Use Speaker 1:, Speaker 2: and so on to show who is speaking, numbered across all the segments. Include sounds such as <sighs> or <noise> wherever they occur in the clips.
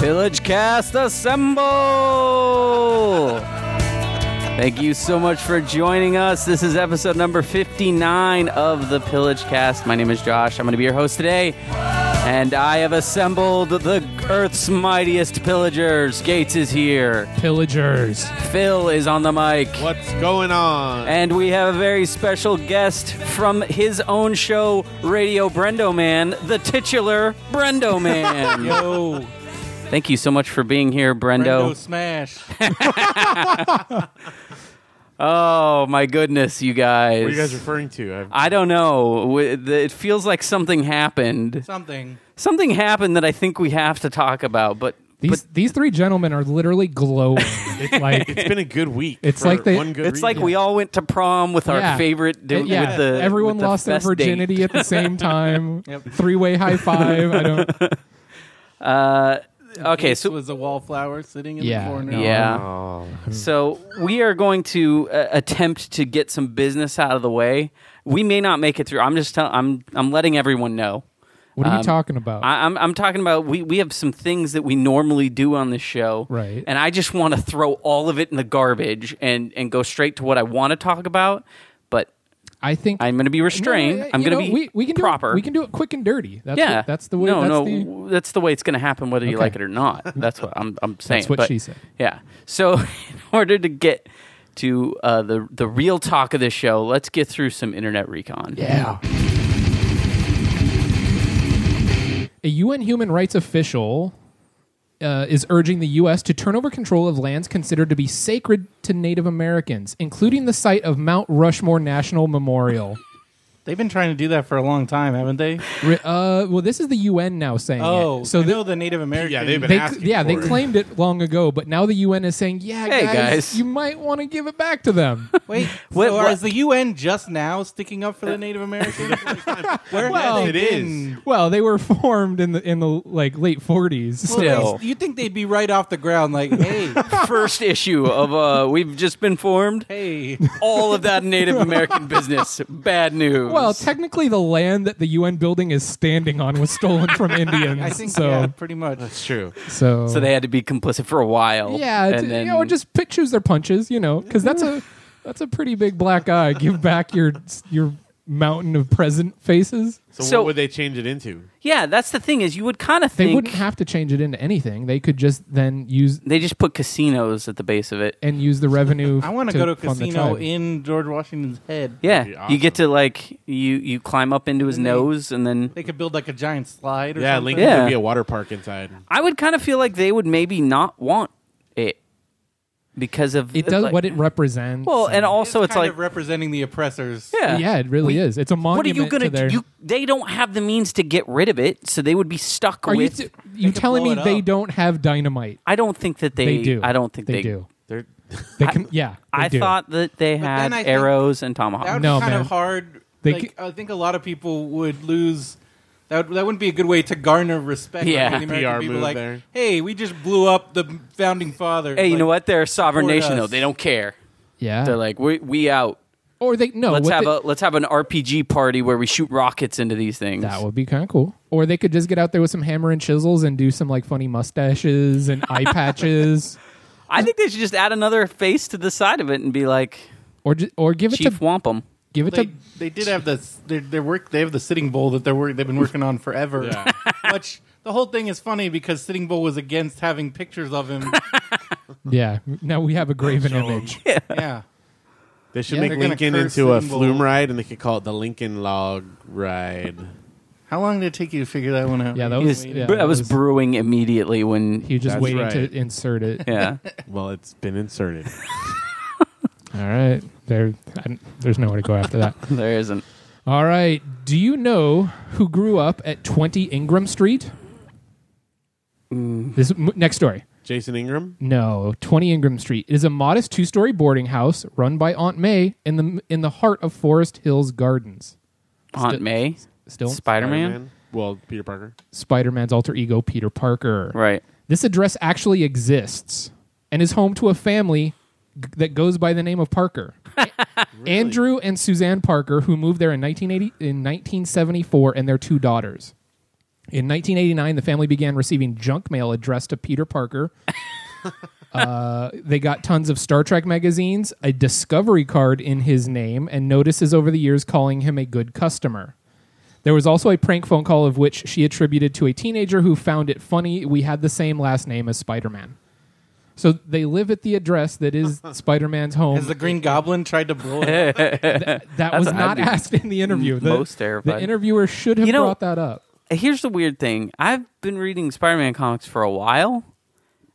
Speaker 1: Pillage Cast Assemble! Thank you so much for joining us. This is episode number 59 of the Pillage Cast. My name is Josh. I'm going to be your host today. And I have assembled the Earth's mightiest pillagers. Gates is here.
Speaker 2: Pillagers.
Speaker 1: Phil is on the mic.
Speaker 3: What's going on?
Speaker 1: And we have a very special guest from his own show, Radio Brendo Man, the titular Brendo Man.
Speaker 4: Yo,
Speaker 1: Thank you so much for being here,
Speaker 4: Brendo
Speaker 1: Brendo.
Speaker 4: smash.
Speaker 1: Oh my goodness, you guys!
Speaker 3: What are you guys referring to? I've,
Speaker 1: I don't know. W- the- It feels like something happened.
Speaker 4: Something.
Speaker 1: Something happened that I think we have to talk about. But
Speaker 2: These these three gentlemen are literally glowing.
Speaker 1: <laughs>
Speaker 2: like
Speaker 3: it's been a good week.
Speaker 2: It's
Speaker 3: for
Speaker 2: like they-
Speaker 3: one good.
Speaker 1: it's like
Speaker 3: reason.
Speaker 1: we all went to prom with our
Speaker 2: Yeah.
Speaker 1: favorite.
Speaker 2: uh,
Speaker 1: Dude,
Speaker 2: yeah,
Speaker 1: with the,
Speaker 2: everyone
Speaker 1: with the
Speaker 2: lost their
Speaker 1: fest date.
Speaker 2: virginity at
Speaker 1: <laughs>
Speaker 2: the same time. <laughs>
Speaker 4: Yep.
Speaker 2: Three way high five. I don't.
Speaker 1: <laughs> Okay,
Speaker 4: This
Speaker 1: so
Speaker 4: was a wallflower sitting in
Speaker 2: Yeah,
Speaker 4: the corner.
Speaker 2: no.
Speaker 1: yeah.
Speaker 3: Oh,
Speaker 1: So we are going to uh, attempt to get some business out of the way. We may not make it through. I'm just telling. I'm I'm letting everyone know.
Speaker 2: What are
Speaker 1: Um,
Speaker 2: you talking about?
Speaker 1: I, I'm I'm talking about we we have some things that we normally do on the show,
Speaker 2: Right.
Speaker 1: And I just want to throw all of it in the garbage and and go straight to what I want to talk about. But
Speaker 2: I think
Speaker 1: I'm going to be restrained.
Speaker 2: No, no,
Speaker 1: I'm
Speaker 2: you
Speaker 1: going to
Speaker 2: know,
Speaker 1: be
Speaker 2: we, we can
Speaker 1: proper.
Speaker 2: Do it, we can do it quick and dirty. That's
Speaker 1: yeah,
Speaker 2: what- that's the way.
Speaker 1: No,
Speaker 2: that's
Speaker 1: no,
Speaker 2: the-
Speaker 1: w- that's the way it's going to happen, whether you like it or
Speaker 2: <laughs>
Speaker 1: not. That's what I'm I'm saying.
Speaker 2: what
Speaker 1: But,
Speaker 2: she said.
Speaker 1: Yeah. So <laughs> in order to get to uh, the the real talk of this show, let's get through some internet recon.
Speaker 2: Yeah. A UN human rights official uh, is urging the U.S. to turn over control of lands considered to be sacred to Native Americans, including the site of Mount Rushmore National Memorial.
Speaker 4: They've been trying to do that for a long time, haven't they?
Speaker 2: Re- uh, well, this is the UN now saying
Speaker 4: Oh,
Speaker 2: it.
Speaker 4: so
Speaker 2: So
Speaker 4: I
Speaker 2: they,
Speaker 4: know the Native American.
Speaker 3: Yeah, they've been-
Speaker 2: they
Speaker 3: asking
Speaker 2: yeah, they
Speaker 3: for it.
Speaker 2: claimed it long ago, but now the UN is saying, yeah,
Speaker 1: Hey,
Speaker 2: guys,
Speaker 1: guys.
Speaker 2: you might want to give it back to them.
Speaker 4: Wait,
Speaker 1: <laughs> What-
Speaker 4: so
Speaker 1: what-
Speaker 4: are- is the UN just now sticking up for the
Speaker 3: <laughs>
Speaker 4: Native Americans? Where
Speaker 2: Well,
Speaker 4: have they
Speaker 3: it
Speaker 4: been?
Speaker 2: well, they were formed in the in the like late 40s.
Speaker 4: Well,
Speaker 1: Still.
Speaker 4: they- you think they'd be right off the
Speaker 1: <laughs>
Speaker 4: ground? Like, hey,
Speaker 1: <laughs> First issue of uh, we've just been formed.
Speaker 4: hey,
Speaker 1: All of that Native
Speaker 2: <laughs>
Speaker 1: American business. Bad news.
Speaker 2: Well, technically, the land that the UN building is standing on was stolen
Speaker 1: <laughs>
Speaker 2: from Indians.
Speaker 4: I think
Speaker 2: so.
Speaker 4: yeah, pretty much.
Speaker 3: that's true.
Speaker 2: So,
Speaker 1: So they had to be complicit for a while.
Speaker 2: yeah, it's-
Speaker 1: and then
Speaker 2: you know, or just pick choose their punches, you know, because that's a that's a pretty big black eye. Give back your your mountain of present faces.
Speaker 3: So,
Speaker 1: So-
Speaker 3: what would they change it into?
Speaker 1: yeah. That's the thing is, you would kind of
Speaker 2: They
Speaker 1: think
Speaker 2: wouldn't have to change it into anything. They could just then use
Speaker 1: they just put casinos at the base of it.
Speaker 2: and use the
Speaker 1: <laughs>
Speaker 2: revenue.
Speaker 4: I want
Speaker 2: to
Speaker 4: to go to a
Speaker 2: fund the
Speaker 4: casino
Speaker 2: tribe.
Speaker 4: in George Washington's head.
Speaker 1: Yeah,
Speaker 3: be
Speaker 1: you get to like you you climb up into his
Speaker 4: And they-
Speaker 1: nose, and then
Speaker 4: They could build like a giant slide or
Speaker 3: Yeah,
Speaker 4: something.
Speaker 3: Lincoln
Speaker 1: Yeah.
Speaker 3: could be a water park inside.
Speaker 1: I would kind of feel like they would maybe not want it because of
Speaker 2: It does
Speaker 1: like-
Speaker 2: what it represents.
Speaker 1: Well, and also it's,
Speaker 4: kind
Speaker 1: like
Speaker 4: of representing the oppressors.
Speaker 1: yeah,
Speaker 2: yeah, it really
Speaker 1: We-
Speaker 2: is. It's a
Speaker 1: What are
Speaker 2: monument
Speaker 1: you gonna
Speaker 2: to their.
Speaker 1: do? You, they don't have the means to get rid of it, so they would be stuck
Speaker 2: are you
Speaker 1: with.
Speaker 2: t- you
Speaker 4: could
Speaker 2: telling
Speaker 4: blow
Speaker 2: me
Speaker 4: it
Speaker 2: they
Speaker 4: up.
Speaker 2: don't have dynamite?
Speaker 1: I don't think that they,
Speaker 2: They do.
Speaker 1: I don't think they,
Speaker 2: they do.
Speaker 3: They're
Speaker 2: They can. Yeah, they
Speaker 1: I
Speaker 2: do.
Speaker 1: thought that they had
Speaker 4: then I think
Speaker 1: arrows and
Speaker 4: That would
Speaker 1: tomahawks.
Speaker 2: No,
Speaker 4: be kind
Speaker 2: man.
Speaker 4: of hard.
Speaker 2: They
Speaker 4: like,
Speaker 2: ca-
Speaker 4: I think a lot of people would lose. That, would- that wouldn't be a good way to garner respect.
Speaker 1: Yeah.
Speaker 4: Like, the American
Speaker 3: PR
Speaker 4: people
Speaker 3: move
Speaker 4: like,
Speaker 3: there.
Speaker 4: hey, we just blew up the founding father.
Speaker 1: Hey, you know what? They're a sovereign
Speaker 4: support
Speaker 1: nation,
Speaker 4: us.
Speaker 1: though. They don't care.
Speaker 2: Yeah,
Speaker 1: They're like, we we out.
Speaker 2: or they no.
Speaker 1: Let's
Speaker 2: what
Speaker 1: have
Speaker 2: they-
Speaker 1: a let's have an RPG party where we shoot rockets into these things.
Speaker 2: That would be kind of cool. Or they could just get out there with some hammer and chisels and do some like funny mustaches and
Speaker 1: <laughs>
Speaker 2: eye patches,
Speaker 1: I think they should just add another face to the side of it and be like
Speaker 2: or ju- or give it
Speaker 1: Chief
Speaker 2: to
Speaker 1: Wampum.
Speaker 2: give it
Speaker 4: They,
Speaker 2: to
Speaker 4: they did have this. Their, their work. They have the Sitting Bull that they're wor- they've been working on forever.
Speaker 3: Yeah.
Speaker 4: <laughs> Which the whole thing is funny because Sitting Bull was against having pictures
Speaker 1: <laughs>
Speaker 4: of him.
Speaker 2: yeah. Now we have a graven image.
Speaker 4: yeah.
Speaker 3: they should
Speaker 2: Yeah,
Speaker 3: make
Speaker 4: they're gonna
Speaker 3: Lincoln
Speaker 4: curse
Speaker 3: into a
Speaker 4: Lincoln.
Speaker 3: flume ride, and they could call it the Lincoln Log <laughs> Ride.
Speaker 4: How long did it take you to figure that one out?
Speaker 2: Yeah, that
Speaker 1: He was,
Speaker 2: was Oh, yeah,
Speaker 1: bre- I
Speaker 2: that
Speaker 1: was,
Speaker 2: was-
Speaker 1: brewing immediately when
Speaker 2: He was just
Speaker 3: That's
Speaker 2: waiting
Speaker 3: right.
Speaker 2: to insert it. <laughs>
Speaker 1: yeah.
Speaker 3: well, it's been inserted.
Speaker 2: All right, there. I, there's nowhere to go
Speaker 1: <laughs>
Speaker 2: after that.
Speaker 1: there isn't.
Speaker 2: All right. Do you know who grew up at 20 Ingram Street?
Speaker 3: Mm.
Speaker 2: This m- next story.
Speaker 3: Jason Ingram.
Speaker 2: No, 20 Ingram Street. It is a modest two-story boarding house run by Aunt May in the in the heart of Forest Hills Gardens.
Speaker 1: Aunt May,
Speaker 2: Still
Speaker 1: Spider Man,
Speaker 3: Spider-Man. Well, Peter Parker.
Speaker 2: Spider-Man's alter ego Peter Parker.
Speaker 1: right?
Speaker 2: This address actually exists and is home to a family g- that goes by the name of Parker. Andrew and Suzanne Parker who moved there in 1980 in 1974 and their two daughters. In 1989, the family began receiving junk mail addressed to Peter Parker. uh, they got tons of Star Trek magazines, a discovery card in his name, and notices over the years calling him a good customer. There was also a prank phone call of which she attributed to a teenager who found it funny we had the same last name as Spider Man. So they live at the address that is Spider Man's home.
Speaker 4: Has the Green Goblin tried
Speaker 3: <laughs>
Speaker 4: to blow it? up?
Speaker 2: that was
Speaker 1: what I'd
Speaker 2: not
Speaker 1: be
Speaker 2: asked in the interview. The,
Speaker 1: most
Speaker 2: The
Speaker 1: terrified.
Speaker 2: interviewer should have
Speaker 1: You know-
Speaker 2: brought that up.
Speaker 1: Here's the weird thing. I've been reading Spider-Man comics for a while.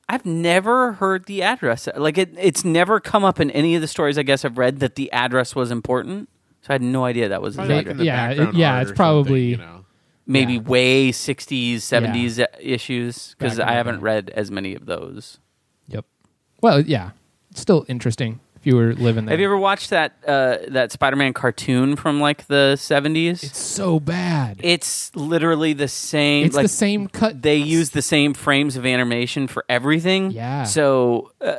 Speaker 1: I've never heard the address. Like it, it's never come up in any of the stories I guess I've read that the address was important. So I had no idea that was his
Speaker 2: They-
Speaker 1: address.
Speaker 3: like in the
Speaker 2: yeah, it-
Speaker 3: background
Speaker 2: yeah,
Speaker 3: art
Speaker 2: it's
Speaker 3: or something,
Speaker 2: probably-
Speaker 3: you know.
Speaker 1: Maybe
Speaker 2: Yeah.
Speaker 1: way 60s, 70s issues because
Speaker 2: Back in
Speaker 1: I
Speaker 2: the
Speaker 1: haven't
Speaker 2: day.
Speaker 1: read as many of those.
Speaker 2: Yep. Well, yeah, it's still interesting if you were living there.
Speaker 1: Have you ever watched that uh, that Spider-Man cartoon from like the 70s?
Speaker 2: It's so bad.
Speaker 1: It's literally the same.
Speaker 2: it's
Speaker 1: like,
Speaker 2: the same cut.
Speaker 1: They use the same frames of animation for everything.
Speaker 2: Yeah.
Speaker 1: So uh,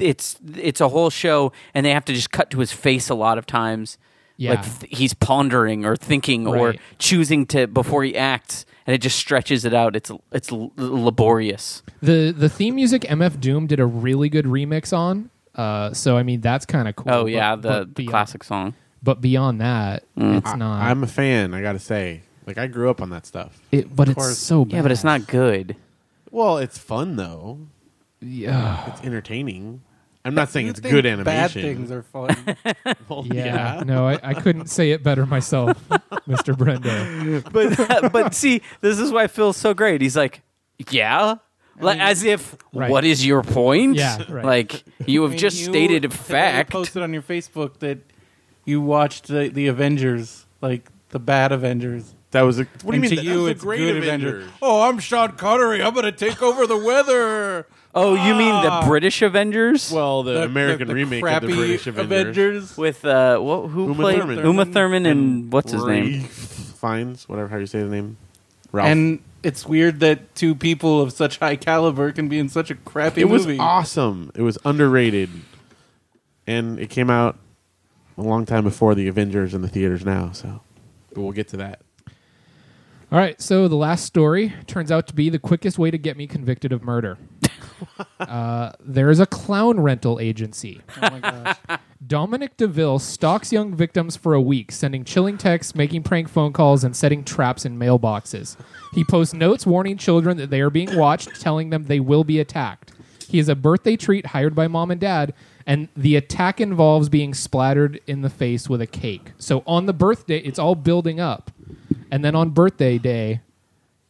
Speaker 1: it's it's a whole show, and they have to just cut to his face a lot of times.
Speaker 2: Yeah.
Speaker 1: Like th- he's pondering or thinking or
Speaker 2: Right.
Speaker 1: choosing to before he acts, and it just stretches it out. It's it's l- laborious.
Speaker 2: the the theme music. MF Doom did a really good remix on. Uh, so I mean that's kind of cool.
Speaker 1: Oh
Speaker 2: but-
Speaker 1: yeah, the,
Speaker 2: but
Speaker 1: the
Speaker 2: beyond-
Speaker 1: classic Mm. song.
Speaker 2: But beyond that, it's
Speaker 3: I,
Speaker 2: not.
Speaker 3: I'm a fan. I gotta say, like I grew up on that stuff.
Speaker 2: it, but it's
Speaker 3: course.
Speaker 2: so bad.
Speaker 1: Yeah, but it's not
Speaker 2: <laughs>
Speaker 1: good.
Speaker 3: Well, it's fun though.
Speaker 2: Yeah.
Speaker 3: It's entertaining. I'm not saying
Speaker 4: You
Speaker 3: it's
Speaker 4: think
Speaker 3: good
Speaker 4: Bad
Speaker 3: animation.
Speaker 4: things are fun.
Speaker 1: <laughs>
Speaker 3: Well,
Speaker 2: Yeah. No, I, I couldn't say it better myself, Mr. Brendo.
Speaker 1: but <laughs> but see, this is why Phil's so great. He's like, yeah, like as if
Speaker 2: Right.
Speaker 1: what is your point?
Speaker 2: Yeah, right.
Speaker 1: like
Speaker 2: <laughs>
Speaker 1: you have
Speaker 4: I mean,
Speaker 1: just
Speaker 4: you-
Speaker 1: stated a
Speaker 4: today
Speaker 1: fact.
Speaker 4: You posted on your Facebook that you watched the, the Avengers, like the bad Avengers.
Speaker 3: That was a. What do you
Speaker 4: and
Speaker 3: mean?
Speaker 4: To
Speaker 3: that-
Speaker 4: you,
Speaker 3: that was
Speaker 4: it's
Speaker 3: a great
Speaker 4: good
Speaker 3: Avengers.
Speaker 4: Oh, I'm Sean Connery. I'm going to take over the weather.
Speaker 1: Oh, you mean
Speaker 4: Ah.
Speaker 1: the British Avengers?
Speaker 3: Well, the,
Speaker 4: The-
Speaker 3: American
Speaker 4: the- the
Speaker 3: remake of
Speaker 4: crappy
Speaker 3: the British Avengers.
Speaker 1: with uh, wha- who
Speaker 3: Uma
Speaker 1: played
Speaker 3: Thurman.
Speaker 1: Uma Thurman and what's his name?
Speaker 3: Fines, whatever how you say the name. Ralph.
Speaker 4: And it's weird that two people of such high caliber can be in such a crappy
Speaker 3: it was
Speaker 4: movie.
Speaker 3: awesome. It was underrated, and it came out a long time before the Avengers in the theaters now. So, but we'll get to that.
Speaker 2: All right, so the last story turns out to be the quickest way to get me convicted of murder. uh, there is a clown rental agency.
Speaker 4: Oh my gosh.
Speaker 2: Dominic DeVille stalks young victims for a week, sending chilling texts, making prank phone calls, and setting traps in mailboxes. He posts notes warning children that they are being watched, telling them they will be attacked. He is a birthday treat hired by mom and dad, and the attack involves being splattered in the face with a cake. So on the birthday, it's all building up. And then on birthday day,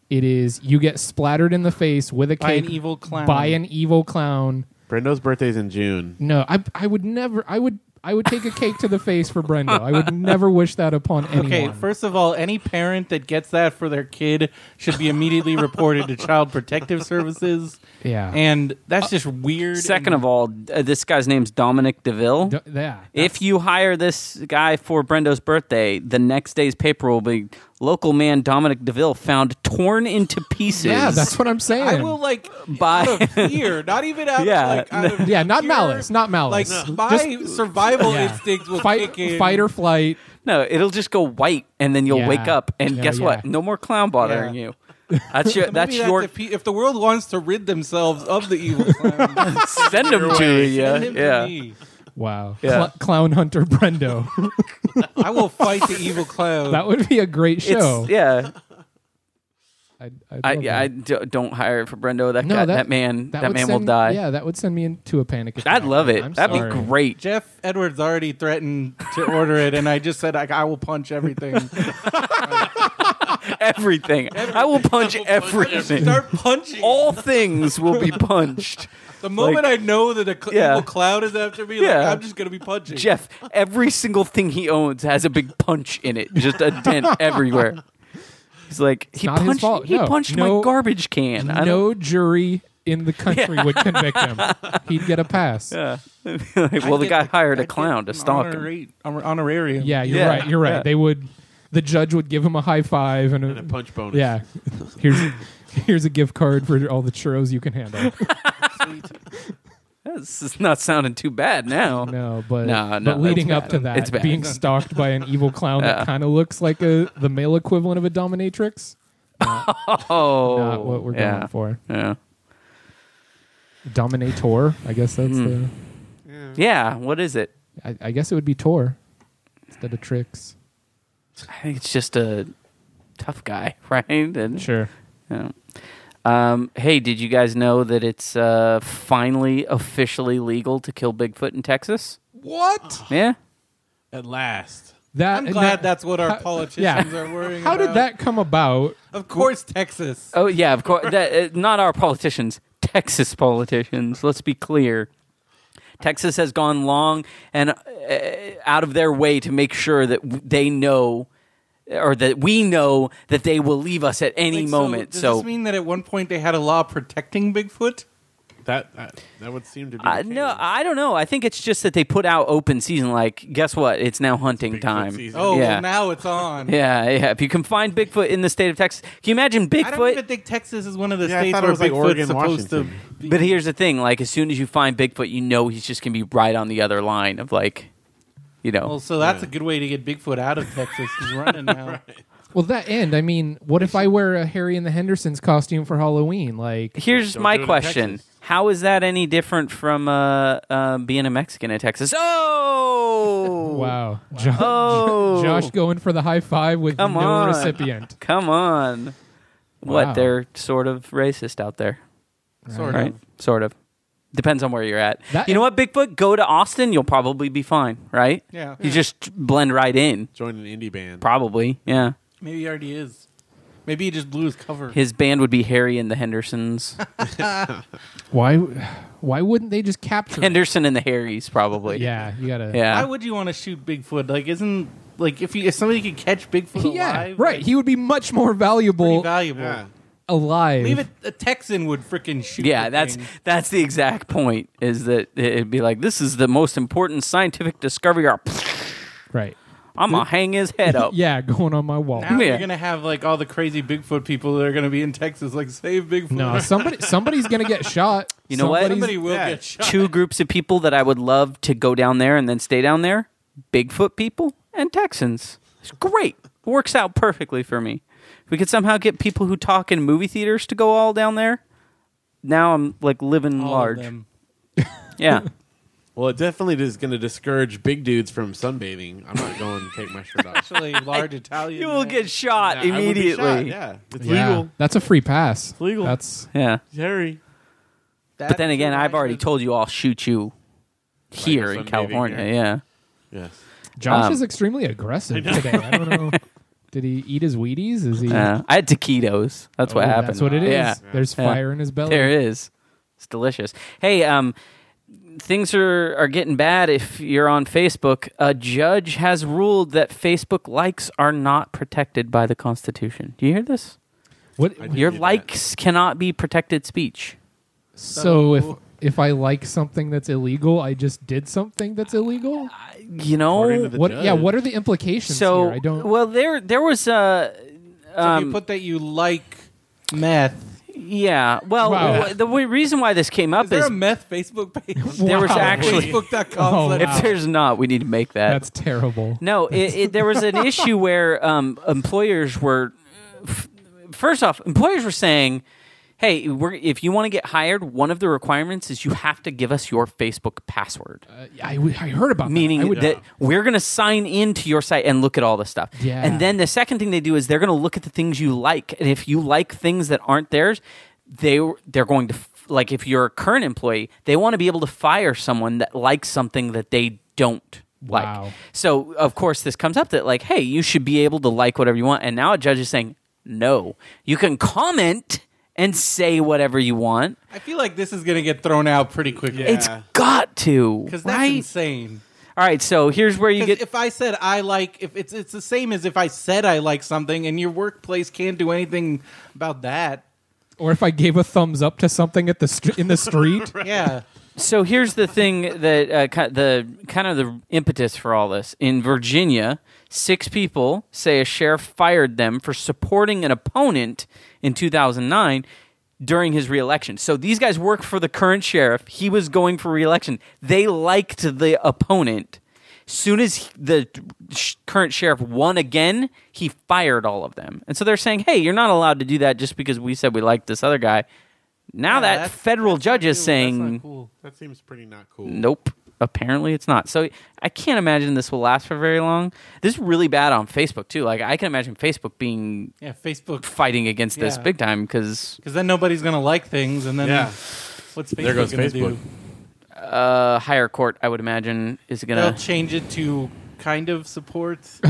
Speaker 2: it is you get splattered in the face with a cake
Speaker 4: By an evil clown.
Speaker 2: by an evil clown.
Speaker 3: Brendo's birthday's in June.
Speaker 2: No, I I would never. I would I would take a cake to the face for Brendo. I would never wish that upon anyone.
Speaker 4: Okay, first of all, any parent that gets that for their kid should be immediately reported to Child Protective Services.
Speaker 1: <laughs>
Speaker 2: Yeah.
Speaker 4: And that's just weird.
Speaker 1: Second of all, uh, this guy's name's Dominic Deville.
Speaker 2: D- yeah.
Speaker 1: if you hire this guy for Brendo's birthday, the next day's paper will be local man Dominic Deville found torn into pieces.
Speaker 2: yeah, that's what I'm saying.
Speaker 4: I
Speaker 1: <laughs>
Speaker 4: will like
Speaker 1: By-
Speaker 4: out of fear, not even out,
Speaker 1: Yeah,
Speaker 4: like, out of
Speaker 2: yeah, not
Speaker 4: pure-
Speaker 2: malice, not
Speaker 4: Like
Speaker 2: malice.
Speaker 4: my survival
Speaker 2: Yeah.
Speaker 4: instincts will
Speaker 2: fight,
Speaker 4: kick in.
Speaker 2: fight or flight.
Speaker 1: <laughs> No, it'll just go white, and then you'll
Speaker 2: Yeah.
Speaker 1: wake up, and
Speaker 2: Yeah,
Speaker 1: guess what?
Speaker 2: yeah.
Speaker 1: No more clown bothering
Speaker 4: Yeah.
Speaker 1: you. That's your.
Speaker 4: <laughs> Maybe
Speaker 1: that's your.
Speaker 4: if, he- if the world wants to rid themselves of
Speaker 1: <laughs>
Speaker 4: the evil clown,
Speaker 1: Send him to you.
Speaker 4: send him to
Speaker 1: Yeah.
Speaker 4: me.
Speaker 2: Wow.
Speaker 1: Yeah.
Speaker 2: Cl- clown hunter Brendo. <laughs>
Speaker 4: I will fight the evil clown.
Speaker 2: that would be a great
Speaker 1: It's,
Speaker 2: show.
Speaker 1: Yeah,
Speaker 2: I'd-
Speaker 1: I,
Speaker 2: I'd love
Speaker 1: yeah, I
Speaker 2: that.
Speaker 1: d- don't hire it for Brendo. That
Speaker 2: No,
Speaker 1: guy,
Speaker 2: that-
Speaker 1: that, man, that,
Speaker 2: would
Speaker 1: man will
Speaker 2: send-
Speaker 1: die.
Speaker 2: Yeah, that would send me into a panic attack.
Speaker 1: I'd love it.
Speaker 2: I'm
Speaker 1: That'd
Speaker 2: sorry.
Speaker 1: be great.
Speaker 4: Jeff Edwards already threatened to order it, and I just said I, I will punch everything.
Speaker 1: <laughs> Everything. I will punch <laughs> everything.
Speaker 4: Start
Speaker 1: <laughs>
Speaker 4: punching.
Speaker 1: All things will be
Speaker 4: <laughs>
Speaker 1: punched.
Speaker 4: the moment
Speaker 1: like-
Speaker 4: I know that a cl-
Speaker 1: Yeah.
Speaker 4: evil clown is after me, like,
Speaker 1: Yeah.
Speaker 4: I'm just gonna be punching.
Speaker 1: Jeff, every single thing he owns has a big punch in it, just a
Speaker 4: <laughs>
Speaker 1: dent everywhere. He's like, he
Speaker 2: not his
Speaker 1: punched,
Speaker 2: fault.
Speaker 1: he
Speaker 2: No.
Speaker 1: punched
Speaker 2: No-
Speaker 1: my garbage can. I don't,
Speaker 2: No jury in the country would
Speaker 1: <laughs>
Speaker 2: convict him. He'd get a pass.
Speaker 1: Yeah. <laughs> well, the
Speaker 4: I'd
Speaker 1: guy
Speaker 4: get-
Speaker 1: hired a
Speaker 4: I'd
Speaker 1: clown to
Speaker 4: get an
Speaker 1: stalk him.
Speaker 4: honorari- honor- honorarium.
Speaker 2: Yeah, you're
Speaker 1: Yeah.
Speaker 2: right. You're right.
Speaker 1: Yeah.
Speaker 2: They would. The judge would give him a high five and a,
Speaker 3: A punch bonus.
Speaker 2: yeah. Here's here's a gift card for all the churros you can handle.
Speaker 1: This is not sounding too bad now.
Speaker 2: No, but
Speaker 1: No, no,
Speaker 2: but leading
Speaker 1: it's
Speaker 2: up
Speaker 1: bad.
Speaker 2: to that,
Speaker 1: It's bad.
Speaker 2: being stalked by an evil clown that kind of looks like a the male equivalent of a dominatrix.
Speaker 1: Oh,
Speaker 2: not what we're
Speaker 1: yeah.
Speaker 2: going for.
Speaker 1: Yeah.
Speaker 2: Dominator. I guess that's
Speaker 1: Hmm.
Speaker 2: the.
Speaker 1: Yeah. What is it?
Speaker 2: I, I guess it would be Tor instead of tricks.
Speaker 1: I think it's just a tough guy, <laughs> right? And
Speaker 2: Sure.
Speaker 1: yeah. um, hey, did you guys know that it's uh, finally officially legal to kill Bigfoot in Texas?
Speaker 4: <sighs>
Speaker 2: What?
Speaker 1: Yeah.
Speaker 4: At last.
Speaker 2: That.
Speaker 4: I'm glad
Speaker 2: that-
Speaker 4: that's what our politicians
Speaker 2: yeah.
Speaker 4: are worrying
Speaker 2: How did
Speaker 4: about.
Speaker 2: that come about?
Speaker 4: Of course, Texas.
Speaker 1: Oh yeah, of course. That, uh, not our politicians, Texas politicians. Let's be clear. Texas has gone long and uh, out of their way to make sure that w- they know, or that we know that they will leave us at any
Speaker 4: Like, so
Speaker 1: moment.
Speaker 4: does
Speaker 1: So,
Speaker 4: this mean that at one point they had a law protecting Bigfoot?
Speaker 3: That, that that would seem to be.
Speaker 1: I-
Speaker 3: the
Speaker 1: Uh, no,
Speaker 3: case.
Speaker 1: I don't know. I think it's just that they put out open season. Like, guess what? It's now hunting
Speaker 3: Bigfoot
Speaker 1: time.
Speaker 3: season.
Speaker 4: Oh,
Speaker 1: Yeah.
Speaker 4: well, now it's on.
Speaker 1: Yeah, yeah. If you can find Bigfoot in the state of Texas, can you imagine Bigfoot?
Speaker 4: I don't even think Texas is one of the
Speaker 3: Yeah, I
Speaker 4: states
Speaker 3: thought it
Speaker 4: where
Speaker 3: was like
Speaker 4: Bigfoot's
Speaker 3: Oregon,
Speaker 4: supposed
Speaker 3: Washington.
Speaker 4: to.
Speaker 1: But here's the thing: like, as soon as you find Bigfoot, you know he's just gonna be right on the other line of like, you know,
Speaker 4: Well, so that's a good way to get Bigfoot out of Texas. <laughs> He's running now.
Speaker 2: Well, that end. I mean, what if I wear a Harry and the Hendersons costume for Halloween? Like,
Speaker 1: here's
Speaker 3: Don't
Speaker 1: my
Speaker 3: do it in
Speaker 1: question:
Speaker 3: Texas.
Speaker 1: How is that any different from uh, uh, being a Mexican in Texas? <laughs> Oh,
Speaker 2: wow, Josh,
Speaker 3: <laughs>
Speaker 1: Oh,
Speaker 2: Josh going for the high five with
Speaker 1: Come
Speaker 2: no
Speaker 1: on.
Speaker 2: recipient.
Speaker 1: come on!
Speaker 2: Wow.
Speaker 1: What they're sort of racist out there,
Speaker 4: Sort
Speaker 1: right?
Speaker 4: of.
Speaker 1: Sort of. Depends on where you're at.
Speaker 2: That-
Speaker 1: you know what, Bigfoot? Go to Austin, you'll probably be fine, right?
Speaker 4: Yeah.
Speaker 1: You just blend right in,
Speaker 3: Join an indie band.
Speaker 1: probably. Yeah.
Speaker 4: Maybe he already is. Maybe he just blew his cover.
Speaker 1: His band would be Harry and the
Speaker 4: <laughs>
Speaker 1: Hendersons.
Speaker 2: Why? Why wouldn't they just capture? it?
Speaker 1: Henderson and the Harrys, probably.
Speaker 2: Yeah, you gotta.
Speaker 1: Yeah.
Speaker 4: Why would you want to shoot Bigfoot? Like, isn't like if you if somebody could catch Bigfoot
Speaker 2: Yeah,
Speaker 4: alive,
Speaker 2: right.
Speaker 4: like,
Speaker 2: He would be much more valuable
Speaker 4: pretty valuable.
Speaker 3: Yeah.
Speaker 2: alive.
Speaker 4: Leave it. A Texan would freaking shoot.
Speaker 1: yeah,
Speaker 4: the
Speaker 1: that's
Speaker 4: thing.
Speaker 1: that's the exact point. Is that it'd be like this is the most important scientific discovery. Or,
Speaker 2: Right.
Speaker 1: I'm gonna hang his head up.
Speaker 2: Yeah, going on my wall.
Speaker 4: Now
Speaker 1: Yeah.
Speaker 4: you're gonna have like all the crazy Bigfoot people that are gonna be in Texas. Like, save Bigfoot. <laughs>
Speaker 2: No, somebody somebody's gonna get shot.
Speaker 1: You know what?
Speaker 2: Somebody's-
Speaker 4: somebody will
Speaker 3: Yeah.
Speaker 4: get shot.
Speaker 1: Two groups of people that I would love to go down there and then stay down there: Bigfoot people and Texans. It's great. Works out perfectly for me. If we could somehow get people who talk in movie theaters to go all down there, now I'm like living
Speaker 4: All of
Speaker 1: large.
Speaker 4: them.
Speaker 1: Yeah.
Speaker 3: Well, it definitely is going to discourage big dudes from sunbathing. I'm not going to take my shirt
Speaker 1: <laughs>
Speaker 3: off.
Speaker 4: Actually, large Italian. <laughs>
Speaker 1: You will
Speaker 4: man.
Speaker 1: get shot
Speaker 3: Yeah, I would be
Speaker 1: immediately.
Speaker 3: shot, yeah, it's
Speaker 2: Yeah,
Speaker 3: legal.
Speaker 2: That's a free pass. It's
Speaker 3: legal.
Speaker 2: That's
Speaker 1: yeah.
Speaker 3: Harry.
Speaker 1: But
Speaker 4: That's
Speaker 1: then again,
Speaker 4: the
Speaker 1: I've already
Speaker 4: largest-
Speaker 1: told you I'll shoot you here
Speaker 3: Like
Speaker 1: in
Speaker 3: sunbathing
Speaker 1: California.
Speaker 3: here.
Speaker 1: Yeah.
Speaker 3: Yes.
Speaker 2: Josh
Speaker 1: Um,
Speaker 2: is extremely aggressive today. I don't know. Did he eat his Wheaties? Is he?
Speaker 1: Uh, I had taquitos. That's what
Speaker 2: Oh,
Speaker 1: happened.
Speaker 2: That's what it is.
Speaker 1: Yeah.
Speaker 2: There's
Speaker 1: Yeah.
Speaker 2: fire in his belly.
Speaker 1: There is. It's delicious. Hey, um, things are, are getting bad if you're on Facebook. A judge has ruled that Facebook likes are not protected by the Constitution. Do you hear this?
Speaker 2: What?
Speaker 3: I
Speaker 1: Your
Speaker 3: hear that.
Speaker 1: likes cannot be protected speech.
Speaker 2: So if if I like something that's illegal, I just did something that's illegal.
Speaker 1: You know?
Speaker 3: According to the
Speaker 2: What?
Speaker 3: judge.
Speaker 2: Yeah. What are the implications
Speaker 1: so,
Speaker 2: here? I don't.
Speaker 1: well, there, there was uh, a.
Speaker 4: So
Speaker 1: um,
Speaker 4: if you put that you like meth.
Speaker 1: Yeah. Well,
Speaker 2: Wow.
Speaker 1: w- the w- reason why this came up
Speaker 4: Is there
Speaker 1: is
Speaker 4: a meth Facebook page?
Speaker 1: there was
Speaker 2: Wow.
Speaker 4: <laughs>
Speaker 1: actually.
Speaker 4: Facebook.com.
Speaker 2: Oh,
Speaker 4: slash-
Speaker 2: wow.
Speaker 1: If <laughs> there's not, we need to make that.
Speaker 2: that's terrible.
Speaker 1: no, it, it, there was an issue where um, employers were. F- first off, employers were saying, "Hey, we're, if you want to get hired, one of the requirements is you have to give us your Facebook password."
Speaker 2: Uh, I, w- I heard about that. I
Speaker 1: meaning
Speaker 2: would-
Speaker 1: that we're going to sign into your site and look at all this stuff.
Speaker 2: Yeah.
Speaker 1: And then the second thing they do is they're going to look at the things you like, and if you like things that aren't theirs, they they're going to f- like if you're a current employee, they want to be able to fire someone that likes something that they don't like.
Speaker 2: Wow.
Speaker 1: So of course this comes up that like, hey, you should be able to like whatever you want, and now a judge is saying no, you can comment and say whatever you want.
Speaker 4: I feel like this is going to get thrown out pretty quickly.
Speaker 1: It's got to,
Speaker 4: because that's
Speaker 1: right?
Speaker 4: insane.
Speaker 1: All right, so here's where you
Speaker 4: 'Cause
Speaker 1: get
Speaker 4: if I said I like, if it's it's the same as if I said I like something, and your workplace can't do anything about that.
Speaker 2: or if I gave a thumbs up to something at the str-
Speaker 3: <laughs>
Speaker 2: in the street.
Speaker 4: Yeah,
Speaker 1: So here's the thing that uh, ki- the kind of the impetus for all this in Virginia, six people say a sheriff fired them for supporting an opponent in 2009 during his reelection. So these guys work for the current sheriff. He was going for reelection. They liked the opponent, soon as he- the sh- current sheriff won again, he fired all of them. And so they're saying, "Hey, you're not allowed to do that just because we said we liked this other guy." Now
Speaker 4: Yeah,
Speaker 1: that
Speaker 4: that's-
Speaker 1: federal judge is
Speaker 4: That's not
Speaker 1: saying,
Speaker 4: cool.
Speaker 3: That seems pretty not cool.
Speaker 1: Nope. Apparently it's not. So I can't imagine this will last for very long. This is really bad on Facebook too. Like I can imagine Facebook being
Speaker 4: Yeah, Facebook.
Speaker 1: fighting against this
Speaker 4: Yeah.
Speaker 1: big time because
Speaker 4: Because then nobody's going to like things, and then
Speaker 3: Yeah.
Speaker 4: what's Facebook
Speaker 3: There goes
Speaker 4: gonna
Speaker 3: Facebook.
Speaker 4: do?
Speaker 1: uh, higher court I would imagine is
Speaker 4: They'll
Speaker 1: gonna.
Speaker 4: change it to kind of support.
Speaker 1: <laughs>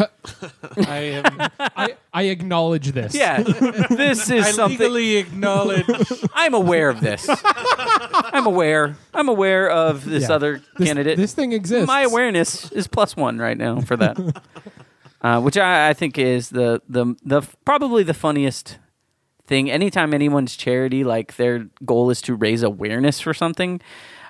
Speaker 4: I am.
Speaker 2: I, I acknowledge this.
Speaker 1: Yeah, this is
Speaker 4: I
Speaker 1: something.
Speaker 4: legally acknowledge.
Speaker 1: <laughs> I'm aware of this. I'm aware. I'm aware of this
Speaker 2: Yeah.
Speaker 1: other
Speaker 2: This,
Speaker 1: candidate.
Speaker 2: This thing exists.
Speaker 1: My awareness is plus one right now for that, uh, which I, I think is the, the the probably the funniest thing. Anytime anyone's charity, like their goal is to raise awareness for something,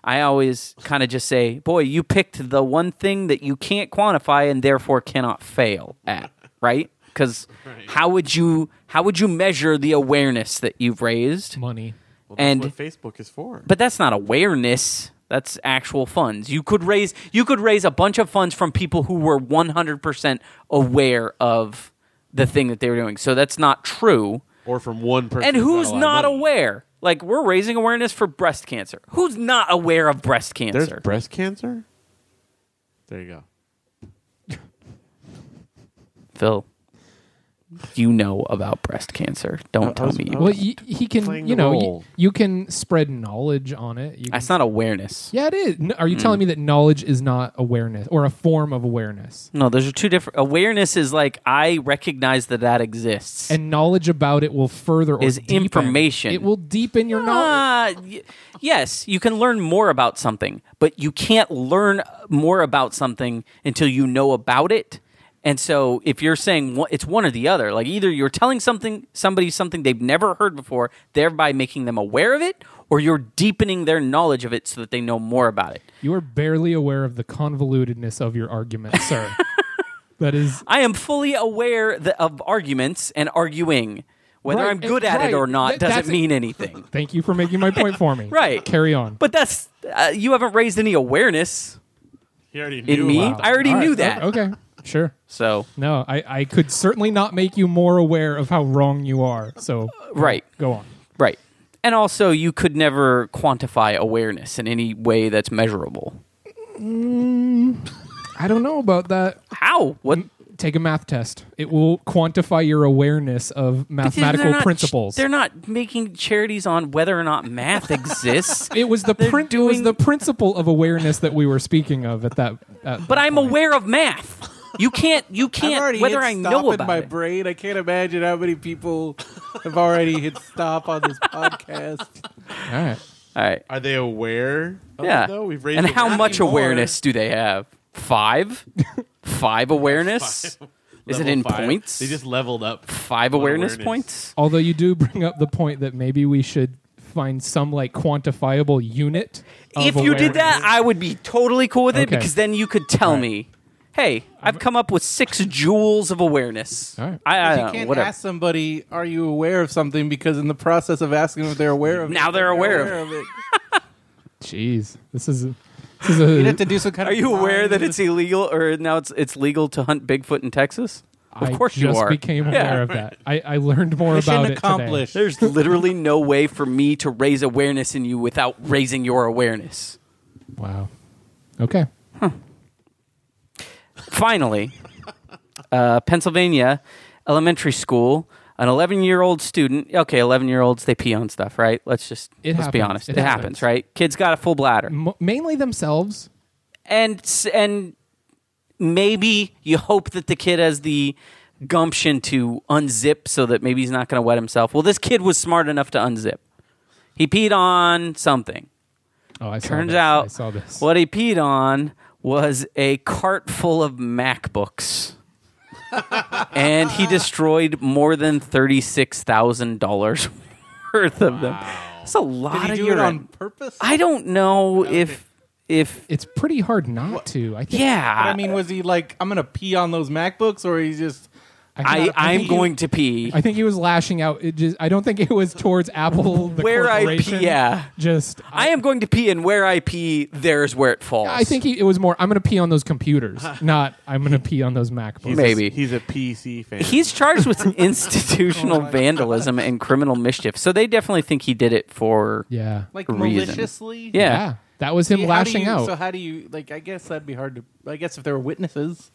Speaker 1: I always kind of just say, "Boy, you picked the one thing that you can't quantify and therefore cannot fail at." Right? Because how would you how would you measure the awareness that you've raised?
Speaker 2: money.
Speaker 3: Well, that's
Speaker 1: And
Speaker 3: what Facebook is for.
Speaker 1: but that's not awareness. That's actual funds. You could raise you could raise a bunch of funds from people who were 100% aware of the thing that they were doing. So that's not true.
Speaker 3: or from one person.
Speaker 1: And who's not
Speaker 3: aware?
Speaker 1: aware? Like we're raising awareness for breast cancer. Who's not aware of breast
Speaker 3: There's
Speaker 1: cancer?
Speaker 3: breast cancer. There you go.
Speaker 1: Phil, you know about breast cancer. Don't
Speaker 3: I
Speaker 1: tell
Speaker 3: was-
Speaker 1: me.
Speaker 3: I
Speaker 1: you
Speaker 2: Well, y- he can.
Speaker 3: Playing
Speaker 2: You
Speaker 3: the
Speaker 2: know, y-
Speaker 3: role.
Speaker 2: you can spread knowledge on it. You can,
Speaker 1: That's not awareness.
Speaker 2: yeah, it is. No, are you
Speaker 1: Hmm.
Speaker 2: telling me that knowledge is not awareness or a form of awareness?
Speaker 1: No, those are two different. Awareness is like I recognize that that exists.
Speaker 2: And knowledge about it will further or
Speaker 1: Is
Speaker 2: deepen.
Speaker 1: information.
Speaker 2: It will deepen your knowledge.
Speaker 1: Uh, y- yes, you can learn more about something, but you can't learn more about something until you know about it. And so, if you're saying one- it's one or the other, like either you're telling something somebody something they've never heard before, thereby making them aware of it, or you're deepening their knowledge of it so that they know more about it.
Speaker 2: You are barely aware of the convolutedness of your argument, sir. that is
Speaker 1: I am fully aware th- of arguments and arguing. Whether
Speaker 2: Right,
Speaker 1: I'm good
Speaker 2: and-
Speaker 1: at it or
Speaker 2: right,
Speaker 1: not
Speaker 2: th-
Speaker 1: doesn't
Speaker 2: that's-
Speaker 1: mean anything.
Speaker 2: Thank you for making my point for me.
Speaker 1: <laughs> Right.
Speaker 2: Carry on.
Speaker 1: But that's uh, you haven't raised any awareness
Speaker 3: He already knew
Speaker 1: in me.
Speaker 3: about
Speaker 1: I already
Speaker 2: All right.
Speaker 1: knew that.
Speaker 2: O- Okay. Sure.
Speaker 1: So
Speaker 2: No, I, I could certainly not make you more aware of how wrong you are. So
Speaker 1: Right.
Speaker 2: go on.
Speaker 1: Right. And also, you could never quantify awareness in any way that's measurable.
Speaker 2: I don't know about that.
Speaker 1: How? What?
Speaker 2: Take a math test. It will quantify your awareness of mathematical
Speaker 1: They're not-
Speaker 2: principles.
Speaker 1: They're not making charities on whether or not math exists.
Speaker 2: it was the prin- it was
Speaker 1: doing-
Speaker 2: the principle of awareness that we were speaking of at that. At
Speaker 1: but I'm aware of math. You can't. You
Speaker 4: I've
Speaker 1: can't.
Speaker 4: already
Speaker 1: Whether
Speaker 4: hit
Speaker 1: I
Speaker 4: stop
Speaker 1: know
Speaker 4: in
Speaker 1: about
Speaker 4: my
Speaker 1: it.
Speaker 4: brain. I can't imagine how many people have already hit stop on this podcast.
Speaker 2: All right.
Speaker 1: All right.
Speaker 3: Are they aware? of
Speaker 1: Yeah.
Speaker 3: it, though? we've raised
Speaker 1: and how
Speaker 3: awareness.
Speaker 1: much
Speaker 4: anymore.
Speaker 1: awareness do they have? Five. five awareness. Is it
Speaker 3: Level
Speaker 1: in
Speaker 3: five.
Speaker 1: points?
Speaker 3: They just leveled up.
Speaker 1: five awareness,
Speaker 3: awareness.
Speaker 1: points.
Speaker 2: Although you do bring up the point that maybe we should find some like quantifiable unit. of
Speaker 1: if you did
Speaker 2: awareness.
Speaker 1: that, I would be totally cool with it
Speaker 2: Okay.
Speaker 1: because then you could tell me, "Hey, I've come up with
Speaker 2: <laughs>
Speaker 1: six joules of awareness."
Speaker 2: All right.
Speaker 1: I, <laughs> I
Speaker 4: you
Speaker 1: don't know,
Speaker 4: can't
Speaker 1: whatever.
Speaker 4: ask somebody, "Are you aware of something?" Because in the process of asking them if they're aware of it,
Speaker 1: Now they're aware of
Speaker 4: it.
Speaker 2: Jeez, this is a, this is a
Speaker 4: You'd have to do some kind
Speaker 1: Are
Speaker 4: of.
Speaker 1: you aware that
Speaker 4: blind-
Speaker 1: it's illegal, or now it's it's legal to hunt Bigfoot in Texas? Of
Speaker 2: I
Speaker 1: course
Speaker 2: just
Speaker 1: you are.
Speaker 2: became aware of that. I, I learned more
Speaker 4: Mission
Speaker 2: about it
Speaker 4: accomplished.
Speaker 1: <laughs>
Speaker 2: today.
Speaker 1: There's <laughs> literally no way for me to raise awareness in you without raising your awareness.
Speaker 2: Wow. Okay.
Speaker 4: <laughs>
Speaker 1: finally, uh, Pennsylvania elementary school, an 11 year old student. Okay, 11 year olds, they pee on stuff, right? Let's just
Speaker 2: It
Speaker 1: let's be
Speaker 2: happens.
Speaker 1: honest. It,
Speaker 2: It
Speaker 1: happens.
Speaker 2: happens.
Speaker 1: right? Kids got a full bladder,
Speaker 2: M- mainly themselves.
Speaker 1: and s- and maybe you hope that the kid has the gumption to unzip so that maybe he's not going to wet himself. Well, this kid was smart enough to unzip. He peed on something.
Speaker 2: Oh, I saw
Speaker 1: Turns
Speaker 2: this.
Speaker 1: out,
Speaker 2: I saw this.
Speaker 1: what he peed on was a cart full of MacBooks. and he destroyed more than $36,000 <laughs> worth of them. That's a lot
Speaker 4: Did he
Speaker 1: of
Speaker 4: do
Speaker 1: urine.
Speaker 4: it on purpose?
Speaker 1: I don't know if, if,
Speaker 2: It's pretty hard not to. I think.
Speaker 1: yeah.
Speaker 4: But I mean, was he like, I'm gonna pee on those MacBooks, or he's just,
Speaker 2: think-
Speaker 1: I, I am
Speaker 2: think he-
Speaker 1: going to pee.
Speaker 2: I think he was lashing out. It just, I don't think it was towards Apple. The
Speaker 1: Where I
Speaker 2: corporation.
Speaker 1: pee, yeah.
Speaker 2: Just
Speaker 1: I am going to pee, and where I pee, there's where it falls.
Speaker 2: I think he, it was more. I'm going to pee on those computers, not I'm going to pee on those MacBooks.
Speaker 3: He's
Speaker 1: Maybe.
Speaker 3: a, he's a PC fan.
Speaker 1: he's charged with <laughs>
Speaker 2: Oh
Speaker 1: institutional vandalism and criminal mischief. So they definitely think he did it for.
Speaker 2: Yeah.
Speaker 4: like
Speaker 1: Reason.
Speaker 4: maliciously.
Speaker 1: Yeah.
Speaker 2: yeah, that was him
Speaker 4: See, how do
Speaker 2: lashing
Speaker 4: you-
Speaker 2: out.
Speaker 4: So how do you like? I guess that'd be hard to. I guess if there were witnesses,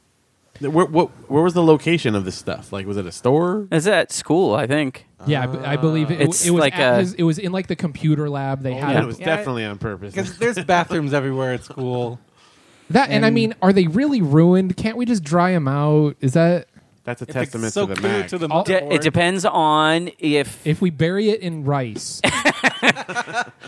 Speaker 3: where, what, where was the location of this stuff? Like, was it a store?
Speaker 1: Is that school? I think.
Speaker 2: yeah, I b- I believe it,
Speaker 1: It's
Speaker 2: it was.
Speaker 1: like
Speaker 2: at
Speaker 1: a-
Speaker 2: his, it was in like the computer lab. They had
Speaker 3: Oh, Yeah,
Speaker 2: it.
Speaker 3: it was
Speaker 4: Yeah, I-
Speaker 3: definitely on purpose.
Speaker 4: because there's bathrooms everywhere at school.
Speaker 2: that, and, I
Speaker 4: and-
Speaker 2: mean, are they really ruined? Can't we just dry them out? Is that
Speaker 3: That's a
Speaker 4: If it's
Speaker 3: testament
Speaker 4: so
Speaker 3: to the
Speaker 4: clear
Speaker 3: Mac.
Speaker 4: to the
Speaker 2: All-
Speaker 1: De-
Speaker 4: motherboard.
Speaker 1: it depends on if
Speaker 2: Oh, if we bury it
Speaker 1: <laughs>
Speaker 2: in rice?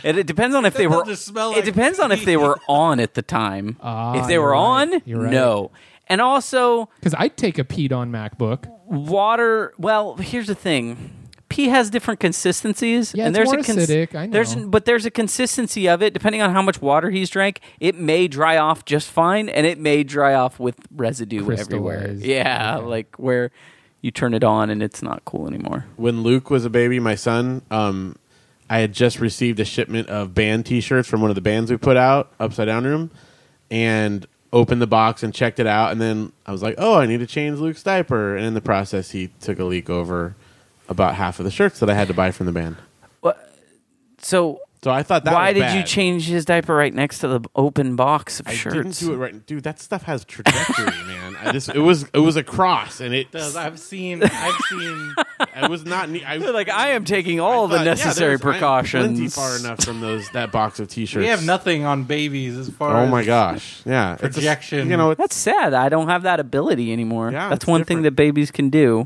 Speaker 1: it, it depends on
Speaker 2: <laughs>
Speaker 1: if they
Speaker 4: They'll
Speaker 1: were.
Speaker 4: just smell
Speaker 1: it
Speaker 4: like
Speaker 1: depends on if they were on at the time.
Speaker 2: Ah,
Speaker 1: if they
Speaker 2: you're
Speaker 1: were
Speaker 2: right.
Speaker 1: on,
Speaker 2: You're right.
Speaker 1: no. And also,
Speaker 2: Because I'd take a peed on MacBook.
Speaker 1: water. Well, here's the thing. Pee has different consistencies,
Speaker 2: Yeah,
Speaker 1: and
Speaker 2: it's
Speaker 1: there's
Speaker 2: more
Speaker 1: a cons-
Speaker 2: acidic, I
Speaker 1: There's
Speaker 2: know.
Speaker 1: but there's a consistency of it depending on how much water he's drank. It may dry off just fine, and it may dry off with residue everywhere.
Speaker 2: Crystallized.
Speaker 1: Yeah, like where you turn it on and it's not cool anymore.
Speaker 3: when Luke was a baby, my son, um, I had just received a shipment of band T-shirts from one of the bands we put out, Upside Down Room, and opened the box and checked it out, and then I was like, "Oh, I need to change Luke's diaper," and in the process, he took a leak over about half of the shirts that I had to buy from the band.
Speaker 1: So
Speaker 3: So I thought that.
Speaker 1: why
Speaker 3: was
Speaker 1: did you
Speaker 3: bad.
Speaker 1: change his diaper right next to the open box of
Speaker 3: I
Speaker 1: shirts?
Speaker 3: didn't do it right, dude. That stuff has trajectory, <laughs> man. I just, it was it was a cross, and it
Speaker 4: Does I've seen I've
Speaker 2: <laughs>
Speaker 4: seen
Speaker 3: I was not.
Speaker 1: <laughs>
Speaker 3: ne- I,
Speaker 1: like I am taking all the
Speaker 3: thought, yeah,
Speaker 1: necessary
Speaker 3: there's- I'm plenty
Speaker 1: precautions.
Speaker 3: far enough from those that box of T-shirts.
Speaker 4: we have nothing on babies as far.
Speaker 3: Oh
Speaker 4: as
Speaker 3: my gosh! Yeah, It's a-
Speaker 4: Projection.
Speaker 3: you know, it's,
Speaker 1: That's sad. I don't have that ability anymore.
Speaker 3: Yeah,
Speaker 1: That's
Speaker 3: it's
Speaker 1: one thing
Speaker 3: different.
Speaker 1: that babies can do.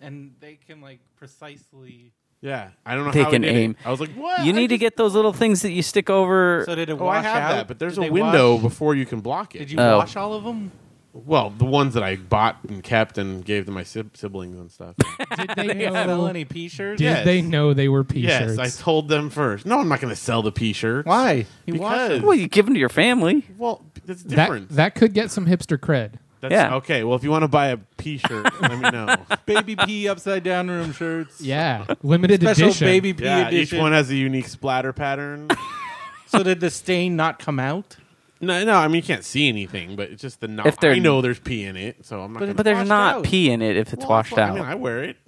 Speaker 4: And they can like precisely.
Speaker 3: yeah. I don't know.
Speaker 1: Take
Speaker 3: how he
Speaker 1: an
Speaker 3: did it.
Speaker 1: aim.
Speaker 3: I was like, what?
Speaker 1: You need to
Speaker 3: I just-
Speaker 1: get those little things that you stick over.
Speaker 4: So did it
Speaker 3: Oh,
Speaker 4: wash
Speaker 3: I have
Speaker 4: out?
Speaker 3: that, but there's
Speaker 4: Did
Speaker 3: a
Speaker 4: they
Speaker 3: window
Speaker 4: wash-
Speaker 3: before you can block it.
Speaker 4: Did you
Speaker 1: Oh.
Speaker 4: wash all of them?
Speaker 3: Well, the ones that I bought and kept and gave to my sib- siblings and
Speaker 1: <laughs>
Speaker 3: stuff.
Speaker 2: Did they, <laughs>
Speaker 4: Sell
Speaker 2: know?
Speaker 4: any p-shirts?
Speaker 2: Did
Speaker 3: Yeah.
Speaker 2: they know they were pee
Speaker 3: yes,
Speaker 2: shirts?
Speaker 3: I told them first. No, I'm not going to sell the P-shirt.
Speaker 4: Why? You wash
Speaker 3: Because
Speaker 4: them.
Speaker 1: well, you give them to your family.
Speaker 3: well, that's
Speaker 2: that
Speaker 3: different.
Speaker 2: that could get some hipster cred.
Speaker 3: that's,
Speaker 1: Yeah.
Speaker 3: Okay. Well, if you want to buy a
Speaker 1: <laughs>
Speaker 3: P-shirt, let me know.
Speaker 4: baby pee upside down room shirts.
Speaker 2: Yeah, limited
Speaker 4: Special
Speaker 2: edition.
Speaker 4: baby pee
Speaker 3: Yeah. Each
Speaker 4: edition.
Speaker 3: one has a unique splatter pattern.
Speaker 1: <laughs>
Speaker 4: so did the stain not come out?
Speaker 3: no, no. I mean, you can't see anything, but it's just the. No-
Speaker 1: If they're-
Speaker 3: I know there's pee in it, so I'm not. gonna,
Speaker 1: But there's
Speaker 4: washed
Speaker 1: not
Speaker 4: out.
Speaker 1: pee in it if it's
Speaker 3: Well,
Speaker 1: washed
Speaker 3: I
Speaker 1: out.
Speaker 3: mean, I wear it.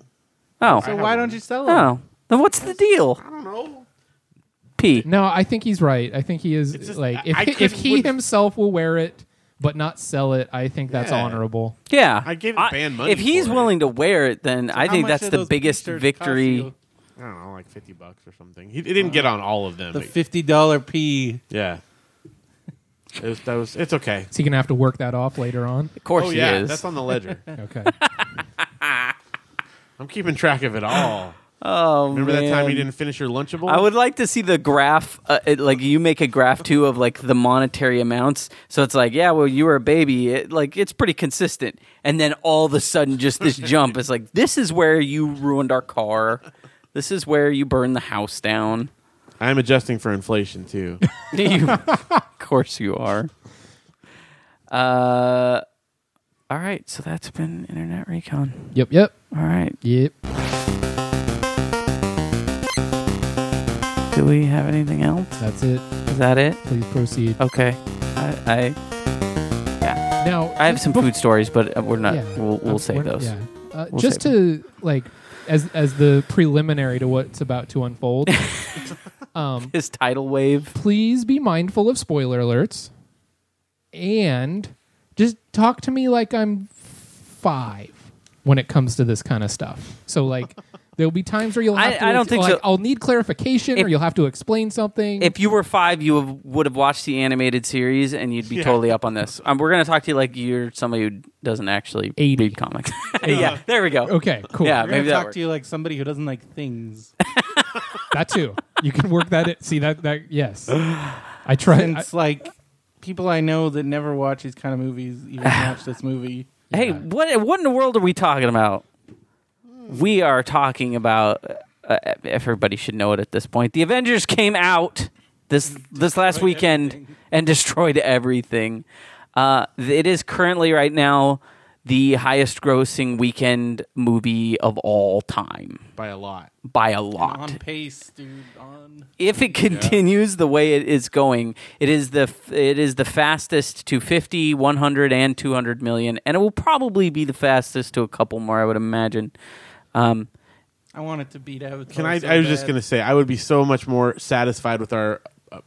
Speaker 1: oh,
Speaker 4: So
Speaker 3: have
Speaker 4: why
Speaker 3: one.
Speaker 4: don't you sell them?
Speaker 1: oh. Then what's the deal?
Speaker 3: I don't know.
Speaker 1: Pee.
Speaker 2: No, I think he's right. I think he is
Speaker 3: It's just-
Speaker 2: like
Speaker 3: I-
Speaker 2: if,
Speaker 3: I
Speaker 2: if
Speaker 3: couldn't-
Speaker 2: he
Speaker 3: wouldn't-
Speaker 2: himself will wear it but not sell it, I think that's
Speaker 3: Yeah.
Speaker 2: honorable.
Speaker 1: Yeah,
Speaker 3: I gave the band money
Speaker 1: If he's
Speaker 3: for it.
Speaker 1: willing to wear it, then I
Speaker 4: How
Speaker 1: think
Speaker 4: much
Speaker 1: that's
Speaker 4: do
Speaker 1: the
Speaker 4: those
Speaker 1: biggest
Speaker 4: P-shirts cost
Speaker 1: victory.
Speaker 4: you?
Speaker 3: I don't know, like fifty bucks or something. He, he didn't get on all of them.
Speaker 4: The
Speaker 3: but-
Speaker 4: fifty dollar pee.
Speaker 3: yeah, it was, that was. It's okay.
Speaker 2: Is he gonna have to work that off later on?
Speaker 1: Of course
Speaker 3: Oh
Speaker 1: he
Speaker 3: yeah,
Speaker 1: is.
Speaker 3: that's on
Speaker 1: <laughs>
Speaker 3: the ledger.
Speaker 2: Okay.
Speaker 3: I'm keeping track of it all.
Speaker 1: oh,
Speaker 3: Remember that time
Speaker 1: man.
Speaker 3: you didn't finish your Lunchable?
Speaker 1: I would like to see the graph, uh, it, like you make a graph too of like the monetary amounts. So it's like, yeah, well, you were a baby, it, like it's pretty consistent, and then all of a sudden, just this jump is like, this is where you ruined our car, this is where you burned the house down. <laughs>
Speaker 3: I'm adjusting for inflation too.
Speaker 1: You- of course, you are. Uh, all right, so that's been Internet Recon.
Speaker 2: yep. Yep.
Speaker 1: All right,
Speaker 2: Yep.
Speaker 1: do we have anything else?
Speaker 2: That's it.
Speaker 1: Is that it?
Speaker 2: Please proceed.
Speaker 1: Okay, I, I
Speaker 2: Now
Speaker 1: I have
Speaker 2: just
Speaker 1: some
Speaker 2: bef-
Speaker 1: food stories, but uh, we're not.
Speaker 2: Yeah.
Speaker 1: We'll, we'll
Speaker 2: Um,
Speaker 1: save
Speaker 2: we're-
Speaker 1: those.
Speaker 2: yeah. Uh,
Speaker 1: We'll
Speaker 2: just
Speaker 1: save
Speaker 2: to like as as the preliminary to what's about
Speaker 1: <laughs>
Speaker 2: to unfold. um,
Speaker 1: <laughs> His tidal wave.
Speaker 2: please be mindful of spoiler alerts and just talk to me like I'm five when it comes to this kind of stuff. So, like, there'll be times where you'll
Speaker 1: I-
Speaker 2: have to,
Speaker 1: I don't think
Speaker 2: like,
Speaker 1: so.
Speaker 2: I'll need clarification
Speaker 1: If-
Speaker 2: or you'll have to explain something.
Speaker 1: If you were five, you have, would have watched the animated series, and you'd be totally up on this. Um, we're going to talk to you like you're somebody who doesn't actually
Speaker 2: 80.
Speaker 1: read
Speaker 2: <laughs>
Speaker 1: comics. yeah, there we go.
Speaker 2: okay, cool.
Speaker 1: Yeah,
Speaker 4: We're
Speaker 1: maybe
Speaker 4: gonna
Speaker 1: that
Speaker 4: talk
Speaker 1: works.
Speaker 4: to you like somebody who doesn't like
Speaker 2: <laughs>
Speaker 4: things.
Speaker 2: That too. You can work that in. See, that, that, yes. I tried. I,
Speaker 4: Since like people I know that never watch these kind of movies
Speaker 1: <sighs>
Speaker 4: even watch this movie.
Speaker 1: Hey,
Speaker 2: Yeah.
Speaker 1: what what in the world are we talking about? We are talking about. Uh, everybody should know it at this point. The Avengers came out this this last weekend
Speaker 4: everything.
Speaker 1: and destroyed everything. Uh, th- it is currently right now the highest grossing weekend movie of all time
Speaker 3: by a lot.
Speaker 1: by a
Speaker 4: On
Speaker 1: lot.
Speaker 4: pace, dude. On.
Speaker 1: If it <laughs> continues the way it is going, it is the f- it is the fastest to 50, 100 and 200 million and it will probably be the fastest to a couple more I would imagine. Um,
Speaker 4: I wanted to beat Avatar.
Speaker 1: Oh,
Speaker 3: Can I?
Speaker 4: so
Speaker 3: I was just
Speaker 4: bad.
Speaker 3: gonna say I would be so much more satisfied with our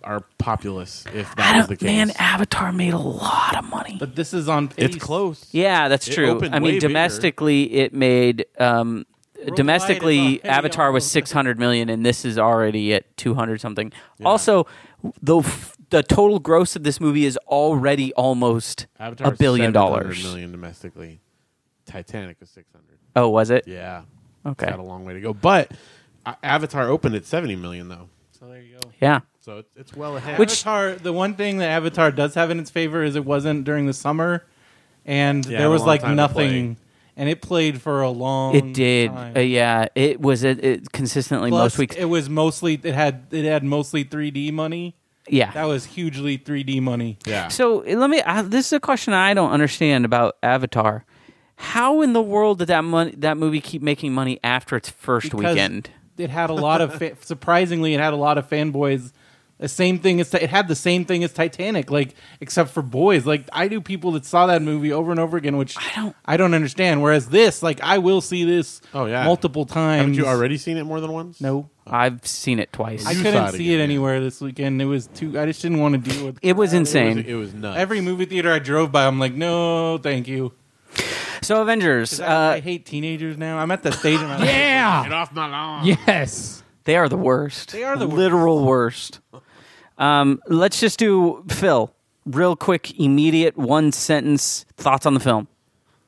Speaker 3: our populace if
Speaker 1: I
Speaker 3: that was the
Speaker 1: don't,
Speaker 3: case.
Speaker 1: man, Avatar made a lot of money.
Speaker 4: But this is on
Speaker 3: it's
Speaker 4: pace.
Speaker 3: close.
Speaker 1: Yeah, that's
Speaker 3: It
Speaker 1: true.
Speaker 3: opened
Speaker 1: I
Speaker 3: way
Speaker 1: mean,
Speaker 3: bigger.
Speaker 1: domestically, it made um,
Speaker 4: Worldwide,
Speaker 1: domestically
Speaker 4: it's already
Speaker 1: Avatar was
Speaker 4: almost-
Speaker 1: six hundred million, and this is already at two hundred something. Also, the f- the total gross of this movie is already almost
Speaker 3: Avatar
Speaker 1: a billion
Speaker 3: 700
Speaker 1: dollars.
Speaker 3: million domestically. Titanic was six hundred.
Speaker 1: Oh, was it?
Speaker 3: Yeah.
Speaker 1: Okay.
Speaker 3: It's got a long way to go, but uh, Avatar opened at seventy million though,
Speaker 4: So there you go.
Speaker 1: Yeah.
Speaker 3: so it's, it's well ahead.
Speaker 1: Which-
Speaker 4: Avatar. The one thing that Avatar does have in its favor is it wasn't during the summer, and
Speaker 3: Yeah,
Speaker 4: there
Speaker 3: a
Speaker 4: was
Speaker 3: long
Speaker 4: like
Speaker 3: time to
Speaker 4: nothing, and it played for a long.
Speaker 1: It did.
Speaker 4: time.
Speaker 1: Uh, yeah, it was it, it consistently
Speaker 4: Plus,
Speaker 1: most weeks.
Speaker 4: it was mostly it had it had mostly 3D money.
Speaker 1: yeah.
Speaker 4: That was hugely 3D money.
Speaker 3: yeah.
Speaker 1: So uh, let me. Uh, this is a question I don't understand about Avatar. How in the world did that mon- that movie keep making money after its first
Speaker 4: Because
Speaker 1: weekend?
Speaker 4: It had a lot
Speaker 1: <laughs>
Speaker 4: of fa- surprisingly, it had a lot of fanboys. The same thing as it had the same thing as Titanic, like except for boys. Like I knew people that saw that movie over and over again, which I
Speaker 1: don't-
Speaker 4: I don't understand. Whereas this, like I will see this,
Speaker 3: Oh, yeah.
Speaker 4: multiple times.
Speaker 3: haven't you already seen it more than once?
Speaker 4: No,
Speaker 1: I've seen it twice.
Speaker 4: I
Speaker 3: You saw
Speaker 4: couldn't
Speaker 3: it
Speaker 4: see
Speaker 3: again,
Speaker 4: it
Speaker 3: yeah.
Speaker 4: anywhere this weekend. It was too. I just didn't want to deal with.
Speaker 1: it was
Speaker 3: It
Speaker 1: insane.
Speaker 3: was, it was nuts.
Speaker 4: Every movie theater I drove by, I'm like, no, thank you.
Speaker 1: so Avengers,
Speaker 4: 'Cause I, I
Speaker 1: uh,
Speaker 4: hate teenagers now. I'm at the stage in my life.
Speaker 3: Get
Speaker 2: Yeah.
Speaker 3: off my lawn.
Speaker 2: Yes.
Speaker 1: they are the worst.
Speaker 4: They are the worst.
Speaker 1: literal worst. Um, let's just do Phil real quick, immediate one sentence thoughts on the film.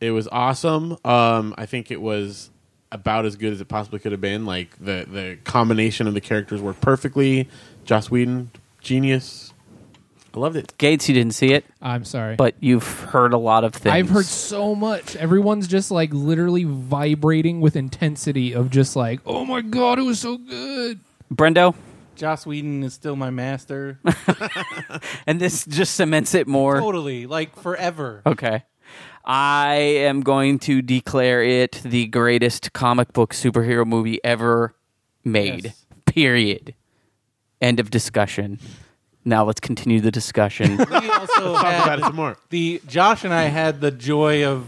Speaker 3: It was awesome. Um, I think it was about as good as it possibly could have been. Like the the combination of the characters worked perfectly. Joss Whedon, genius. I loved it.
Speaker 1: Gates, you didn't see it,
Speaker 2: I'm sorry.
Speaker 1: but you've heard a lot of things.
Speaker 2: I've heard so much. Everyone's just like literally vibrating with intensity of just like, oh my god, it was so good.
Speaker 1: Brendo,
Speaker 4: Joss Whedon is still
Speaker 1: <laughs>
Speaker 4: my master.
Speaker 1: and this just cements it more.
Speaker 4: totally, like
Speaker 1: <laughs>
Speaker 4: forever.
Speaker 1: Okay. I am going to declare it the greatest comic book superhero movie ever made.
Speaker 4: Yes.
Speaker 1: Period. End of discussion. Now let's continue the
Speaker 4: <laughs>
Speaker 1: discussion.
Speaker 4: We also
Speaker 3: Talk about
Speaker 4: had
Speaker 3: it
Speaker 1: <laughs>
Speaker 3: some more.
Speaker 4: the Josh and I had the joy of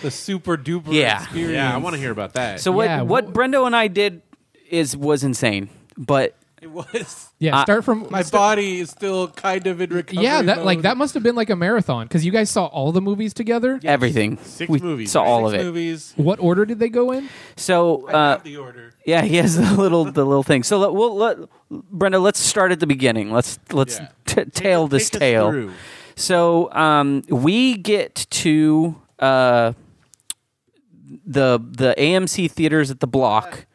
Speaker 4: the super duper
Speaker 1: Yeah.
Speaker 4: experience.
Speaker 3: Yeah, I want to hear about that.
Speaker 1: so what
Speaker 2: Yeah,
Speaker 1: what
Speaker 2: wh-
Speaker 1: Brendo and I did is was insane, but
Speaker 4: It was
Speaker 2: Yeah,
Speaker 1: Uh,
Speaker 2: start from
Speaker 4: my body is still kind of in recovery.
Speaker 2: yeah, that like
Speaker 4: mode.
Speaker 2: that must have been like a marathon because you guys saw all the movies together.
Speaker 1: everything.
Speaker 3: Six
Speaker 1: we
Speaker 3: movies,
Speaker 1: Saw
Speaker 3: right?
Speaker 1: all
Speaker 4: Six
Speaker 1: of it.
Speaker 4: movies.
Speaker 2: What order did they go in?
Speaker 1: So
Speaker 4: I have
Speaker 1: uh,
Speaker 4: the order.
Speaker 1: yeah, he has
Speaker 4: <laughs>
Speaker 1: the little the little thing. So let, we'll let Brenda. Let's start at the beginning. Let's let's
Speaker 3: Yeah.
Speaker 1: t- tail
Speaker 3: Take-
Speaker 1: this
Speaker 3: take us
Speaker 1: tale.
Speaker 3: through.
Speaker 1: So um, we get to uh, the the AMC theaters at the block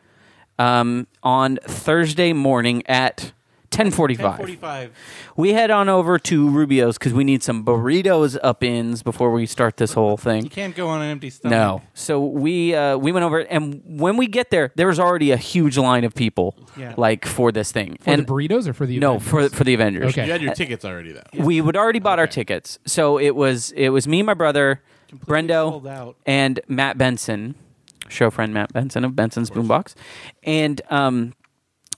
Speaker 1: um, on Thursday morning at ten forty
Speaker 4: Ten
Speaker 1: five.
Speaker 4: forty-five.
Speaker 1: We head on over to Rubio's because we need some burritos up ins before we start this whole
Speaker 4: You
Speaker 1: thing.
Speaker 4: can't go on an empty stomach.
Speaker 1: No, so we uh, we went over, and when we get there, there was already a huge line of people,
Speaker 4: Yeah.
Speaker 1: like for this thing.
Speaker 2: For
Speaker 1: and
Speaker 2: the burritos or for the
Speaker 1: no,
Speaker 2: Avengers?
Speaker 1: for for the Avengers.
Speaker 2: Okay.
Speaker 3: You had your tickets already though.
Speaker 1: We had already bought our tickets, so it was it was me, my brother,
Speaker 4: Completely sold
Speaker 1: Brendo,
Speaker 4: out.
Speaker 1: and Matt Benson, show friend Matt Benson of Benson's Boombox, and um,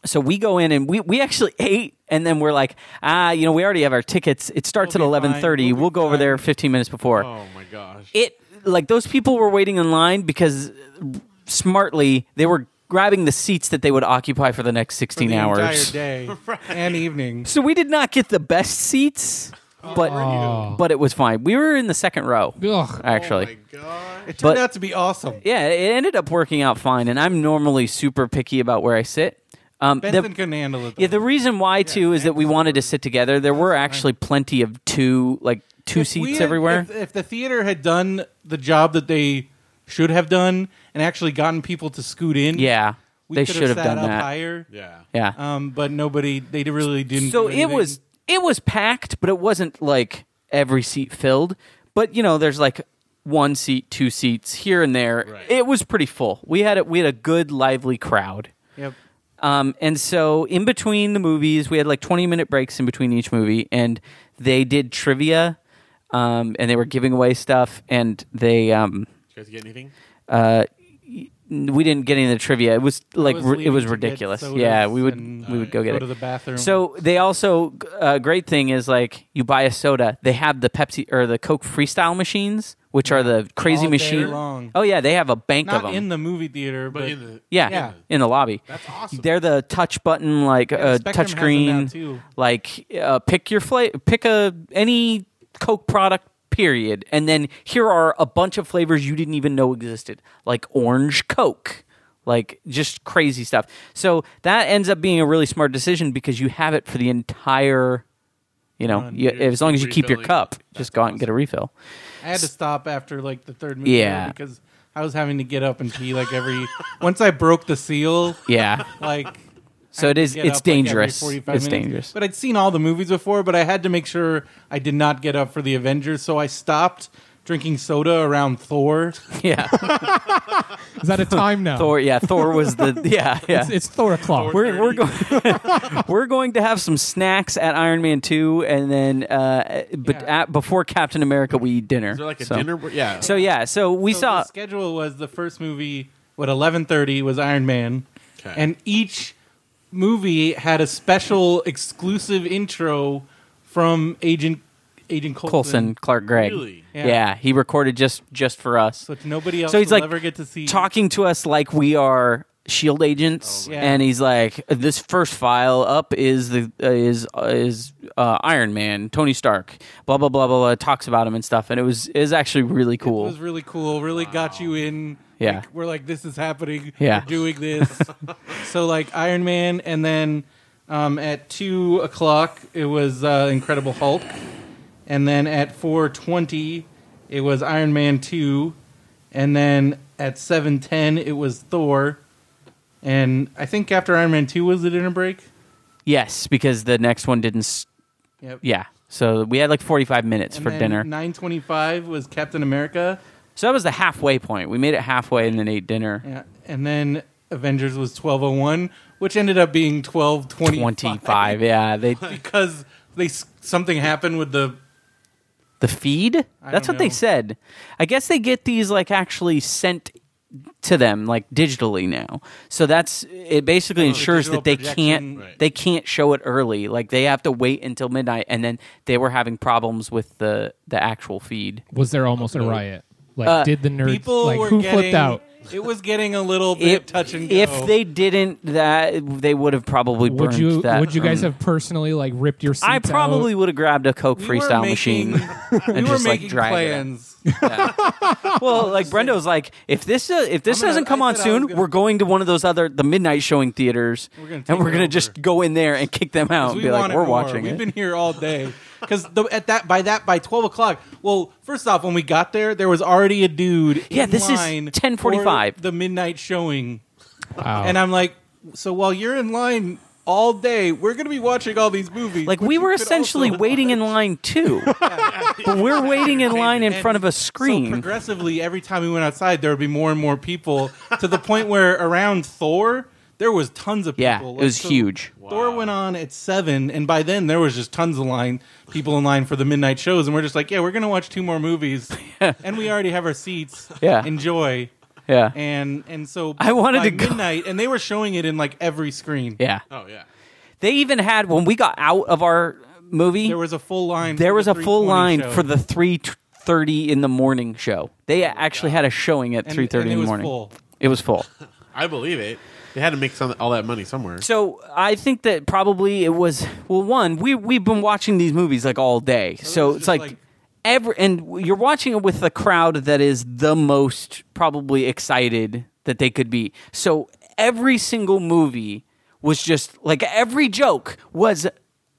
Speaker 1: so we go in and we we actually <laughs> ate, and then we're like, ah, you know, we already have our tickets. It starts
Speaker 4: We'll
Speaker 1: at
Speaker 4: be fine.
Speaker 1: eleven thirty.
Speaker 4: We'll be
Speaker 1: We'll go over
Speaker 4: fine.
Speaker 1: there fifteen minutes before
Speaker 3: Oh my gosh.
Speaker 1: it like those people were waiting in line because smartly they were grabbing the seats that they would occupy for the next sixteen
Speaker 4: the
Speaker 1: hours. <laughs>
Speaker 4: entire day and evening.
Speaker 1: So we did not get the best seats, but
Speaker 2: Oh.
Speaker 1: but it was fine. We were in the second row
Speaker 2: Ugh.
Speaker 1: actually.
Speaker 3: Oh my gosh.
Speaker 4: It turned
Speaker 1: But-
Speaker 4: out to be awesome.
Speaker 1: yeah, it ended up working out fine, and I'm normally super picky about where I sit. Um, the-
Speaker 4: Benson couldn't handle it. Though.
Speaker 1: yeah, the reason why too is that we wanted to sit together. There were actually plenty of two like two
Speaker 4: If we
Speaker 1: seats
Speaker 4: had-
Speaker 1: everywhere.
Speaker 4: If, if the theater had done the job that they should have done and actually gotten people to scoot in,
Speaker 1: yeah,
Speaker 4: we
Speaker 1: they
Speaker 4: could
Speaker 1: should have
Speaker 4: sat
Speaker 1: done
Speaker 4: up
Speaker 1: that.
Speaker 4: Higher,
Speaker 3: Yeah.
Speaker 1: Yeah,
Speaker 4: um, but nobody. They really didn't.
Speaker 1: so
Speaker 4: do
Speaker 1: it was it was packed, but it wasn't like every seat filled. But you know, there's like one seat, two seats here and there.
Speaker 3: Right.
Speaker 1: It was pretty full. We had a, we had a good lively crowd.
Speaker 4: anything. Yep.
Speaker 1: Um, and so in between the movies, we had like 20 minute breaks in between each movie, and they did trivia. um, and they were giving away stuff, and they um,
Speaker 3: you guys get anything?
Speaker 1: we didn't get any of the trivia. It was like
Speaker 4: I
Speaker 1: ri- it
Speaker 4: leaving
Speaker 1: was
Speaker 4: to get
Speaker 1: ridiculous.
Speaker 4: sodas
Speaker 1: Yeah, we would
Speaker 4: and uh,
Speaker 1: we would go get
Speaker 4: go
Speaker 1: it
Speaker 4: to the bathroom.
Speaker 1: So they also uh, great thing is like you buy a soda, they have the Pepsi or the Coke Freestyle machines, which are the crazy
Speaker 4: All day
Speaker 1: machine.
Speaker 4: long.
Speaker 1: Oh yeah, they have a bank of
Speaker 4: not
Speaker 1: them.
Speaker 4: in the movie theater, but,
Speaker 3: But in the
Speaker 1: yeah,
Speaker 4: yeah.
Speaker 1: in the lobby.
Speaker 3: that's awesome.
Speaker 1: They're the touch button, like uh,
Speaker 4: Spectrum
Speaker 1: touch
Speaker 4: has them
Speaker 1: screen,
Speaker 4: now, too.
Speaker 1: like uh, pick your flavor, pick a any Coke product. Period, and then here are a bunch of flavors you didn't even know existed, like orange Coke, like just crazy stuff. So that ends up being a really smart decision because you have it for the entire, you know, you,
Speaker 3: you're
Speaker 1: as long as you keep your
Speaker 3: refilling.
Speaker 1: cup, just go out and get a refill.
Speaker 4: I had to stop after like the third movie
Speaker 1: Yeah.
Speaker 4: because I was having to get up and pee like every <laughs> once I broke the seal.
Speaker 1: Yeah,
Speaker 4: Like
Speaker 1: so it is.
Speaker 4: <laughs> get
Speaker 1: It's
Speaker 4: up, like, every
Speaker 1: dangerous.
Speaker 4: 45
Speaker 1: it's
Speaker 4: minutes.
Speaker 1: dangerous.
Speaker 4: But I'd seen all the movies before, but I had to make sure I did not get up for the Avengers, so I stopped drinking soda around Thor.
Speaker 1: Yeah,
Speaker 4: <laughs>
Speaker 1: <laughs>
Speaker 2: Is that a time now?
Speaker 1: Thor. Yeah, Thor was the. Yeah, yeah.
Speaker 2: It's, it's Thor o'clock.
Speaker 1: we're, we're, going, <laughs> we're going to have some snacks at Iron Man 2, and then uh, but
Speaker 4: Yeah.
Speaker 1: at, before Captain America, we eat dinner.
Speaker 3: Is there like a
Speaker 1: so,
Speaker 3: dinner? where- Yeah.
Speaker 1: So, yeah, so we
Speaker 4: So
Speaker 1: saw.
Speaker 4: the schedule was the first movie. What eleven thirty was Iron Man,
Speaker 3: Okay.
Speaker 4: and each movie had a special exclusive intro from Agent Agent Coulson.
Speaker 1: Colson Clark Gregg.
Speaker 3: Really?
Speaker 1: Yeah.
Speaker 4: Yeah.
Speaker 1: he recorded just just for us.
Speaker 4: So nobody else
Speaker 1: So he's
Speaker 4: will
Speaker 1: like
Speaker 4: ever get to see
Speaker 1: talking to us like we are shield E agents,
Speaker 4: Oh, yeah.
Speaker 1: and he's like, "This first file up is the uh, is uh, is uh, Iron Man, Tony Stark, blah blah blah blah blah." Talks about him and stuff, and it was is actually really
Speaker 4: It
Speaker 1: cool.
Speaker 4: was really cool. Really got you in.
Speaker 1: Yeah.
Speaker 4: Like, we're like, this is happening.
Speaker 1: Yeah.
Speaker 4: We're doing this. so like Iron Man, and then um, at two o'clock it was uh, Incredible Hulk, and then at four twenty it was Iron Man two, and then at seven ten it was Thor, and I think after Iron Man two was the dinner break.
Speaker 1: Yes, because the next one didn't. s-
Speaker 4: Yep.
Speaker 1: Yeah. So we had like 45 minutes for dinner.
Speaker 4: Nine twenty-five was Captain America.
Speaker 1: so that was the halfway point. We made it halfway and then ate dinner.
Speaker 4: Yeah, and then Avengers was twelve oh one, which ended up being twelve twenty
Speaker 1: 25. Yeah. They
Speaker 4: <laughs> because they s- something happened with the
Speaker 1: the feed? That's what
Speaker 4: don't
Speaker 1: they
Speaker 4: know.
Speaker 1: said. I guess they get these like actually sent to them like digitally now. So that's it basically ensures
Speaker 4: Oh, digital
Speaker 1: that they
Speaker 4: projection.
Speaker 1: can't
Speaker 3: Right.
Speaker 1: they can't show it early. Like they have to wait until midnight and then they were having problems with the the actual feed.
Speaker 2: Was there almost a riot? Like,
Speaker 1: Uh,
Speaker 2: did the nerds
Speaker 4: people
Speaker 2: like
Speaker 4: were
Speaker 2: who
Speaker 4: getting,
Speaker 2: flipped out?
Speaker 4: It was getting a little bit touch and go.
Speaker 1: if they didn't that they would have probably burned
Speaker 2: Would you
Speaker 1: that.
Speaker 2: would you guys
Speaker 1: um,
Speaker 2: have personally like ripped your seats
Speaker 1: I probably
Speaker 2: out?
Speaker 1: would have grabbed a Coke
Speaker 4: We were
Speaker 1: freestyle
Speaker 4: making-
Speaker 1: machine
Speaker 4: <laughs> we
Speaker 1: <laughs> and
Speaker 4: were
Speaker 1: just like
Speaker 4: making
Speaker 1: dragged it <laughs> out.
Speaker 4: plans.
Speaker 1: Well, like Brenda was like, if this uh, if this
Speaker 4: I'm gonna-
Speaker 1: doesn't come
Speaker 4: I
Speaker 1: on
Speaker 4: said I was
Speaker 1: soon,
Speaker 4: gonna-
Speaker 1: we're going to one of those other the midnight showing theaters,
Speaker 4: We're gonna
Speaker 1: and
Speaker 4: take
Speaker 1: we're
Speaker 4: it
Speaker 1: gonna
Speaker 4: over.
Speaker 1: just go in there and kick them out and
Speaker 4: we
Speaker 1: be like,
Speaker 4: wanted
Speaker 1: we're
Speaker 4: more.
Speaker 1: watching
Speaker 4: We've
Speaker 1: it.
Speaker 4: been here all day because at that by that by twelve o'clock. Well, first off, when we got there, there was already a dude.
Speaker 1: Yeah,
Speaker 4: in
Speaker 1: this is
Speaker 4: line
Speaker 1: 10:45.
Speaker 4: for The midnight showing.
Speaker 2: Wow.
Speaker 4: And I'm like, so while you're in line all day, we're going to be watching all these movies.
Speaker 1: like we were essentially waiting in line
Speaker 4: <laughs>
Speaker 1: too, but we're waiting in line in
Speaker 4: And
Speaker 1: front of a
Speaker 4: So
Speaker 1: screen.
Speaker 4: progressively, every time we went outside, there would be more and more people to the point where around Thor, there was tons of people.
Speaker 1: Yeah, it
Speaker 4: Like,
Speaker 1: was
Speaker 4: so
Speaker 1: huge.
Speaker 4: Thor went on at seven, and by then there was just tons of line people in line for the midnight shows, and we're just like, yeah, we're going to watch two
Speaker 1: <laughs>
Speaker 4: more movies, and we already have our seats.
Speaker 1: Yeah.
Speaker 4: enjoy.
Speaker 1: Yeah,
Speaker 4: And and so
Speaker 1: I wanted
Speaker 4: by
Speaker 1: to go-
Speaker 4: midnight, and they were showing it in like every screen.
Speaker 1: yeah.
Speaker 3: Oh yeah.
Speaker 1: They even had when we got out of our movie,
Speaker 4: There was a full line.
Speaker 1: there
Speaker 4: for
Speaker 1: was
Speaker 4: the
Speaker 1: a full
Speaker 4: 3:20
Speaker 1: line
Speaker 4: show. Oh
Speaker 1: for the three thirty in the morning show. They actually had a showing at
Speaker 4: And-
Speaker 1: three thirty
Speaker 4: and it
Speaker 1: in the
Speaker 4: was
Speaker 1: morning.
Speaker 4: full.
Speaker 1: It was full.
Speaker 3: I believe it. They had to make some all that money somewhere.
Speaker 1: So I think that probably it was well. One, we we've been watching these movies like all day, so
Speaker 4: was
Speaker 1: it's
Speaker 4: just
Speaker 1: like,
Speaker 4: like-
Speaker 1: every and you're watching it with the crowd that is the most probably excited that they could be. So every single movie was just like every joke was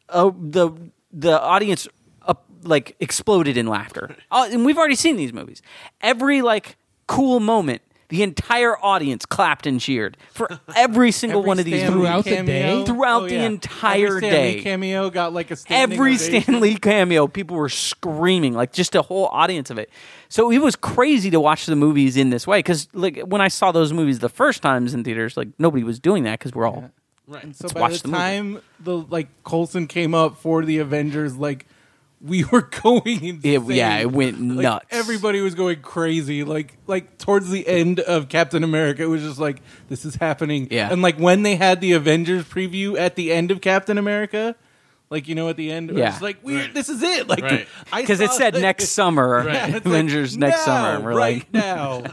Speaker 1: uh, the the audience up, like exploded in <laughs> laughter. Uh, and we've already seen these movies. Every like cool moment, the entire audience clapped and cheered <laughs> for every single
Speaker 4: Every
Speaker 1: one of these
Speaker 4: Stan Lee
Speaker 1: movies.
Speaker 2: Throughout the
Speaker 4: cameo- Oh,
Speaker 2: day?
Speaker 1: Throughout the
Speaker 4: yeah.
Speaker 1: entire
Speaker 4: every Stan Lee
Speaker 1: day.
Speaker 4: cameo got like a standing
Speaker 1: Every
Speaker 4: ovation.
Speaker 1: Stanley cameo, people were screaming, like just a whole audience of it. So it was crazy to watch the movies in this way. Because like when I saw those movies the first times in theaters, like nobody was doing that because we're all
Speaker 3: Right.
Speaker 4: And so
Speaker 1: Let's
Speaker 4: by
Speaker 1: watch
Speaker 4: the,
Speaker 1: the movie.
Speaker 4: time the like Colson came up for the Avengers, like we were <laughs> going insane.
Speaker 1: It- yeah, it went
Speaker 4: Like,
Speaker 1: nuts.
Speaker 4: Everybody was going crazy. Like like towards the end of Captain America, it was just like this is happening.
Speaker 1: Yeah.
Speaker 4: and like when they had the Avengers preview at the end of Captain America. Like you know, at the end,
Speaker 1: Yeah.
Speaker 4: it's like we
Speaker 3: Right.
Speaker 4: this is it. Like
Speaker 3: Right.
Speaker 1: <laughs>
Speaker 4: I
Speaker 1: because it
Speaker 4: saw
Speaker 1: said
Speaker 4: that-
Speaker 1: next
Speaker 4: <laughs>
Speaker 1: summer, <laughs>
Speaker 4: Yeah, it's like,
Speaker 1: Avengers next
Speaker 4: now,
Speaker 1: summer. And we're
Speaker 4: right
Speaker 1: like,
Speaker 4: <laughs> now.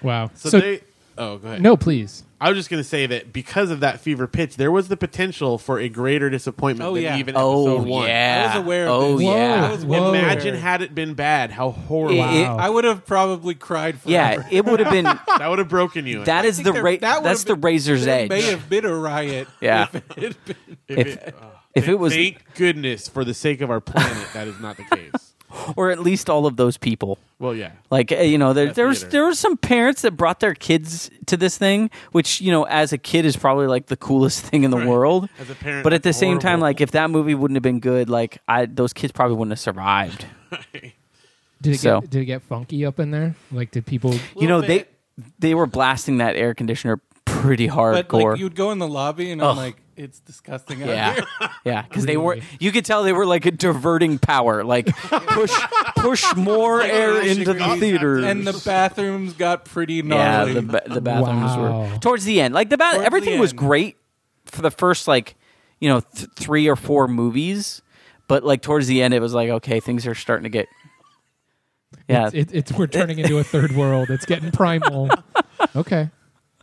Speaker 2: Wow.
Speaker 3: So,
Speaker 2: So,
Speaker 3: they. Oh, go ahead.
Speaker 2: no, please.
Speaker 3: I was just going to say that because of that fever pitch, there was the potential for a greater disappointment
Speaker 4: Oh,
Speaker 3: than
Speaker 4: yeah.
Speaker 3: even
Speaker 1: oh
Speaker 3: episode one.
Speaker 1: yeah,
Speaker 4: I was aware of
Speaker 1: oh
Speaker 4: this.
Speaker 1: yeah,
Speaker 4: I was
Speaker 2: Whoa.
Speaker 4: well
Speaker 3: Imagine
Speaker 4: aware.
Speaker 3: had it been bad, how horrible.
Speaker 1: It- it-
Speaker 2: Wow.
Speaker 4: I would have probably cried. Forever. <laughs>
Speaker 1: yeah. It would have been
Speaker 3: that would have broken you.
Speaker 1: that is
Speaker 4: think
Speaker 1: the
Speaker 4: there-
Speaker 1: ra-
Speaker 4: that would've
Speaker 1: that's the
Speaker 4: been-
Speaker 1: razor's
Speaker 4: There
Speaker 1: edge.
Speaker 4: may have been a riot.
Speaker 1: <laughs>
Speaker 4: <laughs>
Speaker 1: Yeah.
Speaker 4: if it had been-
Speaker 1: if if it was,
Speaker 3: uh, Thank goodness for the sake of our planet, that is not the case.
Speaker 1: or at least all of those people.
Speaker 3: Well, yeah.
Speaker 1: Like eh, you know, there there was
Speaker 3: theater.
Speaker 1: there were some parents that brought their kids to this thing, which you know, as a kid, is probably like the coolest <laughs> thing in the
Speaker 3: Right.
Speaker 1: world.
Speaker 3: As a parent,
Speaker 1: but at the
Speaker 3: that's
Speaker 1: same time,
Speaker 3: horrible.
Speaker 1: like if that movie wouldn't have been good, like I those kids probably wouldn't have survived.
Speaker 2: Did it
Speaker 1: So-
Speaker 2: get did it get funky up in there? Like did people
Speaker 1: you know,
Speaker 4: Little bit.
Speaker 1: they they were blasting that air conditioner pretty hardcore.
Speaker 4: but like you'd go in the lobby and
Speaker 1: Ugh.
Speaker 4: I'm like, it's disgusting
Speaker 3: <laughs>
Speaker 4: out
Speaker 1: Yeah,
Speaker 4: here. <laughs>
Speaker 1: yeah, because they were.
Speaker 2: Really?
Speaker 1: You could tell they were like diverting power, like push
Speaker 3: <laughs>
Speaker 1: push more air
Speaker 3: really
Speaker 1: into the
Speaker 3: Chicago.
Speaker 1: theaters.
Speaker 4: And the bathrooms got pretty
Speaker 1: yeah,
Speaker 4: gnarly.
Speaker 1: the, ba- the bathrooms
Speaker 2: Wow.
Speaker 1: were towards the end. Like the bath,
Speaker 4: Towards
Speaker 1: everything
Speaker 4: the
Speaker 1: was
Speaker 4: end.
Speaker 1: great for the first like you know th- three or four movies, but like towards the end, it was like okay, things are starting to get. Yeah,
Speaker 2: it's, it's we're turning into a third world. It's
Speaker 1: <laughs>
Speaker 2: getting primal. Okay.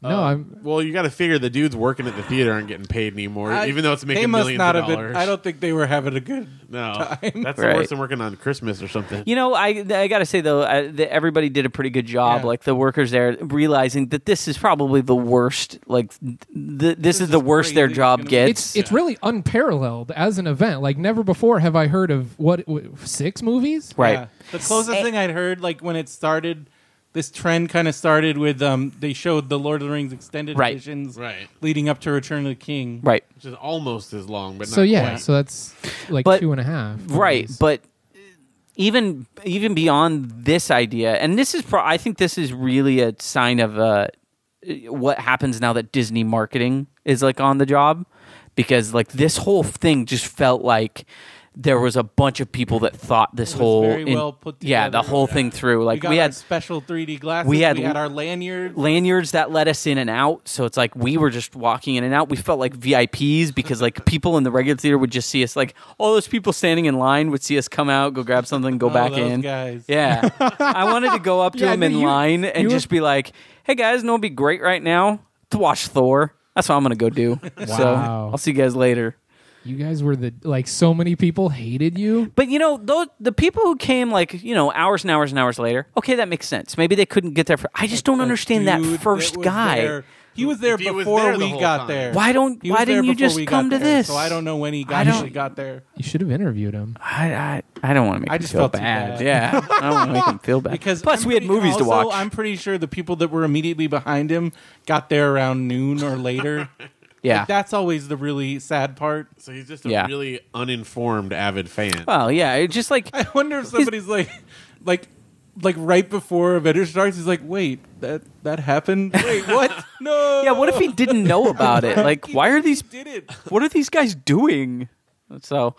Speaker 2: No, I'm
Speaker 3: Well, you got to figure the dudes working at the theater aren't getting paid anymore,
Speaker 4: I-
Speaker 3: even though it's making
Speaker 4: they must
Speaker 3: millions
Speaker 4: not
Speaker 3: of
Speaker 4: have
Speaker 3: dollars.
Speaker 4: Been, I don't think they were having a good. <laughs>
Speaker 3: no, that's
Speaker 1: Right.
Speaker 3: the worst than working on Christmas or something.
Speaker 1: You know, I I gotta say though, I, the, everybody did a pretty good job.
Speaker 4: Yeah.
Speaker 1: Like the workers there, realizing that this is probably the worst. Like th- th- this, is the
Speaker 4: is
Speaker 1: worst their
Speaker 4: crazy.
Speaker 1: job
Speaker 4: It's gonna be-
Speaker 1: gets.
Speaker 2: it's it's really unparalleled as an event. Like never before have I heard of what w- six movies?
Speaker 1: right. Eh.
Speaker 4: Yeah. The closest thing I'd heard, like when it started, this trend kind of started with um, they showed the Lord of the Rings extended
Speaker 1: Right.
Speaker 4: editions
Speaker 3: Right.
Speaker 4: leading up to Return of the King.
Speaker 1: Right.
Speaker 3: Which is almost as long, but
Speaker 2: So
Speaker 3: not
Speaker 2: yeah,
Speaker 3: quite.
Speaker 2: so that's like
Speaker 1: But-
Speaker 2: two and a half.
Speaker 1: Right.
Speaker 2: movies.
Speaker 1: But even even beyond this idea, and this is pro- I think this is really a sign of uh, what happens now that Disney marketing is like on the job, because like this whole thing just felt like. There was a bunch of people that thought this
Speaker 4: was
Speaker 1: whole
Speaker 4: very
Speaker 1: in-
Speaker 4: well put
Speaker 1: yeah the
Speaker 4: together.
Speaker 1: whole thing through
Speaker 4: Like
Speaker 1: like
Speaker 4: we, got
Speaker 1: we
Speaker 4: our
Speaker 1: had
Speaker 4: special 3D glasses.
Speaker 1: we had-
Speaker 4: our lanyards.
Speaker 1: lanyards that let us in and out. So it's like we were just walking in and out. We felt like VIPs because like people in the regular theater would just see us. Like all those people standing in line would see us come out, go grab something, go
Speaker 4: Oh,
Speaker 1: back
Speaker 4: those
Speaker 1: in.
Speaker 4: guys.
Speaker 1: Yeah, I wanted to go up to
Speaker 2: Yeah,
Speaker 1: them
Speaker 2: no,
Speaker 1: in
Speaker 2: you-
Speaker 1: line and
Speaker 2: you were-
Speaker 1: just be like, "Hey guys, no, it'd be great right now to watch Thor." That's what I'm gonna go do. So
Speaker 2: Wow.
Speaker 1: I'll see you guys later.
Speaker 2: you guys were the like so many people hated you.
Speaker 1: But you know, though the people who came like you know hours and hours and hours later, okay, that makes sense. Maybe they couldn't get there. For, I just don't understand that
Speaker 4: Dude
Speaker 1: first
Speaker 4: was
Speaker 1: guy.
Speaker 4: there- He was there
Speaker 3: If he was
Speaker 4: before
Speaker 3: there the
Speaker 4: we
Speaker 3: whole
Speaker 4: got
Speaker 3: time.
Speaker 4: there.
Speaker 1: Why don't-
Speaker 4: He
Speaker 1: why
Speaker 4: was there
Speaker 1: didn't you
Speaker 4: before
Speaker 1: just
Speaker 4: we got
Speaker 1: come to
Speaker 4: there,
Speaker 1: this?
Speaker 4: So I don't know when he got,
Speaker 1: I don't-
Speaker 4: actually got there
Speaker 2: You should have interviewed him.
Speaker 1: I, I, I don't want to make
Speaker 4: I
Speaker 1: him
Speaker 4: just
Speaker 1: feel
Speaker 4: felt too
Speaker 1: bad.
Speaker 4: bad.
Speaker 1: Yeah, I don't want to make him
Speaker 4: <laughs>
Speaker 1: feel bad.
Speaker 4: because
Speaker 1: plus
Speaker 4: I'm
Speaker 1: we had
Speaker 4: pretty-
Speaker 1: movies to
Speaker 4: also,
Speaker 1: watch.
Speaker 4: I'm pretty sure the people that were immediately behind him got there around noon or later.
Speaker 1: <laughs> yeah.
Speaker 4: Like, that's always the really sad part.
Speaker 3: So he's just a
Speaker 1: Yeah.
Speaker 3: really uninformed avid fan.
Speaker 1: well, yeah. It just like
Speaker 4: <laughs> I wonder if somebody's like, like, like right before Avengers starts, he's like, "Wait, that that happened?
Speaker 1: <laughs>
Speaker 4: Wait, what? No,
Speaker 1: yeah. What if he didn't know about
Speaker 4: <laughs>
Speaker 1: it? Like, why are these?
Speaker 4: did it?
Speaker 1: What are these guys doing? So,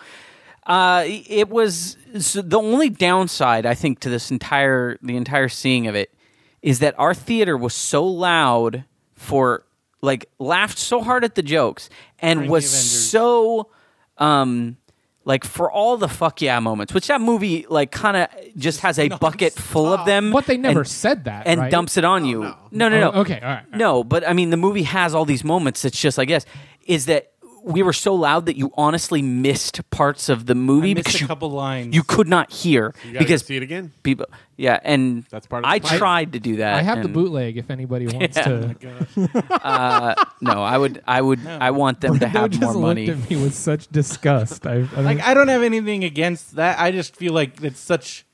Speaker 1: uh, it was so the only downside I think to this entire the entire seeing of it is that our theater was so loud for like laughed so hard at the jokes and
Speaker 4: Bring the
Speaker 1: was
Speaker 4: Avengers.
Speaker 1: so um like for all the fuck yeah moments which that movie like kind of just has a bucket full of them
Speaker 2: But they never
Speaker 1: and,
Speaker 2: said that.
Speaker 1: and
Speaker 2: right?
Speaker 1: dumps it on you no no no,
Speaker 2: Oh, okay, all right, all right.
Speaker 1: no but i mean the movie has all these moments it's just i guess is that we were so loud that you honestly missed parts of the movie
Speaker 4: I
Speaker 1: because
Speaker 4: missed a
Speaker 1: you,
Speaker 4: couple lines.
Speaker 1: you could not hear
Speaker 3: You got to
Speaker 1: because
Speaker 3: see it again.
Speaker 1: people yeah and
Speaker 3: That's part of
Speaker 1: i
Speaker 3: the plan.
Speaker 1: tried to do that
Speaker 2: I have the
Speaker 1: and-
Speaker 2: bootleg if anybody wants to. <laughs>
Speaker 1: no i would i would i want them to
Speaker 2: Joe
Speaker 1: have
Speaker 2: just
Speaker 1: more
Speaker 2: looked
Speaker 1: money
Speaker 2: at me with such disgust. I, I don't-
Speaker 4: like I don't have anything against that. I just feel like it's such.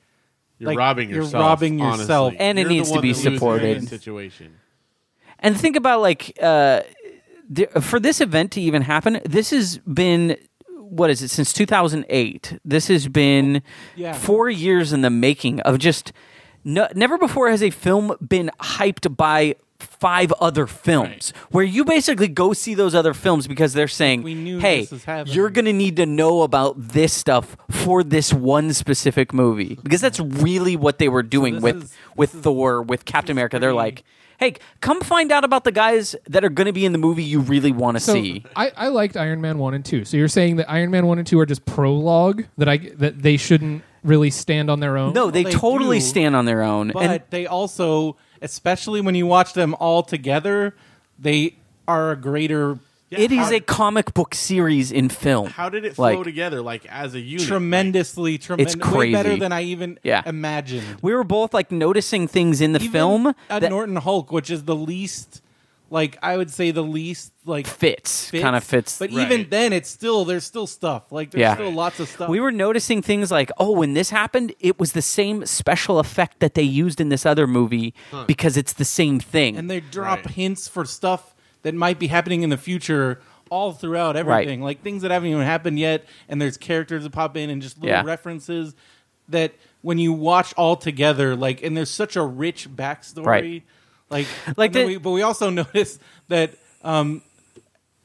Speaker 3: You're
Speaker 4: like,
Speaker 3: robbing
Speaker 4: you're
Speaker 3: yourself.
Speaker 4: robbing
Speaker 3: honestly.
Speaker 4: yourself.
Speaker 1: And it
Speaker 3: You're the
Speaker 1: needs to
Speaker 3: one
Speaker 1: be
Speaker 3: that loses in
Speaker 1: supported.
Speaker 3: this situation.
Speaker 1: and think about like uh, th- for this event to even happen this has been what is it since 2008 this has been
Speaker 4: Yeah.
Speaker 1: four years in the making of just no, never before has a film been hyped by f- five other films where you basically go see those other films because they're saying,
Speaker 4: We knew
Speaker 1: hey,
Speaker 4: this was happening."
Speaker 1: you're going to need to know about this stuff for this one specific movie. Because that's really what they were doing
Speaker 4: This
Speaker 1: with,
Speaker 4: is-
Speaker 1: with Thor, with Captain America. They're
Speaker 4: pretty-
Speaker 1: like, hey, come find out about the guys that are going to be in the movie you really want to
Speaker 2: So
Speaker 1: see.
Speaker 2: I, I liked Iron Man one and two. So you're saying that Iron Man one and two are just prologue that I that they shouldn't really stand on their own.
Speaker 1: No, they,
Speaker 4: they
Speaker 1: totally
Speaker 4: do,
Speaker 1: stand on their own.
Speaker 4: but
Speaker 1: and
Speaker 4: they also, especially when you watch them all together, they are a greater,
Speaker 1: it is
Speaker 3: how-
Speaker 1: a comic book series in film.
Speaker 3: How did it flow
Speaker 1: like,
Speaker 3: together, like as a unit?
Speaker 4: tremendously, tremendous, way
Speaker 1: crazy.
Speaker 4: better than I even
Speaker 1: Yeah.
Speaker 4: imagined.
Speaker 1: We were both like noticing things in the film
Speaker 4: a
Speaker 1: that
Speaker 4: Norton Hulk, which is the least, like I would say, the least like
Speaker 1: fits, kind of fits.
Speaker 4: But
Speaker 3: Right.
Speaker 4: even then, it's still there's still stuff. Like there's
Speaker 1: Yeah.
Speaker 4: still lots of stuff.
Speaker 1: we were noticing things like, oh, when this happened, it was the same special effect that they used in this other movie because it's the same thing.
Speaker 4: and they drop
Speaker 3: Right.
Speaker 4: hints for stuff that might be happening in the future all throughout everything like things that haven't even happened yet and there's characters that pop in and just little
Speaker 1: Yeah.
Speaker 4: references that when you watch all together like and there's such a rich backstory
Speaker 1: Right.
Speaker 4: like
Speaker 1: <laughs> Like
Speaker 4: and then
Speaker 1: the-
Speaker 4: we, but we also <laughs> notice that um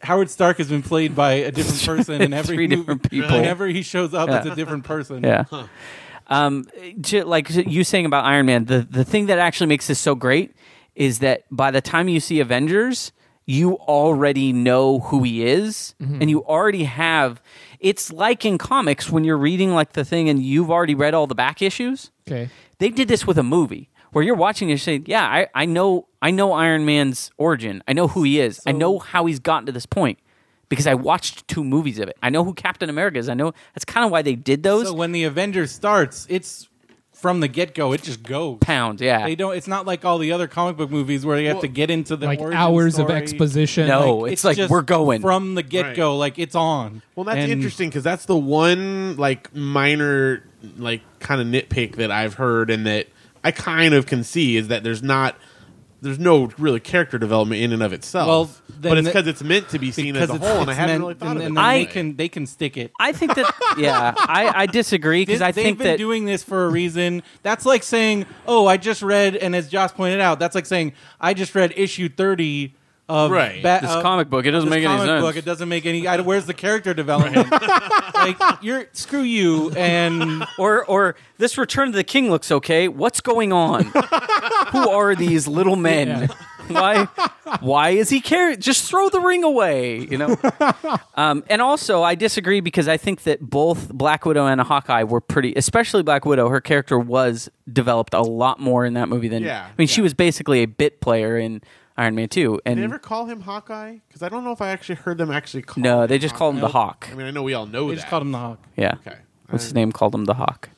Speaker 4: Howard Stark has been played by
Speaker 1: <laughs>
Speaker 4: a different person in every
Speaker 1: Three
Speaker 4: movie.
Speaker 1: different people.
Speaker 4: Whenever he shows up,
Speaker 1: Yeah.
Speaker 4: it's a different person.
Speaker 1: yeah. Um, j- like you saying about Iron Man, the, the thing that actually makes this so great is that by the time you see Avengers, you already know who he is
Speaker 4: Mm-hmm.
Speaker 1: and you already have. It's like in comics when you're reading like the thing and you've already read all the back issues.
Speaker 2: Okay.
Speaker 1: they did this with a movie where you're watching and you're saying, "Yeah, I, I know I know Iron Man's origin. I know who he is. I know how he's gotten to this point because I watched two movies of it. I know who Captain America is. I know that's kind of why they did those
Speaker 4: So when the Avengers starts, it's from the get go. It just goes.
Speaker 1: pounds. Yeah,
Speaker 4: They don't. It's not like all the other comic book movies where you have to get into the
Speaker 2: Like
Speaker 4: origin
Speaker 2: hours of
Speaker 4: story.
Speaker 2: exposition.
Speaker 1: No.
Speaker 2: Like,
Speaker 1: It's like,
Speaker 4: just
Speaker 1: we're going.
Speaker 4: from the get go. Like it's on.
Speaker 3: Well, that's
Speaker 4: And
Speaker 3: interesting because that's the one like minor like kind of nitpick that I've heard and that I kind of can see is that there's not there's no really character development in and of itself.
Speaker 4: Well, then
Speaker 3: but it's
Speaker 4: the-
Speaker 3: because it's meant to be seen as
Speaker 4: Because
Speaker 3: a
Speaker 4: it's,
Speaker 3: whole, and
Speaker 4: it's
Speaker 3: I haven't
Speaker 4: meant-
Speaker 3: really thought
Speaker 4: and,
Speaker 3: of it.
Speaker 4: and
Speaker 3: that
Speaker 4: then
Speaker 1: I-
Speaker 4: they can they can stick it.
Speaker 1: I think that yeah, I, I disagree because I
Speaker 4: they've
Speaker 1: think
Speaker 4: been
Speaker 1: that
Speaker 4: doing this for a reason. That's like saying, "Oh, I just read," and as Josh pointed out, that's like saying, "I just read issue thirty of
Speaker 3: Right.
Speaker 1: This comic book. It doesn't
Speaker 4: uh, this
Speaker 1: make any
Speaker 4: comic
Speaker 1: sense."
Speaker 4: Book, it doesn't make any. I, where's the character
Speaker 1: <laughs>
Speaker 4: development? like you're screw you and
Speaker 1: or or this Return of the King looks okay. What's going
Speaker 3: <laughs>
Speaker 1: on? Who are these little men? <laughs> Why why is he carrying? Just throw the ring away, you
Speaker 3: <laughs>
Speaker 1: know. um, and also, I disagree because I think that both Black Widow and Hawkeye were pretty, especially Black Widow. Her character was developed a lot more in that movie than.
Speaker 3: Yeah,
Speaker 1: I mean, she
Speaker 3: yeah.
Speaker 1: was basically a bit player in Iron Man Two, and
Speaker 3: Did they ever call him Hawkeye? Because I don't know if I actually heard them actually call.
Speaker 1: no,
Speaker 3: him
Speaker 1: they just called him the Hawk.
Speaker 3: I mean, I know we all know
Speaker 4: they
Speaker 3: that.
Speaker 4: just called him the Hawk.
Speaker 1: Yeah.
Speaker 3: Okay.
Speaker 1: What's his name? Called him the Hawk.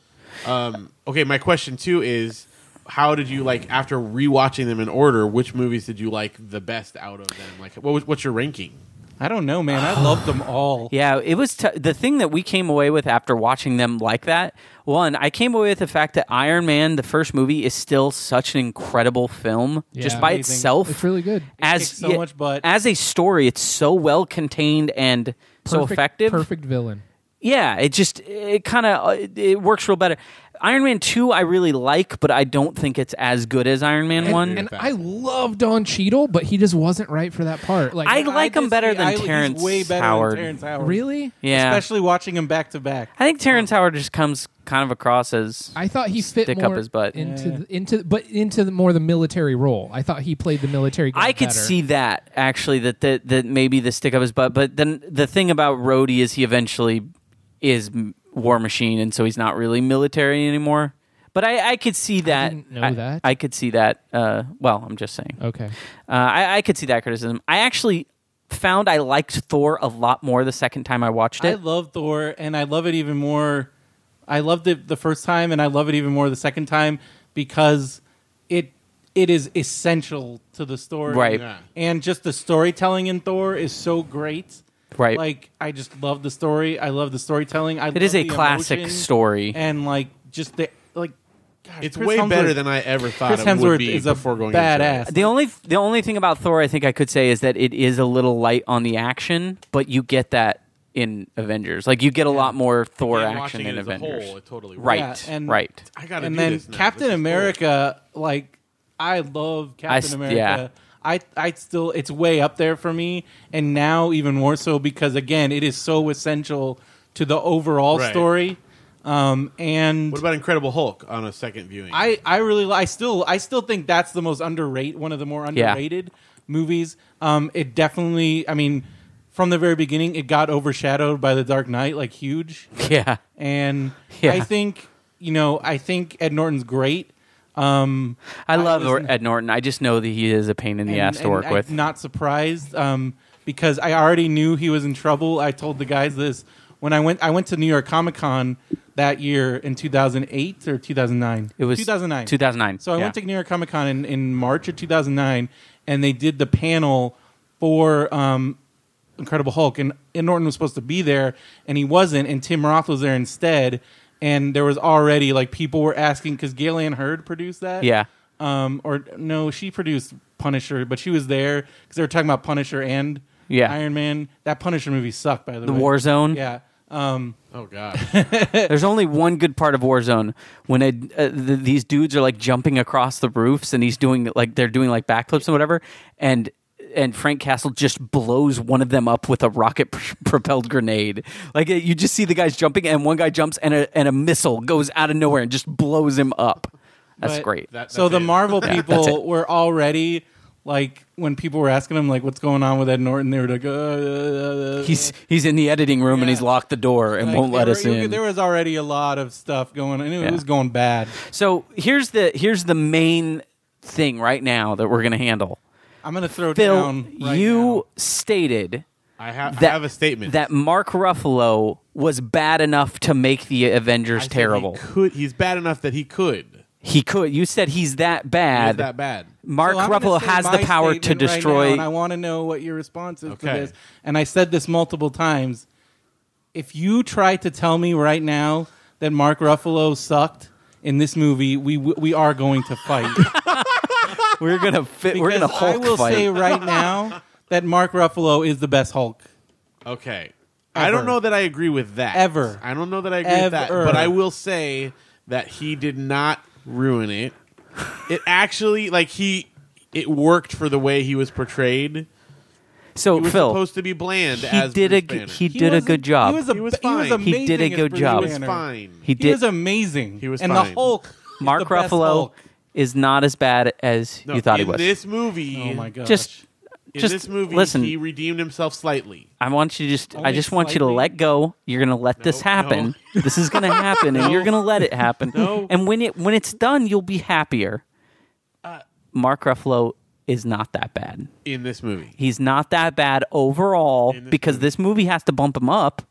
Speaker 3: Um, okay, my question too is, how did you like after rewatching them in order? Which movies did you like the best out of them? Like, what was, what's your ranking?
Speaker 4: I don't know, man. I love them all.
Speaker 1: Yeah, it was t- the thing that we came away with after watching them like that. One, I came away with the fact that Iron Man, the first movie, is still such an incredible film just
Speaker 2: Yeah.
Speaker 1: by
Speaker 4: Amazing.
Speaker 1: itself.
Speaker 2: It's really good.
Speaker 1: as
Speaker 4: kicks so much butt.
Speaker 1: as a story, it's so well contained and so
Speaker 2: Perfect-
Speaker 1: effective.
Speaker 2: Perfect villain.
Speaker 1: Yeah, it just it kind of it, it works real better. Iron Man two, I really like, but I don't think it's as good as Iron Man
Speaker 2: And,
Speaker 1: one.
Speaker 2: and I love Don Cheadle, but he just wasn't right for that part. Like
Speaker 1: I like him
Speaker 4: just-
Speaker 1: better than
Speaker 4: I- he's
Speaker 1: Terrence
Speaker 4: way better
Speaker 1: Howard.
Speaker 4: Than Terrence Howard.
Speaker 2: really.
Speaker 1: yeah,
Speaker 4: Especially watching him back to back.
Speaker 1: I think Terrence Howard just comes kind of across as
Speaker 2: I thought he fit
Speaker 1: Stick up
Speaker 2: more
Speaker 1: his butt.
Speaker 2: into the, into but into the, more the military role. I thought he played the military. guy
Speaker 1: I could
Speaker 2: better.
Speaker 1: see that actually that, that that maybe the stick up his butt, but then the thing about Rhodey is he eventually is m- War Machine, and so he's not really military anymore. But I, I could see that.
Speaker 2: didn't know
Speaker 1: I,
Speaker 2: that. Oh.
Speaker 1: I could see that. Uh, well, I'm just saying.
Speaker 2: Okay,
Speaker 1: Uh, I, I could see that criticism. I actually found I liked Thor a lot more the second time I watched
Speaker 4: I
Speaker 1: it.
Speaker 4: love Thor, and I love it even more. I loved it the first time, and I love it even more the second time because it it is essential to the story,
Speaker 1: Right.
Speaker 3: Yeah.
Speaker 4: And just the storytelling in Thor is so great,
Speaker 1: Right.
Speaker 4: Like I just love the story. I love the storytelling. I
Speaker 1: it is
Speaker 4: love
Speaker 1: a
Speaker 4: the
Speaker 1: classic
Speaker 4: emotion,
Speaker 1: story.
Speaker 4: and like just the like. gosh,
Speaker 3: It's
Speaker 4: Uh, Chris
Speaker 3: way
Speaker 4: Hemsworth-
Speaker 3: better than I ever thought
Speaker 4: Chris
Speaker 3: it would
Speaker 4: Hemsworth
Speaker 3: be
Speaker 4: is a
Speaker 3: before going
Speaker 4: badass.
Speaker 3: Into
Speaker 1: The only the only thing about Thor I think I could say is that it is a little light on the action, but you get that in Avengers. Like you get a lot more Thor
Speaker 3: it. And
Speaker 1: action
Speaker 3: watching
Speaker 1: in
Speaker 3: it as a
Speaker 1: Avengers.
Speaker 3: whole, it totally works.
Speaker 1: right,
Speaker 4: Yeah, and-
Speaker 1: right.
Speaker 3: I gotta
Speaker 4: and
Speaker 3: do
Speaker 4: then
Speaker 3: this now.
Speaker 4: Captain
Speaker 3: This is cool.
Speaker 4: America, like I love Captain
Speaker 1: s-
Speaker 4: America.
Speaker 1: yeah.
Speaker 4: I I still it's way up there for me, and now even more so because again, it is so essential to the overall
Speaker 3: Right.
Speaker 4: story. Um, and
Speaker 3: What about Incredible Hulk on a second viewing?
Speaker 4: I I really li- I still I still think that's the most underrated one of the more
Speaker 1: Yeah.
Speaker 4: underrated movies. Um, it definitely I mean from the very beginning it got overshadowed by The Dark Knight like huge.
Speaker 1: <laughs> Yeah.
Speaker 4: And
Speaker 1: Yeah.
Speaker 4: I think you know I think Ed Norton's great. Um,
Speaker 1: I love
Speaker 4: was-
Speaker 1: Ed Norton. I just know that he is a pain in the
Speaker 4: and-
Speaker 1: ass to
Speaker 4: and
Speaker 1: work
Speaker 4: I'm
Speaker 1: with.
Speaker 4: Not surprised um, because I already knew he was in trouble. I told the guys this when I went. I went to New York Comic Con that year in 2008 or 2009.
Speaker 1: It was
Speaker 4: 2009.
Speaker 1: 2009,
Speaker 4: So I went
Speaker 1: yeah.
Speaker 4: to New York Comic Con in, in March of 2009, and they did the panel for um, Incredible Hulk, and, and Norton was supposed to be there, and he wasn't, and Tim Roth was there instead. And there was already like people were asking because Galen Hurd produced that
Speaker 1: Yeah.
Speaker 4: um, or no, she produced Punisher, but she was there because they were talking about Punisher and
Speaker 1: Yeah.
Speaker 4: Iron Man. That Punisher movie sucked, by the,
Speaker 1: The
Speaker 4: way.
Speaker 1: Warzone.
Speaker 4: Yeah. Um,
Speaker 3: oh
Speaker 4: <laughs>
Speaker 3: god,
Speaker 1: There's only one good part of Warzone when a, uh, th- these dudes are like jumping across the roofs and he's doing like they're doing like backflips and whatever, and and Frank Castle just blows one of them up with a rocket <laughs> pr- propelled grenade. Like uh, you just see the guys jumping and one guy jumps and a and a missile goes out of nowhere and just blows him up. That's
Speaker 4: but-
Speaker 1: great.
Speaker 3: That-
Speaker 4: so
Speaker 3: that's
Speaker 4: the
Speaker 3: it.
Speaker 4: Marvel
Speaker 1: that's it.
Speaker 4: people were already like when people were asking him like what's going on with Ed Norton, they were like, uh, uh, uh,
Speaker 1: he's he's in the editing room and
Speaker 4: Yeah.
Speaker 1: he's locked the door and
Speaker 4: like,
Speaker 1: won't let
Speaker 4: there
Speaker 1: us
Speaker 4: were-
Speaker 1: in.
Speaker 4: There was already a lot of stuff going, and it
Speaker 1: Yeah.
Speaker 4: was going bad.
Speaker 1: so here's the here's the main thing right now that we're gonna handle.
Speaker 4: I'm gonna throw
Speaker 1: Phil,
Speaker 4: down. right
Speaker 1: you stated
Speaker 3: I, ha- I
Speaker 1: that-
Speaker 3: have a statement.
Speaker 1: that Mark Ruffalo was bad enough to make the
Speaker 3: I
Speaker 1: Avengers
Speaker 3: said
Speaker 1: terrible.
Speaker 3: He could he's bad enough that he could.
Speaker 1: He could. You said he's that
Speaker 3: He's
Speaker 1: bad.
Speaker 3: that bad.
Speaker 1: Mark
Speaker 4: So I'm gonna
Speaker 1: Ruffalo
Speaker 4: say
Speaker 1: has the
Speaker 4: my
Speaker 1: power to
Speaker 4: statement right
Speaker 1: destroy.
Speaker 4: now, and I want to know what your response is
Speaker 3: Okay.
Speaker 4: to this. And I said this multiple times. If you try to tell me right now that Mark Ruffalo sucked in this movie, we we are going to fight.
Speaker 1: we're gonna fit. <laughs> We're gonna
Speaker 4: Because
Speaker 1: Hulk
Speaker 4: I will
Speaker 1: fight.
Speaker 4: say right now that Mark Ruffalo is the best Hulk.
Speaker 3: Okay. I don't
Speaker 4: Ever.
Speaker 3: know that I agree with that.
Speaker 4: Ever.
Speaker 3: I don't know that I agree with that.
Speaker 4: Ever.
Speaker 3: But I will say that he did not ruin it. It actually like he it worked for the way he was portrayed.
Speaker 1: so
Speaker 3: He was
Speaker 1: Phil,
Speaker 3: supposed to be bland
Speaker 1: he
Speaker 3: as
Speaker 1: did a
Speaker 3: Bruce
Speaker 1: g-
Speaker 3: Banner.
Speaker 1: he
Speaker 4: He
Speaker 1: did a
Speaker 4: was-
Speaker 1: good job.
Speaker 4: He was, a,
Speaker 3: He was
Speaker 4: he was
Speaker 3: fine. He
Speaker 4: amazing.
Speaker 1: did a
Speaker 4: as
Speaker 1: good
Speaker 4: Bruce
Speaker 1: job.
Speaker 3: He was
Speaker 4: Banner.
Speaker 3: fine.
Speaker 1: He
Speaker 4: He,
Speaker 1: did.
Speaker 4: was amazing.
Speaker 3: He was
Speaker 4: and
Speaker 3: fine.
Speaker 4: the Hulk. is
Speaker 1: Mark
Speaker 4: the best
Speaker 1: Ruffalo
Speaker 4: Hulk.
Speaker 1: is not as bad as
Speaker 3: No,
Speaker 1: you thought he
Speaker 3: in
Speaker 1: was.
Speaker 3: This movie
Speaker 4: Oh my gosh.
Speaker 1: just,
Speaker 3: In
Speaker 1: just
Speaker 3: this movie
Speaker 1: Listen,
Speaker 3: he redeemed himself slightly.
Speaker 1: I want you to just. I
Speaker 4: Only
Speaker 1: just want you to
Speaker 4: slightly.
Speaker 1: let go. You're gonna let this
Speaker 3: No, no.
Speaker 4: <laughs>
Speaker 1: happen. This is gonna happen, and you're gonna let it happen.
Speaker 3: No.
Speaker 1: And when it when it's done, you'll be happier.
Speaker 4: Uh,
Speaker 1: Mark Ruffalo is not that bad.
Speaker 3: In this movie.
Speaker 1: He's not that bad overall
Speaker 3: In this
Speaker 1: because this movie has to bump him up.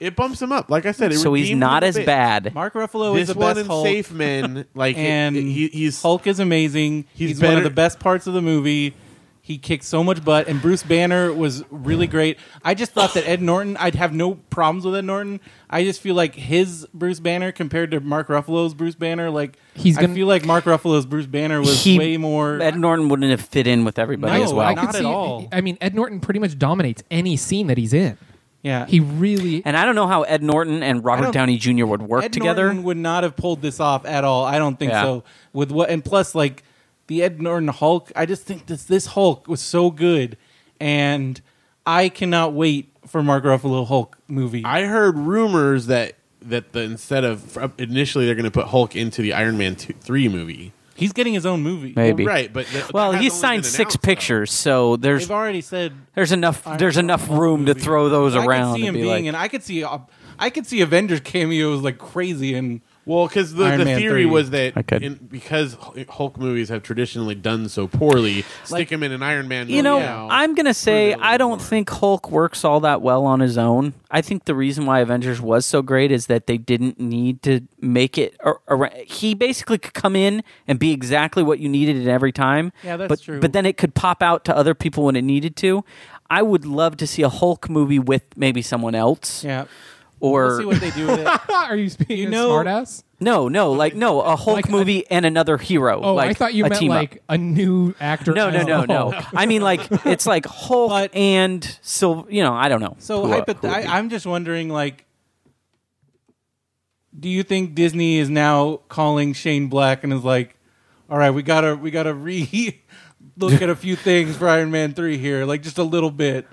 Speaker 3: It bumps him up. Like I said, it
Speaker 1: So he's
Speaker 3: redeemed
Speaker 1: not
Speaker 3: him a
Speaker 1: as
Speaker 3: bit.
Speaker 1: bad.
Speaker 4: Mark Ruffalo
Speaker 3: This
Speaker 4: is the
Speaker 3: one
Speaker 4: best
Speaker 3: in
Speaker 4: Hulk.
Speaker 3: Safe Men, like it-
Speaker 4: and
Speaker 3: it- he, he's
Speaker 4: Hulk is amazing.
Speaker 3: He's
Speaker 4: He's, one
Speaker 3: better-
Speaker 4: of the best parts of the movie. He kicked so much butt, and Bruce Banner was really great. I just thought that Ed Norton, I'd have no problems with Ed Norton. I just feel like his Bruce Banner compared to Mark Ruffalo's Bruce Banner, like
Speaker 2: He's gonna-
Speaker 4: I feel like Mark Ruffalo's Bruce Banner was
Speaker 1: He-
Speaker 4: way more.
Speaker 1: Ed Norton wouldn't have fit in with everybody
Speaker 4: No,
Speaker 1: as well.
Speaker 4: I could- Not at all.
Speaker 2: I mean, Ed Norton pretty much dominates any scene that he's in.
Speaker 4: yeah,
Speaker 2: He really.
Speaker 1: and I don't know how Ed Norton and Robert
Speaker 4: don't-
Speaker 1: Downey Jr. would work
Speaker 4: Ed
Speaker 1: together.
Speaker 4: Norton would not have pulled this off at all. I don't think
Speaker 1: Yeah.
Speaker 4: so. With what and plus like the Ed Norton Hulk, I just think this this Hulk was so good, and I cannot wait for Mark Ruffalo Hulk movie.
Speaker 3: I heard rumors that that the instead of initially they're going to put Hulk into the Iron Man 2, three movie.
Speaker 4: He's getting his own movie.
Speaker 1: Maybe.
Speaker 3: Right, but that-
Speaker 1: well,
Speaker 3: that
Speaker 1: he
Speaker 3: hasn't only been
Speaker 1: signed six
Speaker 3: announced, though.
Speaker 1: pictures, so there's
Speaker 4: They've already said
Speaker 1: there's enough
Speaker 4: Iron
Speaker 1: there's
Speaker 4: Man
Speaker 1: enough
Speaker 4: Hulk
Speaker 1: room to
Speaker 4: movie.
Speaker 1: throw those
Speaker 4: I could
Speaker 1: around
Speaker 4: see him
Speaker 1: and be
Speaker 4: being,
Speaker 1: like,
Speaker 4: and I could see uh, I could see Avengers <laughs> cameos like crazy and.
Speaker 3: Well, because the,
Speaker 4: Iron
Speaker 3: the
Speaker 4: Man
Speaker 3: theory
Speaker 4: 3.
Speaker 3: was that
Speaker 1: I could.
Speaker 3: in, because Hulk movies have traditionally done so poorly, stick
Speaker 1: Like-
Speaker 3: him in an Iron Man.
Speaker 1: You know,
Speaker 3: movie now.
Speaker 1: I'm going to say
Speaker 3: little
Speaker 1: I don't
Speaker 3: more.
Speaker 1: think Hulk works all that well on his own. I think the reason why Avengers was so great is that they didn't need to make it. Or, or, he basically could come in and be exactly what you needed at every time.
Speaker 4: Yeah, that's
Speaker 1: but,
Speaker 4: true.
Speaker 1: But then it could pop out to other people when it needed to. I would love to see a Hulk movie with maybe someone else.
Speaker 4: Yeah,
Speaker 1: Or
Speaker 4: we'll see what they do with it.
Speaker 2: <laughs> Are you being
Speaker 4: You
Speaker 2: a
Speaker 4: know-
Speaker 2: smartass?
Speaker 1: no, no, like no, a Hulk
Speaker 2: Like a-
Speaker 1: movie and another hero.
Speaker 2: Oh,
Speaker 1: like
Speaker 2: I thought you
Speaker 1: a
Speaker 2: meant
Speaker 1: team up.
Speaker 2: like a new actor.
Speaker 1: No, no,
Speaker 2: as
Speaker 1: no,
Speaker 2: the
Speaker 1: no.
Speaker 2: Hulk.
Speaker 1: <laughs> I mean, like it's like Hulk
Speaker 4: But-
Speaker 1: and Sil. You know, I don't know.
Speaker 4: So
Speaker 1: who-
Speaker 4: hypoth-
Speaker 1: who-
Speaker 4: I, I'm just wondering, like, do you think Disney is now calling Shane Black and is like, "All right, we gotta, we gotta re, <laughs> look at a few things for Iron Man three here, like just a little bit.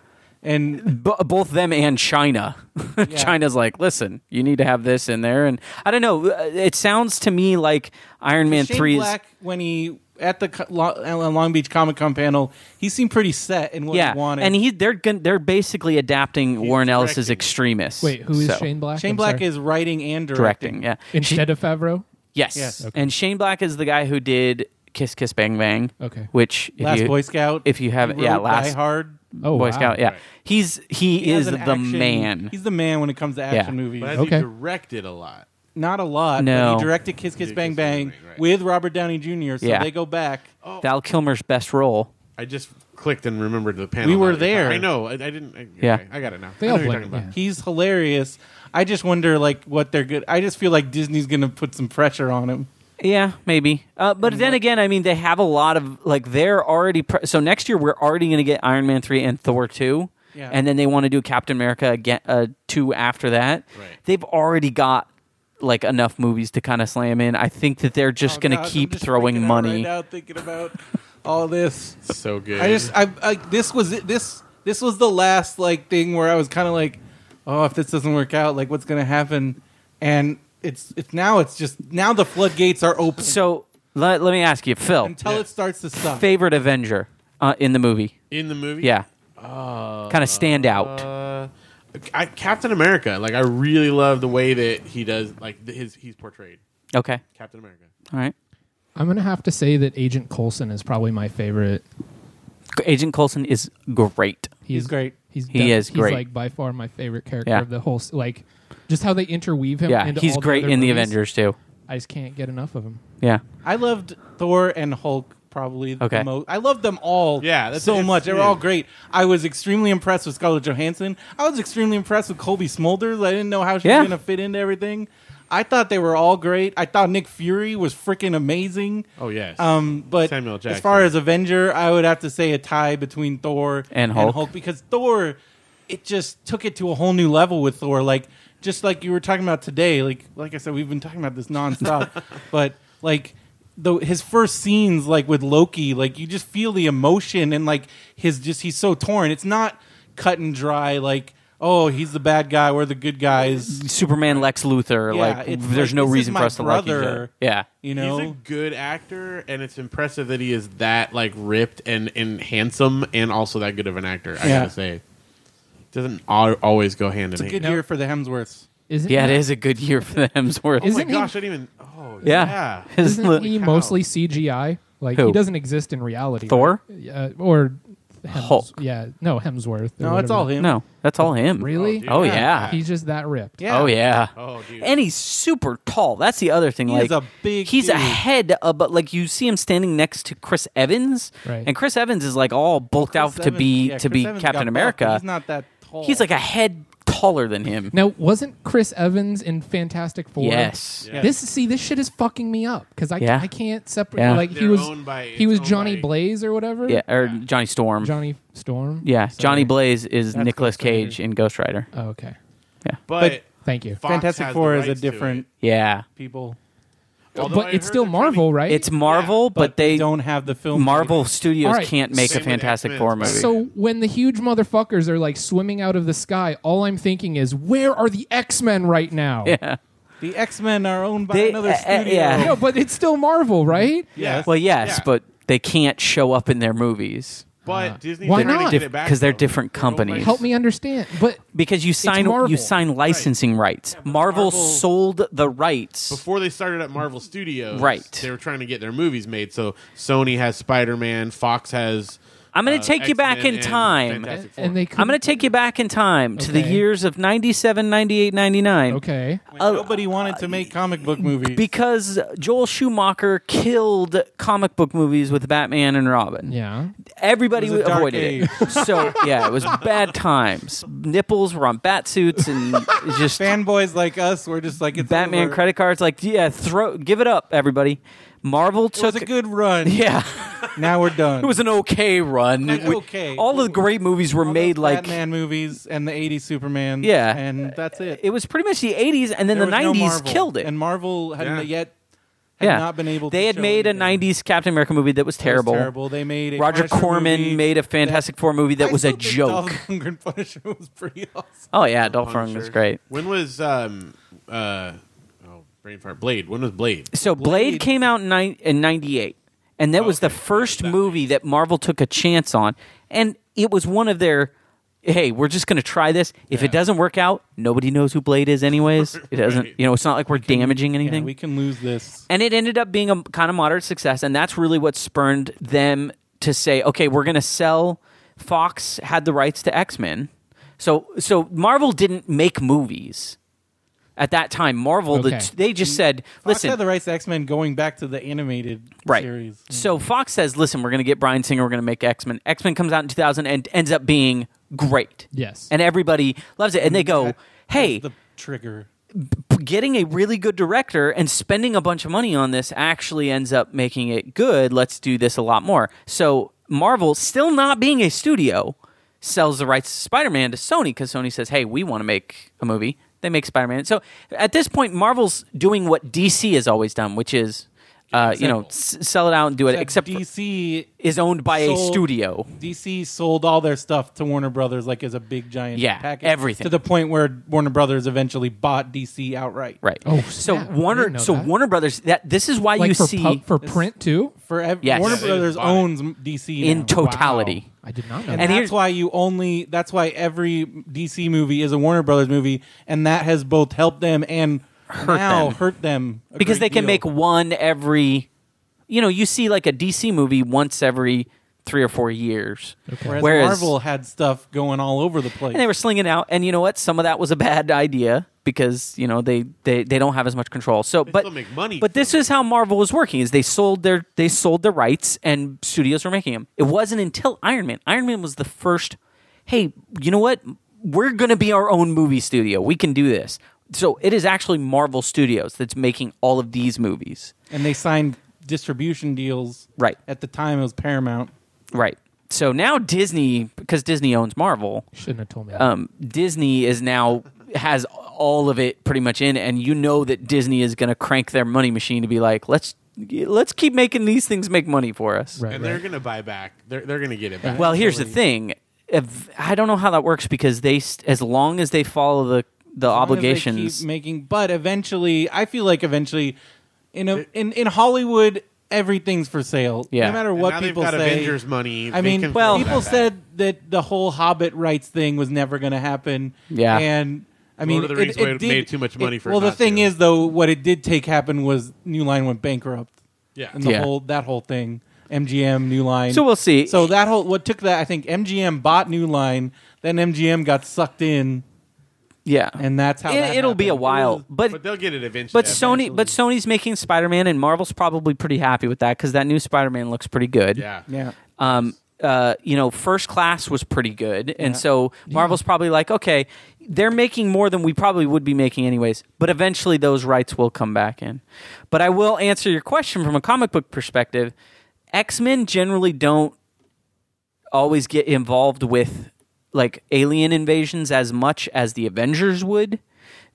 Speaker 4: And
Speaker 1: B- both them and China. <laughs> China's like, listen, you need to have this in there, and I don't know. uh, It sounds to me like Iron Man
Speaker 4: Shane
Speaker 1: three
Speaker 4: Black, when he at the co- Lo- uh, Long Beach Comic Con panel, he seemed pretty set in
Speaker 1: is
Speaker 4: what
Speaker 1: yeah,
Speaker 4: he wanted.
Speaker 1: and he they're gon- they're basically adapting Warren Ellis's
Speaker 3: directing.
Speaker 1: extremists.
Speaker 2: Wait, who is
Speaker 1: So-
Speaker 2: Shane Black?
Speaker 4: Shane
Speaker 2: I'm
Speaker 4: Black
Speaker 2: sorry.
Speaker 4: is writing and directing.
Speaker 1: Directing, yeah. She-
Speaker 2: instead of Favreau.
Speaker 1: Yes.
Speaker 4: Yes.
Speaker 1: And Shane Black is the guy who did Kiss Kiss Bang Bang.
Speaker 2: Okay.
Speaker 1: Which if
Speaker 4: Last
Speaker 1: you,
Speaker 4: Boy Scout.
Speaker 1: if you have-
Speaker 4: he
Speaker 1: yeah,
Speaker 4: wrote
Speaker 1: last-
Speaker 4: Die Hard.
Speaker 2: Oh,
Speaker 1: Boy
Speaker 2: wow.
Speaker 1: Scout. Yeah.
Speaker 3: Right.
Speaker 1: He's he,
Speaker 4: He
Speaker 1: is
Speaker 4: has
Speaker 1: the
Speaker 4: an action-
Speaker 1: man.
Speaker 4: He's the man when it comes to action
Speaker 1: Yeah.
Speaker 4: movies.
Speaker 3: But has
Speaker 2: Okay.
Speaker 3: he directed a lot?
Speaker 4: Not a lot.
Speaker 1: No.
Speaker 4: But he directed Kiss Kiss
Speaker 3: Kiss
Speaker 4: Bang
Speaker 3: Kiss
Speaker 4: Bang
Speaker 3: Bang Bang, right.
Speaker 4: with Robert Downey Jr. So
Speaker 1: Yeah.
Speaker 4: they go back.
Speaker 1: Val Kilmer's best role.
Speaker 3: I just clicked and remembered the panel.
Speaker 4: We were
Speaker 3: that you're
Speaker 4: there.
Speaker 3: talking- I know. I, I didn't. I,
Speaker 1: Yeah.
Speaker 3: okay, I got it now.
Speaker 2: They
Speaker 3: I
Speaker 2: all
Speaker 3: know what you're
Speaker 2: blend,
Speaker 3: talking about.
Speaker 2: yeah.
Speaker 4: He's hilarious. I just wonder like what they're good. I just feel like Disney's going to put some pressure on him.
Speaker 1: Yeah, maybe. Uh, but then again, I mean, they have a lot of like they're already pre- so next year we're already going to get Iron Man three and Thor two,
Speaker 4: Yeah.
Speaker 1: and then they want to do Captain America again uh, two after that.
Speaker 3: Right.
Speaker 1: They've already got like enough movies to kind of slam in. I think that they're just
Speaker 4: Oh,
Speaker 1: going
Speaker 4: God,
Speaker 1: to
Speaker 4: I'm
Speaker 1: keep
Speaker 4: just freaking
Speaker 1: throwing
Speaker 4: out right
Speaker 1: money.
Speaker 4: now thinking about all this.
Speaker 3: So good.
Speaker 4: I just I, I this was it- this this was the last like thing where I was kind of like, oh, if this doesn't work out, like what's gonna happen? And it's it's now it's just now the floodgates are open
Speaker 1: so let, let me ask you, Phil,
Speaker 4: until it starts to suck.
Speaker 1: favorite Avenger uh, in the movie?
Speaker 3: in the movie.
Speaker 1: Yeah, kind of stand out.
Speaker 3: Uh, I, Captain America. Like I really love the way that he does. Like th- his he's portrayed.
Speaker 1: okay,
Speaker 3: Captain America.
Speaker 1: all right.
Speaker 2: I'm gonna have to say that Agent Coulson is probably my favorite.
Speaker 1: Agent Coulson is great.
Speaker 4: He's great.
Speaker 2: He's
Speaker 1: He
Speaker 2: def-
Speaker 1: is great.
Speaker 2: He's like by far my favorite character
Speaker 1: Yeah.
Speaker 2: of the whole. s- Like, just how they interweave him.
Speaker 1: Yeah,
Speaker 2: into
Speaker 1: he's
Speaker 2: all the
Speaker 1: great
Speaker 2: other
Speaker 1: in the
Speaker 2: movies.
Speaker 1: Avengers too.
Speaker 2: I just can't get enough of him.
Speaker 1: Yeah.
Speaker 4: I loved Thor and Hulk probably
Speaker 1: Okay.
Speaker 4: the most. I loved them all
Speaker 3: Yeah, that's-
Speaker 4: so
Speaker 3: it's-
Speaker 4: much. They were
Speaker 3: yeah.
Speaker 4: all great. I was extremely impressed with Scarlett Johansson. I was extremely impressed with Colby Smulders. I didn't know how she
Speaker 1: Yeah.
Speaker 4: was going to fit into everything. I thought they were all great. I thought Nick Fury was freaking amazing.
Speaker 3: Oh yes.
Speaker 4: Um, but
Speaker 3: Samuel
Speaker 4: as
Speaker 3: Jackson.
Speaker 4: far as Avenger, I would have to say a tie between Thor
Speaker 1: And Hulk.
Speaker 4: because Thor, it just took it to a whole new level with Thor. Like just like you were talking about today, like like I said, we've been talking about this nonstop. but like the his first scenes, like with Loki, like you just feel the emotion and like his just he's so torn. It's not cut and dry. Like oh, he's the bad guy, we're the good guys.
Speaker 1: Superman, Lex Luthor.
Speaker 4: Yeah,
Speaker 1: like,
Speaker 4: it's
Speaker 1: there's
Speaker 4: like,
Speaker 1: no
Speaker 4: this is
Speaker 1: reason
Speaker 4: my
Speaker 1: for us to like each
Speaker 4: brother.
Speaker 1: other. Yeah,
Speaker 4: You know,
Speaker 3: He's a good actor, and it's impressive that he is that like ripped and and handsome, and also that good of an actor. I
Speaker 4: Yeah.
Speaker 3: gotta say, doesn't al- always go hand in
Speaker 4: it's a
Speaker 3: hand.
Speaker 4: good year for the Hemsworths.
Speaker 2: Isn't
Speaker 1: yeah. It
Speaker 2: he-
Speaker 1: is a good year for the <laughs> Hemsworth.
Speaker 3: oh my
Speaker 2: Isn't he-
Speaker 3: gosh! I didn't even. Oh
Speaker 1: yeah, <laughs> His
Speaker 2: Isn't
Speaker 1: li-
Speaker 2: he
Speaker 3: cow.
Speaker 2: mostly CGI? Like
Speaker 1: Who?
Speaker 2: he doesn't exist in reality.
Speaker 1: Thor?
Speaker 2: right? Uh, or Hems-
Speaker 1: Hulk.
Speaker 2: Yeah, no Hemsworth. or
Speaker 4: No, it's
Speaker 2: whatever.
Speaker 4: all him.
Speaker 1: no, that's all him.
Speaker 2: Really?
Speaker 1: Oh yeah.
Speaker 2: He's just that ripped.
Speaker 4: Yeah.
Speaker 1: Oh yeah.
Speaker 3: Oh, dude.
Speaker 1: And he's super tall. That's the other thing.
Speaker 4: He
Speaker 1: like
Speaker 4: is a big
Speaker 1: He's
Speaker 4: dude.
Speaker 1: ahead, of, but like you see him standing next to Chris Evans,
Speaker 2: Right.
Speaker 1: and Chris Evans is like all bulked out
Speaker 4: Chris
Speaker 1: to be
Speaker 4: Evans- yeah,
Speaker 1: to
Speaker 4: Chris
Speaker 1: be
Speaker 4: Evans got
Speaker 1: Captain
Speaker 4: buff,
Speaker 1: America.
Speaker 4: but He's not that tall.
Speaker 1: He's like a head taller than him.
Speaker 2: Now, wasn't Chris Evans in Fantastic Four?
Speaker 1: Yes.
Speaker 3: Yeah.
Speaker 2: This see this shit is fucking me up because I,
Speaker 1: Yeah.
Speaker 2: I can't separate
Speaker 1: Yeah.
Speaker 2: like he
Speaker 3: They're
Speaker 2: was
Speaker 3: owned by-
Speaker 2: he
Speaker 3: it's
Speaker 2: was
Speaker 3: owned
Speaker 2: Johnny
Speaker 3: by-
Speaker 2: Blaze or whatever
Speaker 1: Yeah, or Johnny Storm.
Speaker 2: Johnny Storm
Speaker 1: yeah,
Speaker 2: Sorry.
Speaker 1: Johnny Blaze is
Speaker 4: That's
Speaker 1: Nicolas
Speaker 4: Ghost Rider.
Speaker 1: Cage in Ghost Rider.
Speaker 2: oh, okay
Speaker 3: but,
Speaker 2: thank you
Speaker 3: Fox
Speaker 4: Fantastic
Speaker 3: has
Speaker 4: Four
Speaker 3: the
Speaker 4: is a
Speaker 3: rights to
Speaker 4: different
Speaker 1: Yeah,
Speaker 4: people,
Speaker 3: it. Although I
Speaker 2: but
Speaker 3: heard
Speaker 2: it's still
Speaker 3: they're
Speaker 2: Marvel
Speaker 3: trying
Speaker 2: right
Speaker 3: to-
Speaker 1: it's Marvel, but, they
Speaker 4: don't have the film.
Speaker 1: Marvel Studios
Speaker 2: All right.
Speaker 1: can't make
Speaker 3: Same
Speaker 1: a
Speaker 3: with
Speaker 1: Fantastic
Speaker 3: X-Men.
Speaker 1: Four movie.
Speaker 2: so when the huge motherfuckers are like swimming out of the sky all I'm thinking is where are the X Men right now
Speaker 1: <laughs> yeah.
Speaker 4: The X Men are owned by
Speaker 1: They-
Speaker 4: another
Speaker 1: uh, uh,
Speaker 4: studio.
Speaker 1: yeah.
Speaker 2: <laughs> no but it's still Marvel right
Speaker 3: Yes.
Speaker 1: Well, yes,
Speaker 3: Yeah.
Speaker 1: but they can't show up in their movies
Speaker 3: But Disney's
Speaker 2: Why
Speaker 3: trying to
Speaker 2: not?
Speaker 3: get it back
Speaker 1: 'Cause they're
Speaker 3: though.
Speaker 1: different
Speaker 3: They're owned by-
Speaker 1: companies.
Speaker 2: Uh, help me understand but
Speaker 1: because you sign you
Speaker 2: Marvel.
Speaker 1: sign licensing rights. Marvel,
Speaker 4: Marvel-
Speaker 1: sold the rights.
Speaker 3: Before they started at Marvel Studios,
Speaker 1: Right.
Speaker 3: They were trying to get their movies made. So Sony has Spider Man, Fox has.
Speaker 1: I'm going
Speaker 3: uh,
Speaker 1: to take you back
Speaker 3: X-Men
Speaker 1: in
Speaker 3: and
Speaker 1: time.
Speaker 3: Fantastic Four.
Speaker 2: and they
Speaker 1: I'm going to take you back in time to the
Speaker 2: Okay.
Speaker 1: years of 97, 98, 99.
Speaker 2: okay
Speaker 4: When Nobody wanted to make comic book movies.
Speaker 1: Because Joel Schumacher killed comic book movies with Batman and Robin.
Speaker 2: yeah
Speaker 1: Everybody
Speaker 4: It was a dark
Speaker 1: avoided it. So, yeah, it was bad times. Nipples were on bat suits
Speaker 4: <laughs>
Speaker 1: and it's just
Speaker 4: fanboys like us were just like it's
Speaker 1: Batman
Speaker 4: over.
Speaker 1: credit cards. Like, yeah, throw, give it up, everybody. Marvel
Speaker 4: It was
Speaker 1: took
Speaker 4: a good
Speaker 1: <laughs>
Speaker 4: run.
Speaker 1: yeah,
Speaker 4: Now we're done.
Speaker 1: it was an okay run.
Speaker 4: An
Speaker 1: We-
Speaker 4: okay.
Speaker 1: all of the great movies were
Speaker 4: All
Speaker 1: made
Speaker 4: the
Speaker 1: like
Speaker 4: Batman movies and the '80s Superman.
Speaker 1: Yeah.
Speaker 4: and that's it.
Speaker 1: it was pretty much the '80s, and then
Speaker 4: There
Speaker 1: the
Speaker 4: was no
Speaker 1: '90s
Speaker 4: Marvel.
Speaker 1: killed it.
Speaker 4: and Marvel hadn't
Speaker 3: Yeah.
Speaker 4: yet have
Speaker 1: yeah.
Speaker 4: not been able. to
Speaker 1: They had
Speaker 4: show
Speaker 1: made
Speaker 4: anything.
Speaker 1: a '90s Captain America movie that was
Speaker 4: It was
Speaker 1: terrible.
Speaker 4: terrible. They made a
Speaker 1: Roger
Speaker 4: Punisher
Speaker 1: Corman
Speaker 4: movie
Speaker 1: made a Fantastic Four movie that
Speaker 4: I
Speaker 1: was a
Speaker 4: still think
Speaker 1: joke.
Speaker 4: Dolph Lundgren <laughs> Punisher was pretty <laughs> awesome.
Speaker 1: Oh yeah, Dolph Lundgren was great.
Speaker 3: When was um uh oh brain fart Blade? When was Blade?
Speaker 1: So Blade,
Speaker 4: Blade-
Speaker 1: came out in, nine in 98, and that was the
Speaker 3: Okay.
Speaker 1: first
Speaker 3: That
Speaker 1: movie that Marvel took a chance on. And it was one of their, hey, we're just going to try this. If it doesn't work out, nobody knows who Blade is,
Speaker 4: <laughs>
Speaker 1: anyways. It doesn't,
Speaker 3: Right.
Speaker 1: you know, it's not like we're damaging
Speaker 4: Yeah,
Speaker 1: anything.
Speaker 4: we can lose this.
Speaker 1: and it ended up being a kind of moderate success. And that's really what spurned them to say, okay, we're going to sell. Fox had the rights to X Men. So, so Marvel didn't make movies. At that time, Marvel, the
Speaker 2: Okay.
Speaker 1: they just said,
Speaker 4: Fox
Speaker 1: "Listen,
Speaker 4: had the rights to X Men going back to the animated
Speaker 1: right.
Speaker 4: series.
Speaker 1: So Fox says, "Listen, we're going to get Brian Singer. We're going to make X Men. X Men comes out in 2000 and ends up being great.
Speaker 2: Yes.
Speaker 1: and everybody loves it. And they go,
Speaker 4: That-
Speaker 1: "Hey,
Speaker 4: That's the trigger.
Speaker 1: p- getting a really good director and spending a bunch of money on this actually ends up making it good. Let's do this a lot more." So Marvel, still not being a studio, sells the rights to Spider Man to Sony because Sony says, "Hey, we want to make a movie." They make Spider Man. So at this point, Marvel's doing what DC has always done, which is. Uh, you know, s- sell it out and do it. Except
Speaker 4: Except DC
Speaker 1: is owned by a
Speaker 4: sold-
Speaker 1: studio.
Speaker 4: DC sold all their stuff to Warner Brothers like as a big giant
Speaker 1: Yeah,
Speaker 4: package.
Speaker 1: everything.
Speaker 4: to the point where Warner Brothers eventually bought DC outright.
Speaker 1: Right.
Speaker 2: Oh,
Speaker 1: so
Speaker 2: snap. I
Speaker 1: Warner.
Speaker 2: didn't know
Speaker 1: So
Speaker 2: that.
Speaker 1: Warner Brothers. That this is why
Speaker 2: like
Speaker 1: you
Speaker 2: for
Speaker 1: see
Speaker 2: pub, for print too.
Speaker 4: For ev-
Speaker 1: Yes.
Speaker 4: Warner
Speaker 1: Yeah, they
Speaker 4: Brothers
Speaker 3: just bought it.
Speaker 4: owns m- DC
Speaker 1: in
Speaker 4: now.
Speaker 1: totality.
Speaker 2: Wow. I did not know.
Speaker 4: and,
Speaker 2: that.
Speaker 1: And here's-
Speaker 4: that's why you only. That's why every DC movie is a Warner Brothers movie, and that has both helped them and hurt now
Speaker 1: them.
Speaker 4: hurt them a
Speaker 1: because they
Speaker 4: great
Speaker 1: can
Speaker 4: deal.
Speaker 1: make one every. You know, you see like a DC movie once every three or four years.
Speaker 4: Whereas,
Speaker 1: Whereas-
Speaker 4: Marvel had stuff going all over the place.
Speaker 1: And they were slinging out, and you know what? Some of that was a bad idea because you know they they, they don't have as much control. So, but
Speaker 3: still make money
Speaker 1: But this is how Marvel was working: is they sold their they sold the rights, and studios were making them. It wasn't until Iron Man. Iron Man was the first. Hey, you know what? We're going to be our own movie studio. We can do this. So it is actually Marvel Studios that's making all of these movies.
Speaker 4: and they signed distribution deals.
Speaker 1: Right.
Speaker 4: at the time, it was Paramount.
Speaker 1: Right. So now Disney, because Disney owns Marvel,
Speaker 2: Shouldn't have told me. That.
Speaker 1: um, Disney is now has all of it pretty much in, and you know that Disney is going to crank their money machine to be like, let's let's keep making these things make money for us.
Speaker 2: right,
Speaker 3: And
Speaker 2: right.
Speaker 3: they're gonna buy back. They're they're gonna get it back.
Speaker 1: Well, here's the thing: if, I don't know how that works because they, st- as long as they follow the the
Speaker 4: long as they
Speaker 1: obligations,
Speaker 4: keep making but eventually i feel like eventually in a, in in hollywood everything's for sale
Speaker 1: Yeah.
Speaker 4: no matter
Speaker 3: And
Speaker 4: what
Speaker 3: now they've
Speaker 4: people
Speaker 3: got
Speaker 4: say
Speaker 3: Avengers money.
Speaker 4: i
Speaker 3: They
Speaker 4: mean
Speaker 3: can
Speaker 1: well-
Speaker 3: throw
Speaker 4: people
Speaker 3: that back.
Speaker 4: said that the whole hobbit rights thing was never going to happen
Speaker 1: Yeah.
Speaker 4: and I
Speaker 3: Lord
Speaker 4: mean,
Speaker 3: of the
Speaker 4: it-
Speaker 3: Rings
Speaker 4: it
Speaker 3: made-
Speaker 4: did-
Speaker 3: made too much money
Speaker 4: it-
Speaker 3: for it
Speaker 4: Well, the
Speaker 3: not
Speaker 4: thing
Speaker 3: to.
Speaker 4: is, though, what it did take happen was New Line went bankrupt.
Speaker 3: Yeah.
Speaker 4: and the
Speaker 1: Yeah.
Speaker 4: whole that whole thing, MGM, New Line.
Speaker 1: So we'll see.
Speaker 4: So that whole what took that, I think MGM bought New Line, then MGM got sucked in,
Speaker 1: yeah,
Speaker 4: and that's how
Speaker 1: it,
Speaker 4: that
Speaker 1: it'll be a
Speaker 4: happened.
Speaker 1: while, but.
Speaker 3: but they'll get it eventually.
Speaker 1: but Sony, but Sony's making Spider-Man, and Marvel's probably pretty happy with that because that new Spider-Man looks pretty good.
Speaker 3: yeah,
Speaker 4: Yeah.
Speaker 1: um, uh, you know, first class was pretty good, and so Marvel's probably like, okay, they're making more than we probably would be making anyways. But eventually, those rights will come back in. But I will answer your question from a comic book perspective. X Men generally don't always get involved with like alien invasions as much as the Avengers would.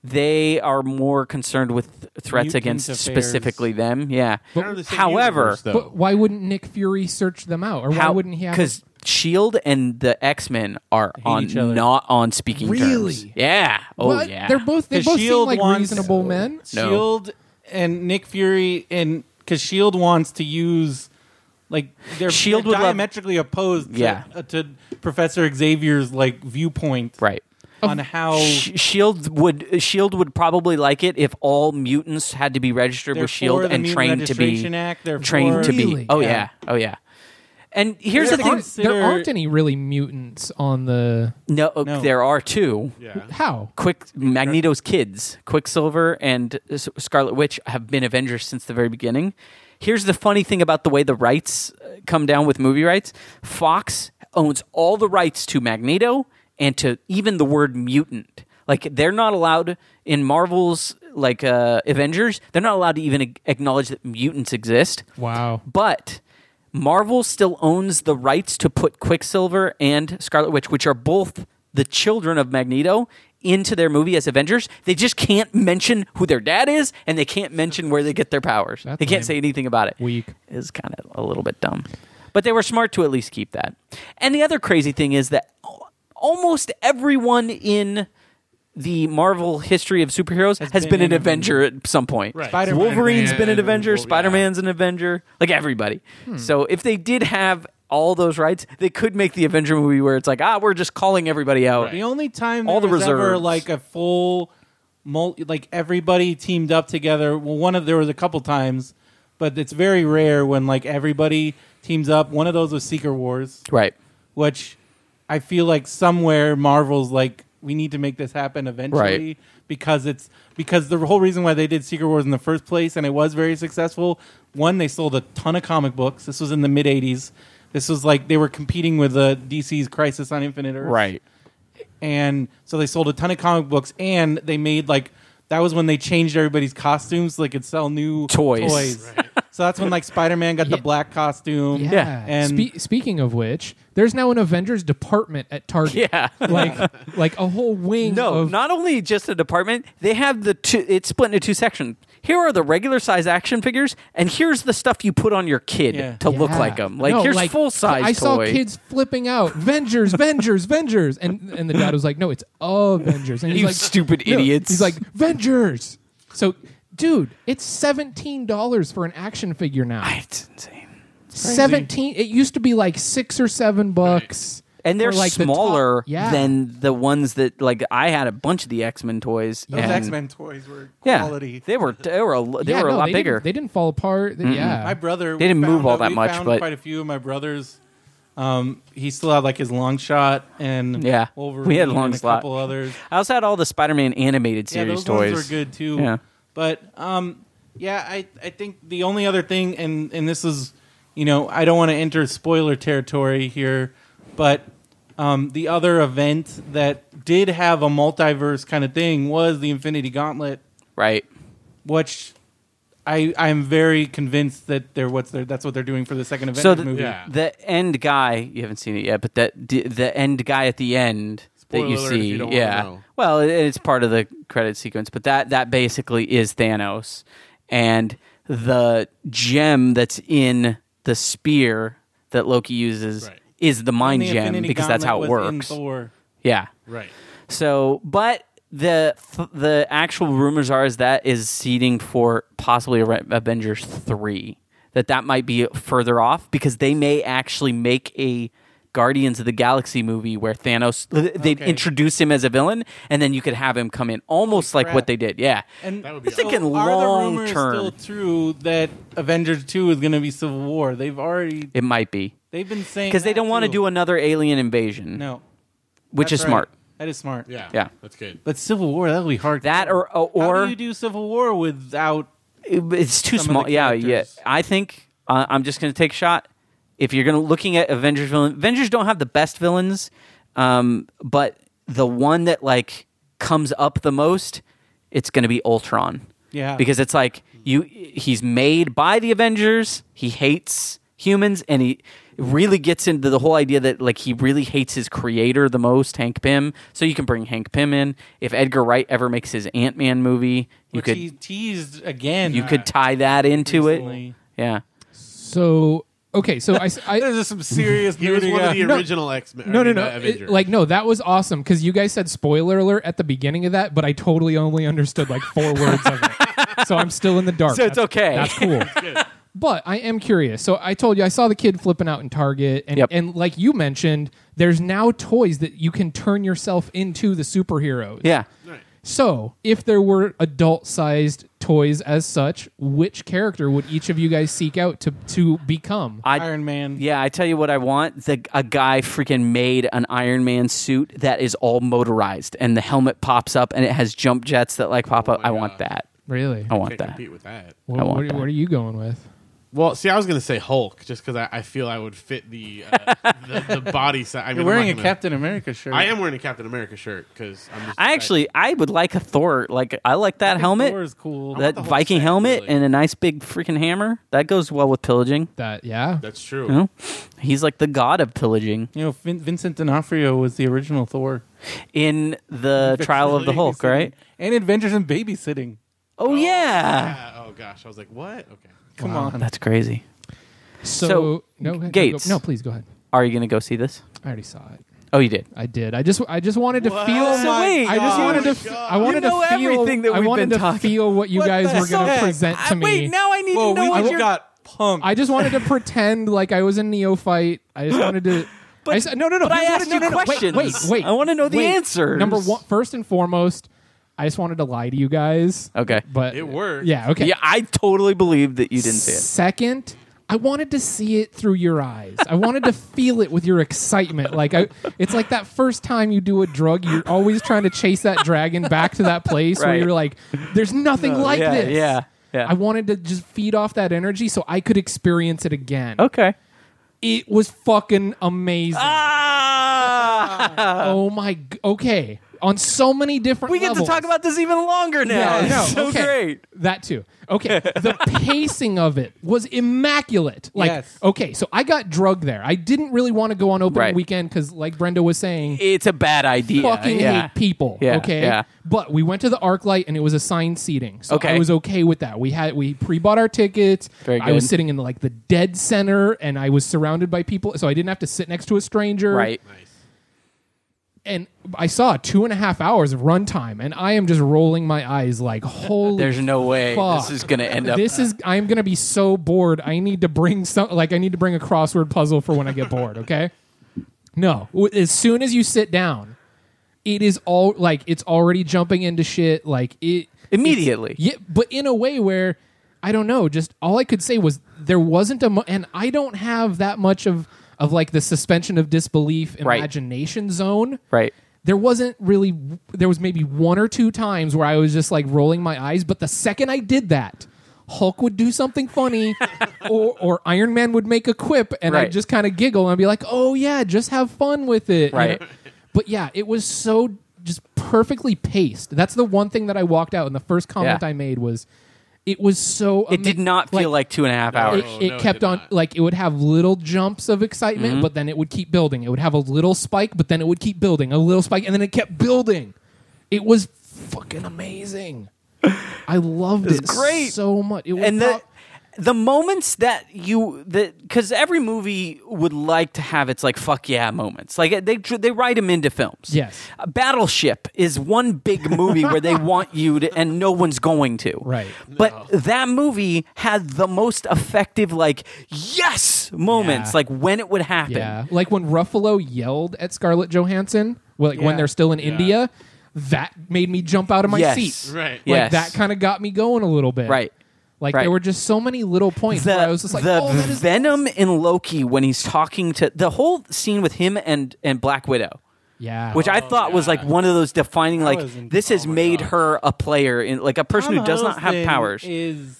Speaker 1: They are more concerned with threats
Speaker 4: Mutant
Speaker 1: against
Speaker 4: affairs.
Speaker 1: specifically them. Yeah.
Speaker 3: They're the same
Speaker 1: However,
Speaker 3: universe, though.
Speaker 2: but why wouldn't Nick Fury search them out, or why wouldn't he? have
Speaker 1: Because Shield E and the X Men are on
Speaker 4: each other.
Speaker 1: not on speaking terms.
Speaker 2: Really?
Speaker 1: Yeah. Oh
Speaker 2: What?
Speaker 1: yeah.
Speaker 2: They're both. They
Speaker 4: 'Cause
Speaker 2: both seem
Speaker 4: S.H.I.E.L.D.
Speaker 2: like
Speaker 4: E wants-
Speaker 2: reasonable men.
Speaker 1: No.
Speaker 4: Shield E and Nick Fury and because Shield E wants to use like they're,
Speaker 1: Shield E
Speaker 4: they're
Speaker 1: would love-
Speaker 4: diametrically opposed to,
Speaker 1: Yeah.
Speaker 4: uh, to Professor Xavier's like viewpoint
Speaker 1: right.
Speaker 4: on how
Speaker 2: Oh.
Speaker 1: Sh- Shield E would Shield would probably like it if all mutants had to be registered
Speaker 4: They're
Speaker 1: with Shield
Speaker 4: for the
Speaker 1: E and
Speaker 4: Mutant
Speaker 1: trained to be
Speaker 4: Registration Act, they're
Speaker 1: trained
Speaker 4: for-
Speaker 1: to be.
Speaker 2: Really?
Speaker 1: Oh yeah.
Speaker 4: Yeah.
Speaker 1: Oh yeah. And here's
Speaker 4: They're
Speaker 1: the
Speaker 2: There aren't,
Speaker 1: thing.
Speaker 4: consider-
Speaker 2: there aren't any really mutants on the.
Speaker 1: No, oh,
Speaker 4: No.
Speaker 1: there are two.
Speaker 3: yeah.
Speaker 2: How?
Speaker 1: Quick Magneto's kids, Quicksilver and S- Scarlet Witch, have been Avengers since the very beginning. Here's the funny thing about the way the rights uh, come down with movie rights: Fox owns all the rights to Magneto and to even the word mutant. Like they're not allowed in Marvel's like uh, Avengers, they're not allowed to even a- acknowledge that mutants exist.
Speaker 2: Wow.
Speaker 1: But Marvel still owns the rights to put Quicksilver and Scarlet Witch, which are both the children of Magneto, into their movie as Avengers, they just can't mention who their dad is and they can't mention where they get their powers.
Speaker 2: That's
Speaker 1: they can't
Speaker 2: lame.
Speaker 1: say anything about it.
Speaker 2: Weak.
Speaker 1: Is kind of a little bit dumb. But they were smart to at least keep that. And the other crazy thing is that al- almost everyone in the Marvel history of superheroes has, been,
Speaker 4: been
Speaker 1: an
Speaker 4: an
Speaker 1: Avenger at some point.
Speaker 2: Right.
Speaker 4: Spider-Man.
Speaker 1: Wolverine's been an
Speaker 3: Yeah.
Speaker 1: Avenger.
Speaker 3: Well, yeah.
Speaker 1: Spider Man's an Avenger. Like everybody. So if they did have all those rights, they could make the Avenger movie where it's like, ah, we're just calling everybody out.
Speaker 4: The only time
Speaker 1: All
Speaker 4: all
Speaker 1: the
Speaker 4: the was ever
Speaker 1: reserves.
Speaker 4: like a full, multi, like everybody teamed up together. Well, one of there was a couple times, but it's very rare when like everybody teams up. One of those was Secret Wars,
Speaker 1: Right.
Speaker 4: which I feel like somewhere Marvel's like we need to make this happen eventually
Speaker 1: Right.
Speaker 4: because it's because the whole reason why they did Secret Wars in the first place and it was very successful. One, they sold a ton of comic books. This was in the mid '80s. This was like they were competing with uh, DC's Crisis on Infinite Earths and so they sold a ton of comic books and they made like that was when they changed everybody's costumes so they could sell new
Speaker 1: Toys.
Speaker 4: so that's when like spider-man got the black costume
Speaker 2: Yeah.
Speaker 4: and
Speaker 2: Spe- speaking of which, there's now an Avengers department at Target.
Speaker 1: <laughs> Yeah.
Speaker 2: Like like a whole wing
Speaker 1: No,
Speaker 2: of
Speaker 1: not only just a department, they have the two, it's split into two sections. Here are the regular size action figures, and here's the stuff you put on your kid
Speaker 4: Yeah.
Speaker 1: to look
Speaker 2: Yeah.
Speaker 1: like them. Like,
Speaker 2: No,
Speaker 1: here's full size
Speaker 2: I saw
Speaker 1: toy.
Speaker 2: kids flipping out, Vengers, Vengers, Vengers, and and the dad was like, "No, it's Avengers." And he's
Speaker 1: You
Speaker 2: like,
Speaker 1: stupid idiots.
Speaker 2: He's like, "Vengers." So, dude, it's seventeen dollars for an action figure
Speaker 4: Ah,
Speaker 2: now.
Speaker 1: It's insane.
Speaker 2: Seventeen. It used to be like six or seven bucks.
Speaker 1: And they're
Speaker 2: for, like, the top-
Speaker 1: smaller
Speaker 2: yeah.
Speaker 1: than the ones that, like, I had a bunch of the X Men toys.
Speaker 4: those
Speaker 1: and-
Speaker 4: x-men toys were
Speaker 1: Yeah,
Speaker 4: quality
Speaker 1: they were they were a, lo- they
Speaker 2: Yeah,
Speaker 1: were a
Speaker 2: no,
Speaker 1: lot
Speaker 2: they didn't-
Speaker 1: bigger.
Speaker 2: they didn't fall apart. They- Yeah,
Speaker 4: my brother
Speaker 1: They didn't
Speaker 4: found
Speaker 1: move all
Speaker 4: out-
Speaker 1: that
Speaker 4: we
Speaker 1: much,
Speaker 4: found
Speaker 1: but-
Speaker 4: quite a few of my brothers um, he still had like his long shot and
Speaker 1: Yeah.
Speaker 4: Wolverine
Speaker 1: We had Long
Speaker 4: and a
Speaker 1: Shot.
Speaker 4: couple others
Speaker 1: I also had all the Spider Man animated series
Speaker 4: yeah, those
Speaker 1: toys.
Speaker 4: ones were good too.
Speaker 1: Yeah.
Speaker 4: But um, yeah, I I think the only other thing, and and this is, you know, I don't want to enter spoiler territory here, but um, the other event that did have a multiverse kind of thing was the Infinity Gauntlet,
Speaker 1: Right.
Speaker 4: which. I, I'm very convinced that they're what's they're, that's what they're doing for the second event
Speaker 1: So the,
Speaker 4: movie.
Speaker 3: Yeah.
Speaker 1: the end guy, you haven't seen it yet, but that d- the end guy at the end that you
Speaker 3: Spoiler alert if
Speaker 1: see,
Speaker 3: you don't wanna
Speaker 1: yeah.
Speaker 3: know.
Speaker 1: Well, it, it's part of the credit sequence, but that that basically is Thanos, and the gem that's in the spear that Loki uses
Speaker 3: Right.
Speaker 1: is the
Speaker 4: And
Speaker 1: mind
Speaker 4: the
Speaker 1: gem
Speaker 4: Infinity
Speaker 1: because that's how it
Speaker 4: Gauntlet was in
Speaker 1: works.
Speaker 4: Thor.
Speaker 1: Yeah.
Speaker 3: Right.
Speaker 1: So, but the the actual rumors are is that is seeding for possibly Re- Avengers three. That that might be further off because they may actually make a Guardians of the Galaxy movie where Thanos they'd
Speaker 4: Okay.
Speaker 1: introduce him as a villain and then you could have him come in almost like what
Speaker 4: crap.
Speaker 1: they did. Yeah,
Speaker 4: And
Speaker 3: That would be
Speaker 1: We're thinking
Speaker 4: so are the
Speaker 1: long
Speaker 4: rumors
Speaker 1: term.
Speaker 4: Still true that Avengers Two is going to be Civil War. They've already
Speaker 1: it might be
Speaker 4: They've been saying
Speaker 1: because they don't want to do
Speaker 4: it.
Speaker 1: another alien invasion,
Speaker 4: No,
Speaker 1: which
Speaker 4: that's
Speaker 1: is
Speaker 4: right.
Speaker 1: smart.
Speaker 4: That is smart.
Speaker 3: Yeah.
Speaker 1: Yeah.
Speaker 3: That's good.
Speaker 4: but Civil War that'll be hard.
Speaker 1: That or- or-
Speaker 4: how do you do Civil War without?
Speaker 1: It- it's too
Speaker 4: some of
Speaker 1: small.
Speaker 4: the
Speaker 1: Yeah, yeah.
Speaker 4: characters.
Speaker 1: I think uh, I'm just going to take a shot. If you're going to looking at Avengers villain, Avengers don't have the best villains, um, but the one that like comes up the most, it's going to be Ultron.
Speaker 4: Yeah.
Speaker 1: because it's like you. He's made by the Avengers. He hates humans, and he really gets into the whole idea that like he really hates his creator the most, Hank Pym. So you can bring Hank Pym in. If Edgar Wright ever makes his Ant Man movie, you
Speaker 4: Which
Speaker 1: could
Speaker 4: he teased again.
Speaker 1: you
Speaker 3: Uh,
Speaker 1: could tie that into
Speaker 4: recently.
Speaker 1: it. Yeah.
Speaker 2: So okay, so I, s-
Speaker 4: <laughs>
Speaker 2: I-
Speaker 4: There's some serious.
Speaker 3: <laughs> He was
Speaker 4: nudity
Speaker 3: one of
Speaker 4: out-
Speaker 3: the
Speaker 4: No,
Speaker 3: original X Men.
Speaker 2: no no no It-
Speaker 3: Avengers.
Speaker 2: like no, that was awesome because you guys said spoiler alert at the beginning of that, but I totally only understood like
Speaker 1: <laughs>
Speaker 2: four words of it, so I'm still in the dark.
Speaker 1: So it's
Speaker 2: That's-
Speaker 1: okay.
Speaker 2: That's
Speaker 1: <laughs>
Speaker 2: cool. But I am curious. So I told you I saw the kid flipping out in Target, and
Speaker 1: Yep.
Speaker 2: and like you mentioned, there's now toys that you can turn yourself into the superheroes.
Speaker 1: Yeah.
Speaker 3: Right.
Speaker 2: So if there were adult-sized toys as such, which character would each of you guys seek out to to become?
Speaker 1: I,
Speaker 4: Iron Man.
Speaker 1: Yeah, I tell you what I want. The a guy freaking made an Iron Man suit that is all motorized and the helmet pops up and it has jump jets that like
Speaker 3: Oh
Speaker 1: pop up. I want that.
Speaker 2: Really?
Speaker 1: I want
Speaker 3: Can't
Speaker 1: that.
Speaker 3: compete with that.
Speaker 2: What,
Speaker 1: I want
Speaker 2: what-
Speaker 1: that.
Speaker 2: what are you going with?
Speaker 3: Well, see, I was gonna say Hulk, just because I, I feel I would fit the uh, the, the body size. I mean,
Speaker 4: You're
Speaker 3: I'm
Speaker 4: wearing
Speaker 3: not
Speaker 4: a
Speaker 3: gonna-
Speaker 4: Captain America shirt.
Speaker 3: I am wearing a Captain America shirt because I'm. Just
Speaker 1: I actually I would like a Thor. Like I like that helmet.
Speaker 4: Thor is cool.
Speaker 1: That
Speaker 3: the whole
Speaker 1: Viking
Speaker 3: set,
Speaker 1: helmet
Speaker 3: really.
Speaker 1: and a nice big freaking hammer. That goes well with pillaging.
Speaker 2: That yeah.
Speaker 3: That's true.
Speaker 1: You know? He's like the god of pillaging.
Speaker 4: you know, Vin- Vincent D'Onofrio was the original Thor.
Speaker 1: in
Speaker 3: <laughs>
Speaker 1: the Trial of the Hulk, right?
Speaker 4: And Adventures in Babysitting.
Speaker 1: Oh yeah,
Speaker 3: Yeah, oh gosh, I was like, what? Okay.
Speaker 4: Come
Speaker 2: Wow.
Speaker 4: on.
Speaker 1: that's crazy.
Speaker 2: So,
Speaker 1: So,
Speaker 2: no go- go-
Speaker 1: Gates.
Speaker 2: No, please go ahead.
Speaker 1: Are you gonna go see this?
Speaker 2: I already saw it.
Speaker 1: Oh, you did.
Speaker 2: I did. I just I just wanted to
Speaker 3: What?
Speaker 2: feel.
Speaker 3: So
Speaker 2: my-
Speaker 1: wait,
Speaker 2: I just
Speaker 1: oh
Speaker 2: wanted
Speaker 3: my
Speaker 2: to. f-
Speaker 3: God.
Speaker 2: I wanted
Speaker 1: You know
Speaker 2: to feel
Speaker 1: everything that
Speaker 2: I
Speaker 1: we've
Speaker 2: wanted
Speaker 1: been
Speaker 2: to
Speaker 1: talking-
Speaker 2: feel what you
Speaker 4: What
Speaker 2: guys
Speaker 4: the
Speaker 2: were going to
Speaker 4: heck?
Speaker 2: present to
Speaker 1: I-
Speaker 2: me.
Speaker 1: wait, now I need
Speaker 4: Whoa,
Speaker 1: to know
Speaker 4: we
Speaker 1: what
Speaker 4: just
Speaker 1: your
Speaker 4: got punked.
Speaker 2: I just
Speaker 1: <laughs>
Speaker 2: wanted to pretend like I was a neophyte. I just wanted to. I just- no, no, no.
Speaker 1: but I
Speaker 2: here's what-
Speaker 1: asked
Speaker 2: no,
Speaker 1: you
Speaker 2: no, no, wait,
Speaker 1: questions.
Speaker 2: Wait, wait.
Speaker 1: I wanna know the
Speaker 2: wait.
Speaker 1: answers.
Speaker 2: Number one, first and foremost, I just wanted to lie to you guys.
Speaker 1: Okay.
Speaker 2: But
Speaker 3: It worked.
Speaker 2: Yeah. Okay.
Speaker 1: Yeah, I totally believed that you didn't see it.
Speaker 2: Second, I wanted to see it through your eyes. I wanted to feel it with your excitement. Like I, it's like that first time you do a drug, you're always trying to chase that dragon back to that place where
Speaker 1: Right.
Speaker 2: you're like, "There's nothing like
Speaker 1: yeah,
Speaker 2: this."
Speaker 1: yeah, yeah.
Speaker 2: I wanted to just feed off that energy so I could experience it again.
Speaker 1: Okay.
Speaker 2: It was fucking amazing. <laughs>
Speaker 1: Ah!
Speaker 2: Oh my. g- Okay. On so many different.
Speaker 1: we get to
Speaker 2: levels.
Speaker 1: talk about this even longer now.
Speaker 2: Yeah,
Speaker 1: It's
Speaker 2: no,
Speaker 1: so
Speaker 2: okay.
Speaker 1: great.
Speaker 2: That too. Okay. The pacing of it was immaculate. Like,
Speaker 4: Yes.
Speaker 2: okay, so I got drugged there. I didn't really want to go on open
Speaker 1: Right.
Speaker 2: weekend because, like Brenda was saying,
Speaker 1: It's a bad idea.
Speaker 2: fucking
Speaker 1: yeah.
Speaker 2: hate people.
Speaker 1: Yeah,
Speaker 2: Okay.
Speaker 1: yeah.
Speaker 2: But we went to the arc light and it was assigned seating. So
Speaker 1: Okay.
Speaker 2: I was okay with that. We had we pre bought our tickets.
Speaker 1: Very
Speaker 2: I was
Speaker 1: good.
Speaker 2: sitting in like the dead center and I was surrounded by people. So I didn't have to sit next to a stranger
Speaker 1: Right.
Speaker 2: and I saw two and a half hours of runtime, and I am just rolling my eyes like, holy.
Speaker 1: There's no way
Speaker 2: fuck.
Speaker 1: this is going to end up.
Speaker 2: This is. I'm gonna be so bored. I need to bring some. Like, I need to bring a crossword puzzle for when I get bored. Okay. No. W- As soon as you sit down, it is all like it's already jumping into shit. Like it
Speaker 1: Immediately.
Speaker 2: Yeah, but in a way where I don't know. Just all I could say was there wasn't a, mu- and I don't have that much of of like the suspension of disbelief
Speaker 1: Right.
Speaker 2: imagination zone
Speaker 1: Right.
Speaker 2: there wasn't really there was maybe one or two times where i was just like rolling my eyes but the second i did that hulk would do something
Speaker 1: <laughs>
Speaker 2: funny or, or iron man would make a quip and
Speaker 1: Right.
Speaker 2: i'd just kind of giggle and I'd be like oh yeah just have fun with it you
Speaker 1: Right.
Speaker 2: know? but yeah it was so just perfectly paced that's the one thing that i walked out and the first comment
Speaker 1: Yeah.
Speaker 2: i made was it was so
Speaker 1: It did not feel like, two and a half hours.
Speaker 2: it,
Speaker 3: No,
Speaker 2: it
Speaker 3: Oh, no, it
Speaker 2: kept
Speaker 3: did
Speaker 2: on
Speaker 3: not. Mm-hmm.
Speaker 2: like it would have little jumps of excitement but then it would keep building it would have a little spike but then it would keep building a little spike and then it kept building it was fucking amazing i loved it,
Speaker 1: great.
Speaker 2: so much it was
Speaker 1: and the
Speaker 2: prob-
Speaker 1: the moments that you that because every movie would like to have its like fuck yeah moments like they they write them into films
Speaker 2: Yes.
Speaker 1: Uh, battleship is one big movie where
Speaker 2: <laughs>
Speaker 1: they want you to and no one's going to
Speaker 2: Right.
Speaker 1: but that movie had the most effective like yes moments
Speaker 2: Yeah.
Speaker 1: like when it would happen
Speaker 2: yeah like when ruffalo yelled at scarlett johansson well, like
Speaker 4: Yeah.
Speaker 2: when they're still in india that made me jump out of my
Speaker 1: yes
Speaker 2: seat
Speaker 3: Right.
Speaker 2: like
Speaker 1: yes
Speaker 2: that kind of got me going a little bit
Speaker 1: Right.
Speaker 2: like
Speaker 1: Right.
Speaker 2: there were just so many little points
Speaker 1: the,
Speaker 2: where I was just like,
Speaker 1: the
Speaker 2: "Oh, that is
Speaker 1: venom in Loki when he's talking to the whole scene with him and and Black Widow.
Speaker 2: yeah."
Speaker 1: which I thought was like one of those defining like
Speaker 4: Oh, was in-
Speaker 1: this has
Speaker 4: oh my
Speaker 1: made
Speaker 4: God.
Speaker 1: her a player in like a person who
Speaker 4: Tom
Speaker 1: does not have
Speaker 4: Hiddleston
Speaker 1: powers.
Speaker 4: Is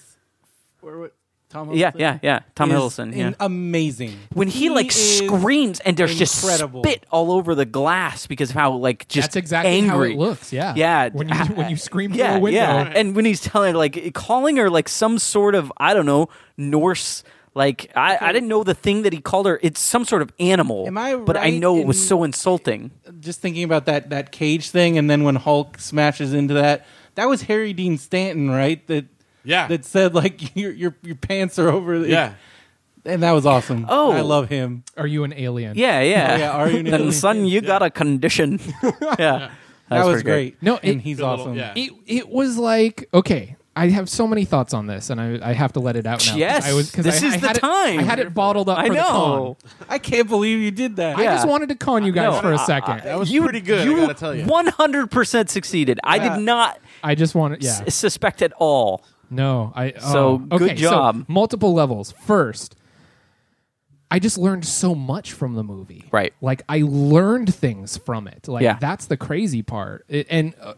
Speaker 4: where, what, Tom
Speaker 1: yeah,
Speaker 4: Hiddleston
Speaker 1: yeah, yeah. Tom
Speaker 4: is
Speaker 1: Hiddleston. Yeah.
Speaker 4: an- amazing.
Speaker 1: when he, like
Speaker 4: is-
Speaker 1: screams and there's
Speaker 4: incredible.
Speaker 1: just spit all over the glass because of how like just
Speaker 2: That's exactly how
Speaker 1: angry.
Speaker 2: it looks. Yeah.
Speaker 1: Yeah,
Speaker 2: When you
Speaker 1: <laughs>
Speaker 2: when you scream
Speaker 1: yeah,
Speaker 2: through a window.
Speaker 1: yeah. And when he's telling her like calling her like some sort of I don't know Norse like I, I didn't know the thing that he called her. It's some sort of animal.
Speaker 4: Am I
Speaker 1: but I
Speaker 4: right
Speaker 1: know it was
Speaker 4: in-
Speaker 1: so insulting.
Speaker 4: Just thinking about that that cage thing, and then when Hulk smashes into that, that was Harry Dean Stanton, right? That
Speaker 3: Yeah.
Speaker 4: that said like <laughs> your your your pants are over. the-
Speaker 3: Yeah.
Speaker 4: and that was awesome.
Speaker 1: Oh.
Speaker 4: I love him.
Speaker 2: Are you an alien?
Speaker 1: Yeah, yeah.
Speaker 4: Oh, yeah, are
Speaker 1: <laughs>
Speaker 4: you
Speaker 1: then,
Speaker 4: Natalie?
Speaker 1: son, you got a
Speaker 4: <laughs>
Speaker 1: condition. yeah. pretty
Speaker 4: That was
Speaker 1: good.
Speaker 4: great.
Speaker 2: No,
Speaker 4: and
Speaker 2: it-
Speaker 4: he's
Speaker 3: Good little-
Speaker 4: awesome.
Speaker 3: yeah.
Speaker 2: It it was like okay. I have so many thoughts on this, and I, I have to let it out now. 'cause
Speaker 1: Yes,
Speaker 2: I was, 'cause
Speaker 1: this
Speaker 2: I-
Speaker 1: is
Speaker 2: I
Speaker 1: the
Speaker 2: had it-
Speaker 1: time.
Speaker 2: I had it bottled up.
Speaker 1: I
Speaker 2: for the
Speaker 1: know.
Speaker 2: con.
Speaker 4: I can't believe you did that.
Speaker 2: I
Speaker 1: Yeah.
Speaker 2: just wanted to con you guys
Speaker 1: No,
Speaker 2: for
Speaker 1: I-
Speaker 2: a second. I,
Speaker 3: That was pretty good, I gotta tell you.
Speaker 1: 100% succeeded. I
Speaker 4: Yeah.
Speaker 1: did not
Speaker 2: just wanted, yeah.
Speaker 1: s- suspect at all.
Speaker 2: No, I.
Speaker 1: So,
Speaker 2: oh,
Speaker 1: good
Speaker 2: okay, so
Speaker 1: job.
Speaker 2: multiple levels. First, I just learned so much from the movie.
Speaker 1: Right.
Speaker 2: Like I learned things from it. Like
Speaker 1: Yeah.
Speaker 2: <sighs> that's the crazy part. It- and uh,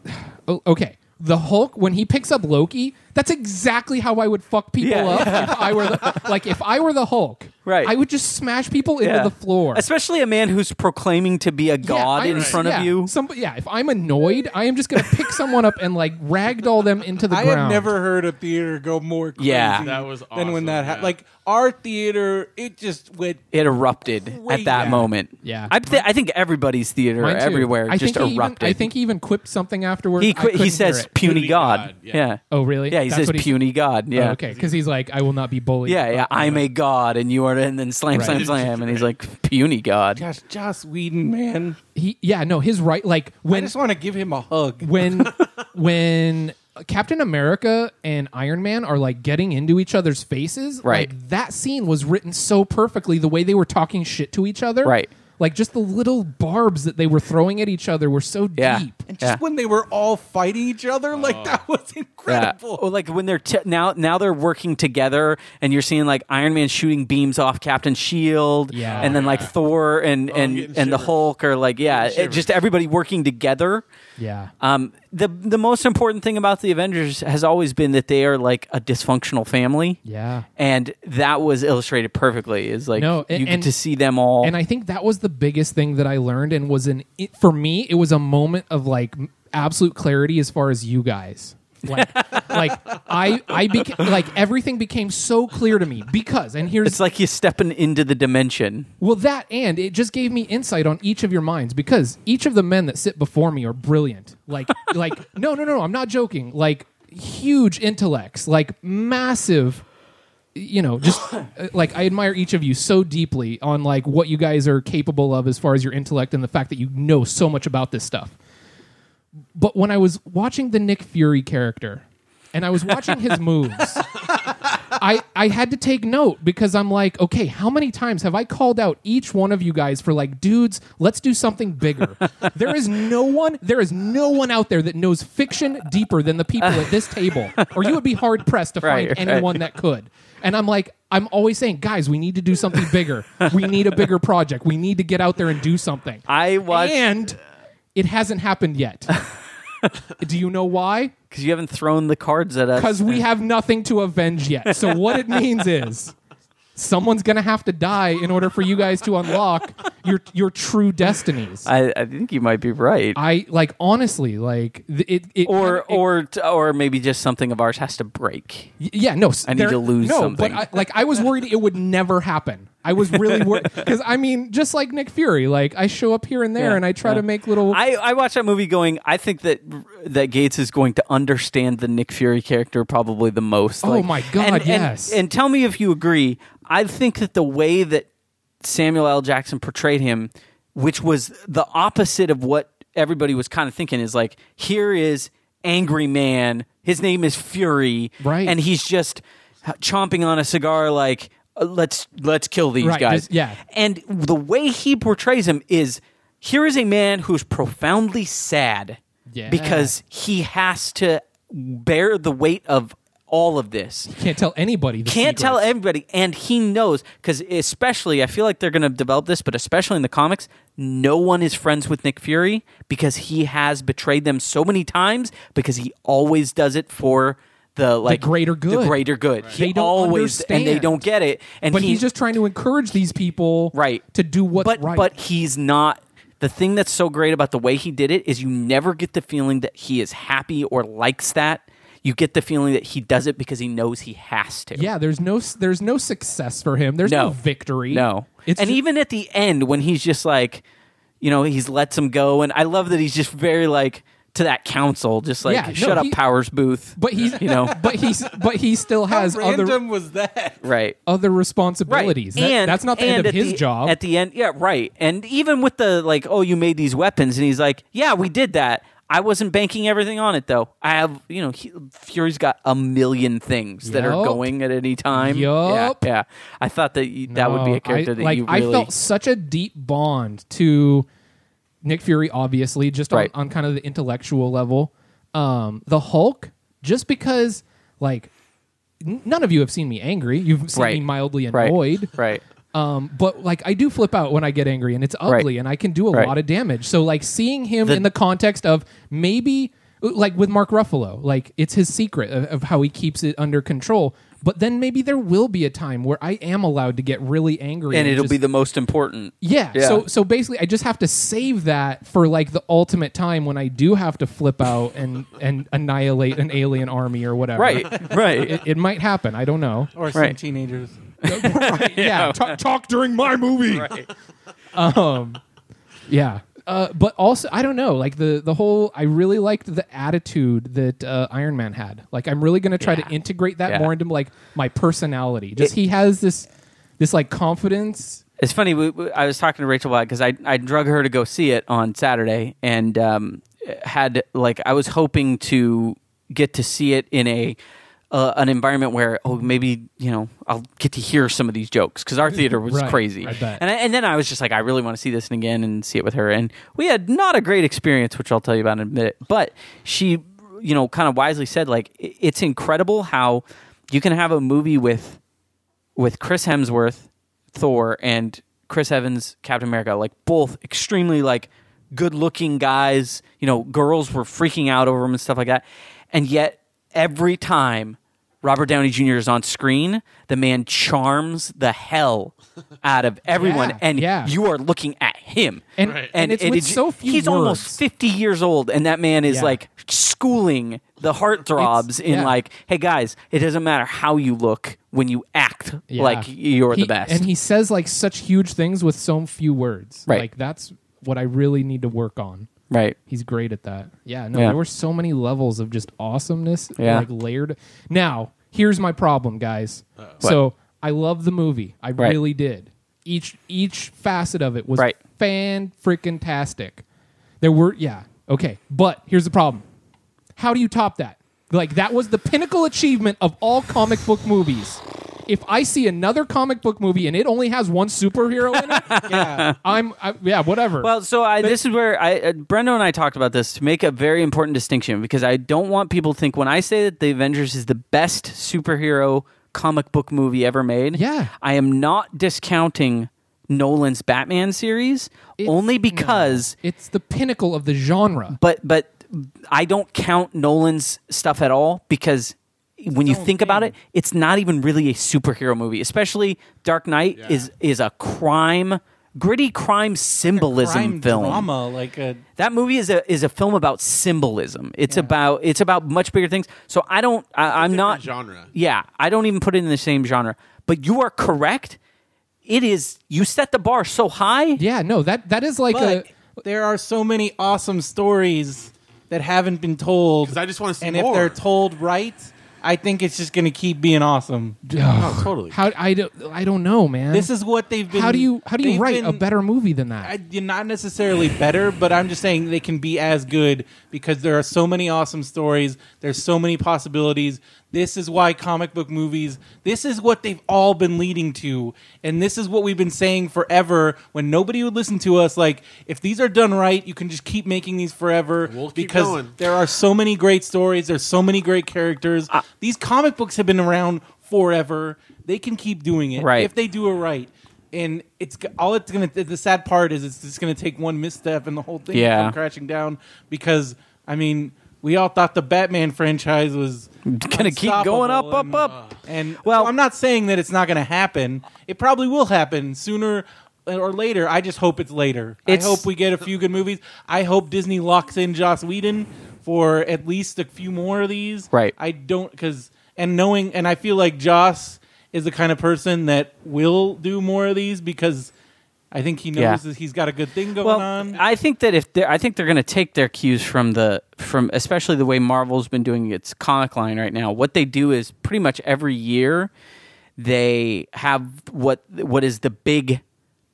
Speaker 2: oh, okay, the Hulk when he picks up Loki, That's exactly how I would fuck people
Speaker 1: Yeah,
Speaker 2: up if I were the, <laughs> like if I were the Hulk.
Speaker 1: Right.
Speaker 2: I would just smash people into the floor.
Speaker 1: Especially a man who's proclaiming to be a
Speaker 2: Yeah,
Speaker 1: god
Speaker 2: I-
Speaker 1: in front
Speaker 2: yeah,
Speaker 1: of you.
Speaker 2: Some, yeah, if I'm annoyed, I am just going to pick someone up and like ragdoll them into the
Speaker 4: I
Speaker 2: ground.
Speaker 4: have never heard a theater go more crazy
Speaker 1: Yeah.
Speaker 3: That was
Speaker 4: than when
Speaker 3: awesome,
Speaker 4: that happened.
Speaker 3: yeah.
Speaker 4: Like our theater, it just went.
Speaker 1: It erupted at
Speaker 4: Crazy.
Speaker 1: that moment.
Speaker 2: Yeah.
Speaker 1: I, th- I think everybody's theater
Speaker 2: Mine too.
Speaker 1: everywhere
Speaker 2: I
Speaker 1: just
Speaker 2: think he even-
Speaker 1: erupted.
Speaker 2: I think he even quipped something afterward.
Speaker 1: he
Speaker 2: I
Speaker 1: qu- he
Speaker 2: couldn't
Speaker 1: says
Speaker 2: hear it.
Speaker 1: puny
Speaker 3: Puny
Speaker 1: god.
Speaker 3: god,
Speaker 1: Yeah.
Speaker 3: yeah.
Speaker 2: Oh really?
Speaker 1: Yeah, he
Speaker 2: That's
Speaker 1: says
Speaker 2: what
Speaker 1: puny god.
Speaker 2: Oh,
Speaker 1: Yeah.
Speaker 2: okay, because he's like, I will not be bullied.
Speaker 1: Yeah, yeah. I'm a god, and you are, and then slam,
Speaker 2: Right.
Speaker 1: slam, slam, and he's like puny god.
Speaker 4: Gosh, Joss Whedon, man,
Speaker 2: He, yeah, no, his right, like
Speaker 4: I
Speaker 2: when
Speaker 4: just want to give him a hug.
Speaker 2: when
Speaker 1: <laughs>
Speaker 2: when Captain America and Iron Man are like getting into each other's faces,
Speaker 1: Right.
Speaker 2: Like, that scene was written so perfectly. The way they were talking shit to each other,
Speaker 1: Right.
Speaker 2: Like just the little barbs that they were throwing at each other were so
Speaker 1: Yeah. Um,
Speaker 2: deep.
Speaker 4: And just
Speaker 1: Yeah.
Speaker 4: when they were all fighting each other,
Speaker 3: Oh.
Speaker 4: like that was
Speaker 1: Yeah.
Speaker 4: incredible.
Speaker 1: Or like when they're t- now now they're working together, and you're seeing like Iron Man shooting beams off Captain Shield,
Speaker 2: Yeah.
Speaker 1: E
Speaker 2: Oh,
Speaker 1: and then like Thor and and
Speaker 3: getting
Speaker 1: and the
Speaker 3: shivers.
Speaker 1: Hulk are like yeah, it, just everybody working together.
Speaker 2: Yeah,
Speaker 1: Um, the the most important thing about the Avengers has always been that they are like a dysfunctional family.
Speaker 2: yeah.
Speaker 1: And that was illustrated perfectly. Is like
Speaker 2: No, and-
Speaker 1: you get
Speaker 2: and-
Speaker 1: to see them all.
Speaker 2: And I think that was the biggest thing that I learned, and was an it, for me, it was a moment of like m- absolute clarity as far as you guys.
Speaker 1: <laughs>
Speaker 2: Like, like I, I beca- like everything became so clear to me because, and here's
Speaker 1: it's like you're stepping into the dimension.
Speaker 2: Well, that and it just gave me insight on each of your minds because each of the men that sit before me are brilliant. Like, like no, no, no, I'm not joking. Like huge intellects, like massive. You know, just uh, like I admire each of you so deeply on like what you guys are capable of as far as your intellect and the fact that you know so much about this stuff. But when I was watching the Nick Fury character, and I was watching his moves. I, I had to take note because I'm like, okay, how many times have I called out each one of you guys for like, dudes, let's do something bigger. there is no one, there is no one out there that knows fiction deeper than the people at this table, or you would be hard pressed to
Speaker 1: Right,
Speaker 2: find
Speaker 1: right.
Speaker 2: anyone that could. And I'm like, I'm always saying, guys, we need to do something bigger. we need a bigger project. We need to get out there and do something.
Speaker 1: I watched
Speaker 2: and it hasn't happened yet. do you know why?
Speaker 1: because you haven't thrown the cards at us.
Speaker 2: because we have nothing to avenge yet. So what it means is someone's going to have to die in order for you guys to unlock your your true destinies. I,
Speaker 1: I, I think you might be right.
Speaker 2: like honestly like th- it, it
Speaker 1: or
Speaker 2: it-
Speaker 1: or t- or maybe just something of ours has to break.
Speaker 2: y- yeah no s-
Speaker 1: I need
Speaker 2: there-
Speaker 1: to lose
Speaker 2: no
Speaker 1: something.
Speaker 2: but I, like I was worried it would never happen. I was really
Speaker 1: <laughs>
Speaker 2: worried because I mean just like Nick Fury like I show up here and there
Speaker 1: Yeah,
Speaker 2: and I try
Speaker 1: yeah.
Speaker 2: to make little
Speaker 1: I, I watched that movie going. I think that that Gates is going to understand the Nick Fury character probably the most.
Speaker 2: Oh my God,
Speaker 1: and- and-
Speaker 2: yes.
Speaker 1: And, tell me if you agree. I think that the way that Samuel L. Jackson portrayed him, which was the opposite of what everybody was kind of thinking, is like here is angry man. His name is Fury,
Speaker 2: Right.
Speaker 1: And he's just chomping on a cigar, like uh, let's let's kill these
Speaker 2: Right,
Speaker 1: guys.
Speaker 2: just- yeah.
Speaker 1: And the way he portrays him is here is a man who's profoundly sad
Speaker 2: Yeah.
Speaker 1: because he has to bear the weight of all of this.
Speaker 2: can't tell anybody the
Speaker 1: Can't tell
Speaker 2: secrets.
Speaker 1: everybody. And he knows, because especially, I feel like they're going to develop this, but especially in the comics, no one is friends with Nick Fury because he has betrayed them so many times because he always does it for. The like
Speaker 2: greater
Speaker 1: the
Speaker 2: good.
Speaker 1: greater good. He
Speaker 2: They don't
Speaker 1: always and they
Speaker 2: understand.
Speaker 1: don't get it. And
Speaker 2: but
Speaker 1: he-
Speaker 2: he's just trying to encourage these people
Speaker 1: right
Speaker 2: to do what's
Speaker 1: but,
Speaker 2: right
Speaker 1: but he's not the thing that's so great about the way he did it is you never get the feeling that he is happy or likes that you get the feeling that he does it because he knows he has to
Speaker 2: Yeah, there's no there's no success for him. There's no,
Speaker 1: no
Speaker 2: victory.
Speaker 1: no
Speaker 2: It's
Speaker 1: and
Speaker 2: ju-
Speaker 1: even at the end when he's just like you know he's lets him go and i love that he's just very like to that council just like
Speaker 2: Yeah, no,
Speaker 1: shut up
Speaker 2: he-
Speaker 1: powers booth
Speaker 2: but he's
Speaker 1: <laughs> you know
Speaker 2: <laughs> but he's but he still
Speaker 4: How
Speaker 2: has
Speaker 4: random
Speaker 2: other
Speaker 4: was that?
Speaker 1: right
Speaker 2: other responsibilities. That-
Speaker 1: and
Speaker 2: that's not the
Speaker 1: and
Speaker 2: end of
Speaker 1: at
Speaker 2: his
Speaker 1: the-
Speaker 2: job.
Speaker 1: At the end, yeah, right. And even with the like, oh, you made these weapons, and he's like, yeah, we did that. I wasn't banking everything on it though. I have, you know, he, Fury's got a million things that are
Speaker 2: Yup.
Speaker 1: going at any time.
Speaker 2: Yup.
Speaker 1: Yeah, yeah. I thought that you, that would be
Speaker 2: No,
Speaker 1: a character
Speaker 2: Uh, I,
Speaker 1: that
Speaker 2: like,
Speaker 1: you really.
Speaker 2: I felt such a deep bond to Nick Fury, obviously, just on,
Speaker 1: Right.
Speaker 2: on kind of the intellectual level. Um, the Hulk, just because like n- none of you have seen me angry. You've seen me
Speaker 1: Right.
Speaker 2: mildly
Speaker 1: right,
Speaker 2: annoyed. <laughs>
Speaker 1: Right.
Speaker 2: Um, but like I do flip out when I get angry and it's ugly and I can do a
Speaker 1: Right.
Speaker 2: lot of damage. So like seeing him
Speaker 1: The-
Speaker 2: in the context of maybe like with Mark Ruffalo, like it's his secret of, of how he keeps it under control. But then maybe there will be a time where I am allowed to get really angry,
Speaker 1: and it'll
Speaker 2: just-
Speaker 1: be the most important.
Speaker 2: yeah,
Speaker 1: Yeah.
Speaker 2: So so basically, I just have to save that for like the ultimate time when I do have to flip out and and annihilate an alien army or whatever. <laughs>
Speaker 1: Right, right.
Speaker 2: It, it might happen. I
Speaker 1: <laughs>
Speaker 2: don't know.
Speaker 4: or some
Speaker 1: Right.
Speaker 4: teenagers.
Speaker 2: yeah, talk, talk during my movie. Um, yeah. Uh, but also, I don't know. Like the the whole, I really liked the attitude that uh, Iron Man had. Like, I'm really going to try to integrate that
Speaker 1: Yeah.
Speaker 2: more into like my personality. Just he has this this like confidence.
Speaker 1: It's funny. We, we- I was talking to Rachel Watt because I I drug her to go see it on Saturday and um, had like I was hoping to get to see it in a. Uh, an environment where oh maybe you know I'll get to hear some of these jokes because our theater was
Speaker 2: Right,
Speaker 1: crazy
Speaker 2: I bet.
Speaker 1: and I, and then I was just like I really want to see this again and see it with her and we had not a great experience which I'll tell you about in a minute but she you know kind of wisely said like "I- it's incredible how you can have a movie with with Chris Hemsworth, Thor, and Chris Evans, Captain America, like both extremely like good looking guys. You know, girls were freaking out over him and stuff like that. And yet every time Robert Downey Jr. is on screen, the man charms the hell out of everyone.
Speaker 2: Yeah,
Speaker 1: and
Speaker 2: yeah.
Speaker 1: you are looking at him.
Speaker 2: And- and it's with so few
Speaker 1: He's almost
Speaker 2: words.
Speaker 1: 50 years old, and that man is
Speaker 2: Yeah.
Speaker 1: like schooling the heartthrobs in
Speaker 2: yeah.
Speaker 1: like, hey guys, it doesn't matter how you look when you act
Speaker 2: Yeah.
Speaker 1: like you're
Speaker 2: He-
Speaker 1: the best.
Speaker 2: and he says like such huge things with so few words.
Speaker 1: Right.
Speaker 2: Like that's what I really need to work on.
Speaker 1: right.
Speaker 2: He's great at that. Yeah, no,
Speaker 1: Yeah.
Speaker 2: there were so many levels of just awesomeness,
Speaker 1: Yeah.
Speaker 2: like layered. Now, here's my problem, guys. So I love the movie. I
Speaker 1: Right.
Speaker 2: really did. Each each facet of it was
Speaker 1: Right.
Speaker 2: fan freaking tastic. There were yeah okay, but here's the problem. How do you top that? Like that was the pinnacle achievement of all comic book movies. If I see another comic book movie and it only has one superhero in it,
Speaker 4: Yeah,
Speaker 2: I'm I, yeah whatever.
Speaker 1: Well, so I, this is where I, uh, Brendo and I talked about this to make a very important distinction because I don't want people to think when I say that the Avengers is the best superhero comic book movie ever made.
Speaker 2: Yeah.
Speaker 1: I am not discounting Nolan's Batman series
Speaker 2: It's-
Speaker 1: only
Speaker 2: no.
Speaker 1: because
Speaker 2: it's the pinnacle of the genre.
Speaker 1: but but I don't count Nolan's stuff at all because when you think about it, it's not even really a superhero movie. Especially Dark Knight is is a crime, gritty crime symbolism
Speaker 4: crime
Speaker 1: film.
Speaker 4: drama, like a
Speaker 1: That movie is a is a film about symbolism. It's about it's about much bigger things. So I don't. I, I'm not
Speaker 3: genre.
Speaker 1: Yeah, I don't even put it in the same genre. But you are correct. It is you set the bar so high.
Speaker 2: Yeah, no, that that is like
Speaker 4: but
Speaker 2: a
Speaker 4: there are so many awesome stories that haven't been told.
Speaker 3: 'Cause I just wanna see
Speaker 4: and
Speaker 3: more.
Speaker 4: if they're told right, I think it's just going to keep being awesome.
Speaker 3: Oh, totally.
Speaker 2: how I don't I don't know, man.
Speaker 4: This is what they've been.
Speaker 2: how do you how do you
Speaker 4: they've
Speaker 2: write
Speaker 4: been-
Speaker 2: a better movie than that?
Speaker 4: I, you're not necessarily better, but I'm just saying they can be as good because there are so many awesome stories. There's so many possibilities. This is why comic book movies, this is what they've all been leading to. And this is what we've been saying forever when nobody would listen to us. Like, if these are done right, you can just keep making these forever
Speaker 3: We'll keep
Speaker 4: because
Speaker 3: going.
Speaker 4: there are so many great stories. There's so many great characters. these comic books have been around forever. They can keep doing it
Speaker 1: Right.
Speaker 4: if they do it right. And it's g- all it's gonna. The sad part is it's just gonna take one misstep and the whole thing will
Speaker 1: Yeah.
Speaker 4: come crashing down. Because I mean, we all thought the Batman franchise was
Speaker 1: <laughs> Gonna keep going up, up,
Speaker 4: unstoppable
Speaker 1: up.
Speaker 4: And, and
Speaker 1: Well-
Speaker 4: well, I'm not saying that it's not gonna happen. It probably will happen sooner or later. I just hope it's later.
Speaker 1: It's-
Speaker 4: I hope we get a few good movies. I hope Disney locks in Joss Whedon for at least a few more of these.
Speaker 1: Right.
Speaker 4: I don't because and knowing and I feel like Joss is the kind of person that will do more of these because I think he knows
Speaker 1: Yeah.
Speaker 4: that he's got a good thing going
Speaker 1: well,
Speaker 4: on.
Speaker 1: I think that if they're, I think they're going to take their cues from the from especially the way Marvel's been doing its comic line right now. What they do is pretty much every year they have what what is the big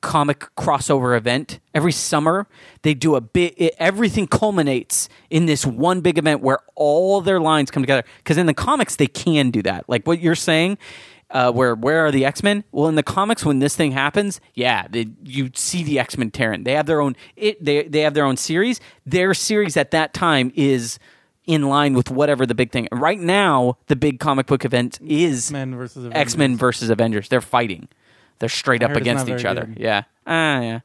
Speaker 1: comic crossover event every summer they do a bit it, everything culminates in this one big event where all their lines come together because in the comics they can do that like what you're saying uh, where where are the X Men? Well, in the comics, when this thing happens, yeah, they, you see the X Men Terran. They have their own it. They they have their own series. Their series at that time is in line with whatever the big thing. Right now, the big comic book event is
Speaker 4: X-Men versus Avengers.
Speaker 1: X Men versus Avengers. They're fighting. They're straight up
Speaker 4: heard it's
Speaker 1: against
Speaker 4: not
Speaker 1: each
Speaker 4: very
Speaker 1: other.
Speaker 4: good.
Speaker 1: Yeah. Ah, yeah.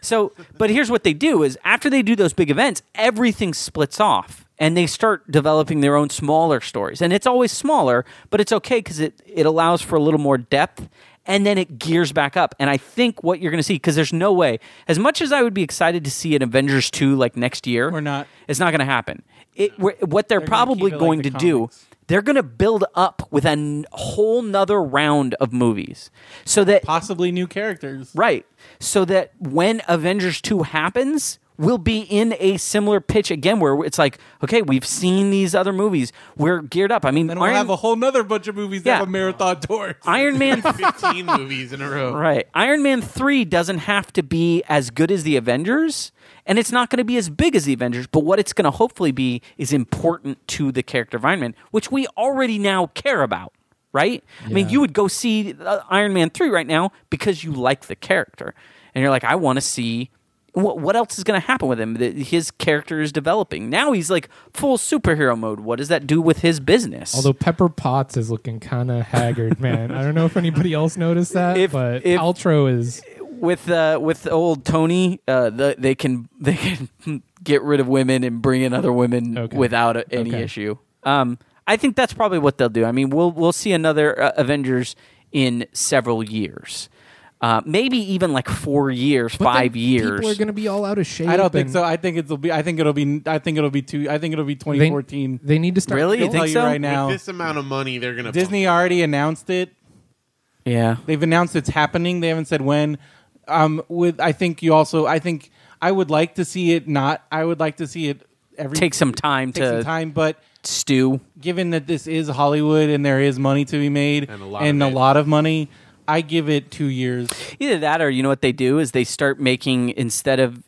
Speaker 1: So, but here's what they do is after they do those big events, everything splits off and they start developing their own smaller stories. And it's always smaller, but it's okay because it, it allows for a little more depth and then it gears back up. And I think what you're going to see, because there's no way, as much as I would be excited to see an Avengers 2 like next year,
Speaker 4: We're not.
Speaker 1: it's not going to happen. It, we're- what they're,
Speaker 4: They're gonna keep
Speaker 1: probably
Speaker 4: it like
Speaker 1: going
Speaker 4: the
Speaker 1: to do
Speaker 4: comics.
Speaker 1: they're going to build up with a n- whole nother round of movies so that
Speaker 4: Possibly new characters.
Speaker 1: Right. So that when Avengers 2 happens, we'll be in a similar pitch again where it's like, okay, we've seen these other movies. We're geared up. I mean,
Speaker 4: Then we'll
Speaker 1: Iron,
Speaker 4: have a whole nother bunch of movies
Speaker 1: Yeah.
Speaker 4: that have a marathon tour.
Speaker 1: Iron Man
Speaker 3: <laughs> Fifteen movies in a row.
Speaker 1: Right. Iron Man 3 doesn't have to be as good as the Avengers, and it's not going to be as big as the Avengers, but what it's going to hopefully be is important to the character of Iron Man, which we already now care about, right? I mean,
Speaker 2: Yeah.
Speaker 1: you would go see uh, Iron Man 3 right now because you like the character. And you're like, I want to see what, what else is going to happen with him? The- his character is developing. Now he's like full superhero mode. What does that do with his business?
Speaker 2: Although Pepper Potts is looking kind of haggard, man. I don't know if anybody else noticed that,
Speaker 1: If-
Speaker 2: but
Speaker 1: if-
Speaker 2: Paltrow is.
Speaker 1: with uh, with old Tony, uh, the, they can <laughs> they can get rid of women and bring in other women
Speaker 2: Okay.
Speaker 1: without a- any
Speaker 2: Okay.
Speaker 1: issue. Um, I think that's probably what they'll do. I mean, we'll we'll see another uh, Avengers in several years, uh, maybe even like four years,
Speaker 2: But
Speaker 1: five
Speaker 2: then
Speaker 1: years.
Speaker 2: People are going to be all out of shape.
Speaker 4: I don't think
Speaker 2: and
Speaker 4: so. I think it'll be. I think it'll be. I think it'll be two. I think it'll be
Speaker 2: They,
Speaker 4: 2014.
Speaker 2: they need to start.
Speaker 1: Really? You
Speaker 4: I'll
Speaker 2: building-
Speaker 1: think
Speaker 4: tell you
Speaker 1: so?
Speaker 4: right now.
Speaker 3: With this amount of money, they're gonna
Speaker 4: Disney already announced it.
Speaker 1: yeah,
Speaker 4: They've announced it's happening. They haven't said when. Um, with I think you also. I think I would like to see it. Not. I would like to see it. Every
Speaker 1: take some time
Speaker 4: take
Speaker 1: to
Speaker 4: some time, but
Speaker 1: stew.
Speaker 4: given that this is Hollywood and there is money to be made
Speaker 3: And a lot
Speaker 4: and
Speaker 3: of
Speaker 4: a
Speaker 3: it.
Speaker 4: lot of money, I give it two years.
Speaker 1: Either that, or you know what they do is they start making instead of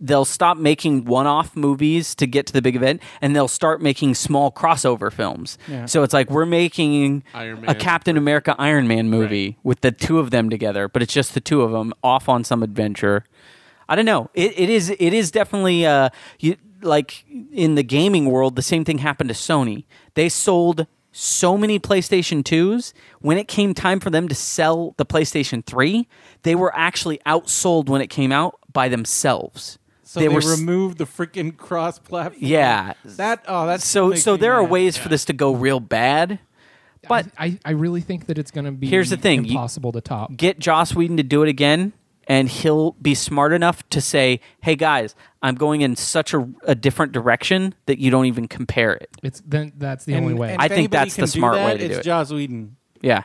Speaker 1: they'll stop making one-off movies to get to the big event, and they'll start making small crossover films.
Speaker 4: Yeah.
Speaker 1: So it's like we're making
Speaker 3: Iron
Speaker 1: a
Speaker 3: Man.
Speaker 1: Captain America Iron Man movie with the two of them together, but it's just the two of them off on some adventure. I don't know. It, it is it is definitely uh, you, like in the gaming world, the same thing happened to Sony. They sold so many PlayStation 2s when it came time for them to sell the PlayStation 3 they were actually outsold when it came out by themselves
Speaker 4: So they,
Speaker 1: were s-
Speaker 4: removed the freaking cross platform.
Speaker 1: Yeah.
Speaker 4: That oh that's
Speaker 1: so
Speaker 4: makes
Speaker 1: so
Speaker 4: me
Speaker 1: there are
Speaker 4: mad.
Speaker 1: ways for this to go real bad. But
Speaker 2: I, I really think that it's going to be.
Speaker 1: Here's the thing, you-
Speaker 2: impossible to top.
Speaker 1: get Joss Whedon to do it again, and he'll be smart enough to say, "Hey guys, I'm going in such a, a different direction that you don't even compare it."
Speaker 2: It's then that's the
Speaker 4: And-
Speaker 2: only way.
Speaker 4: and
Speaker 1: I
Speaker 4: if
Speaker 1: think
Speaker 4: anybody
Speaker 1: that's the
Speaker 4: can do
Speaker 1: smart way
Speaker 4: that,
Speaker 1: to do
Speaker 4: it's
Speaker 1: it.
Speaker 4: Joss Whedon.
Speaker 1: Yeah,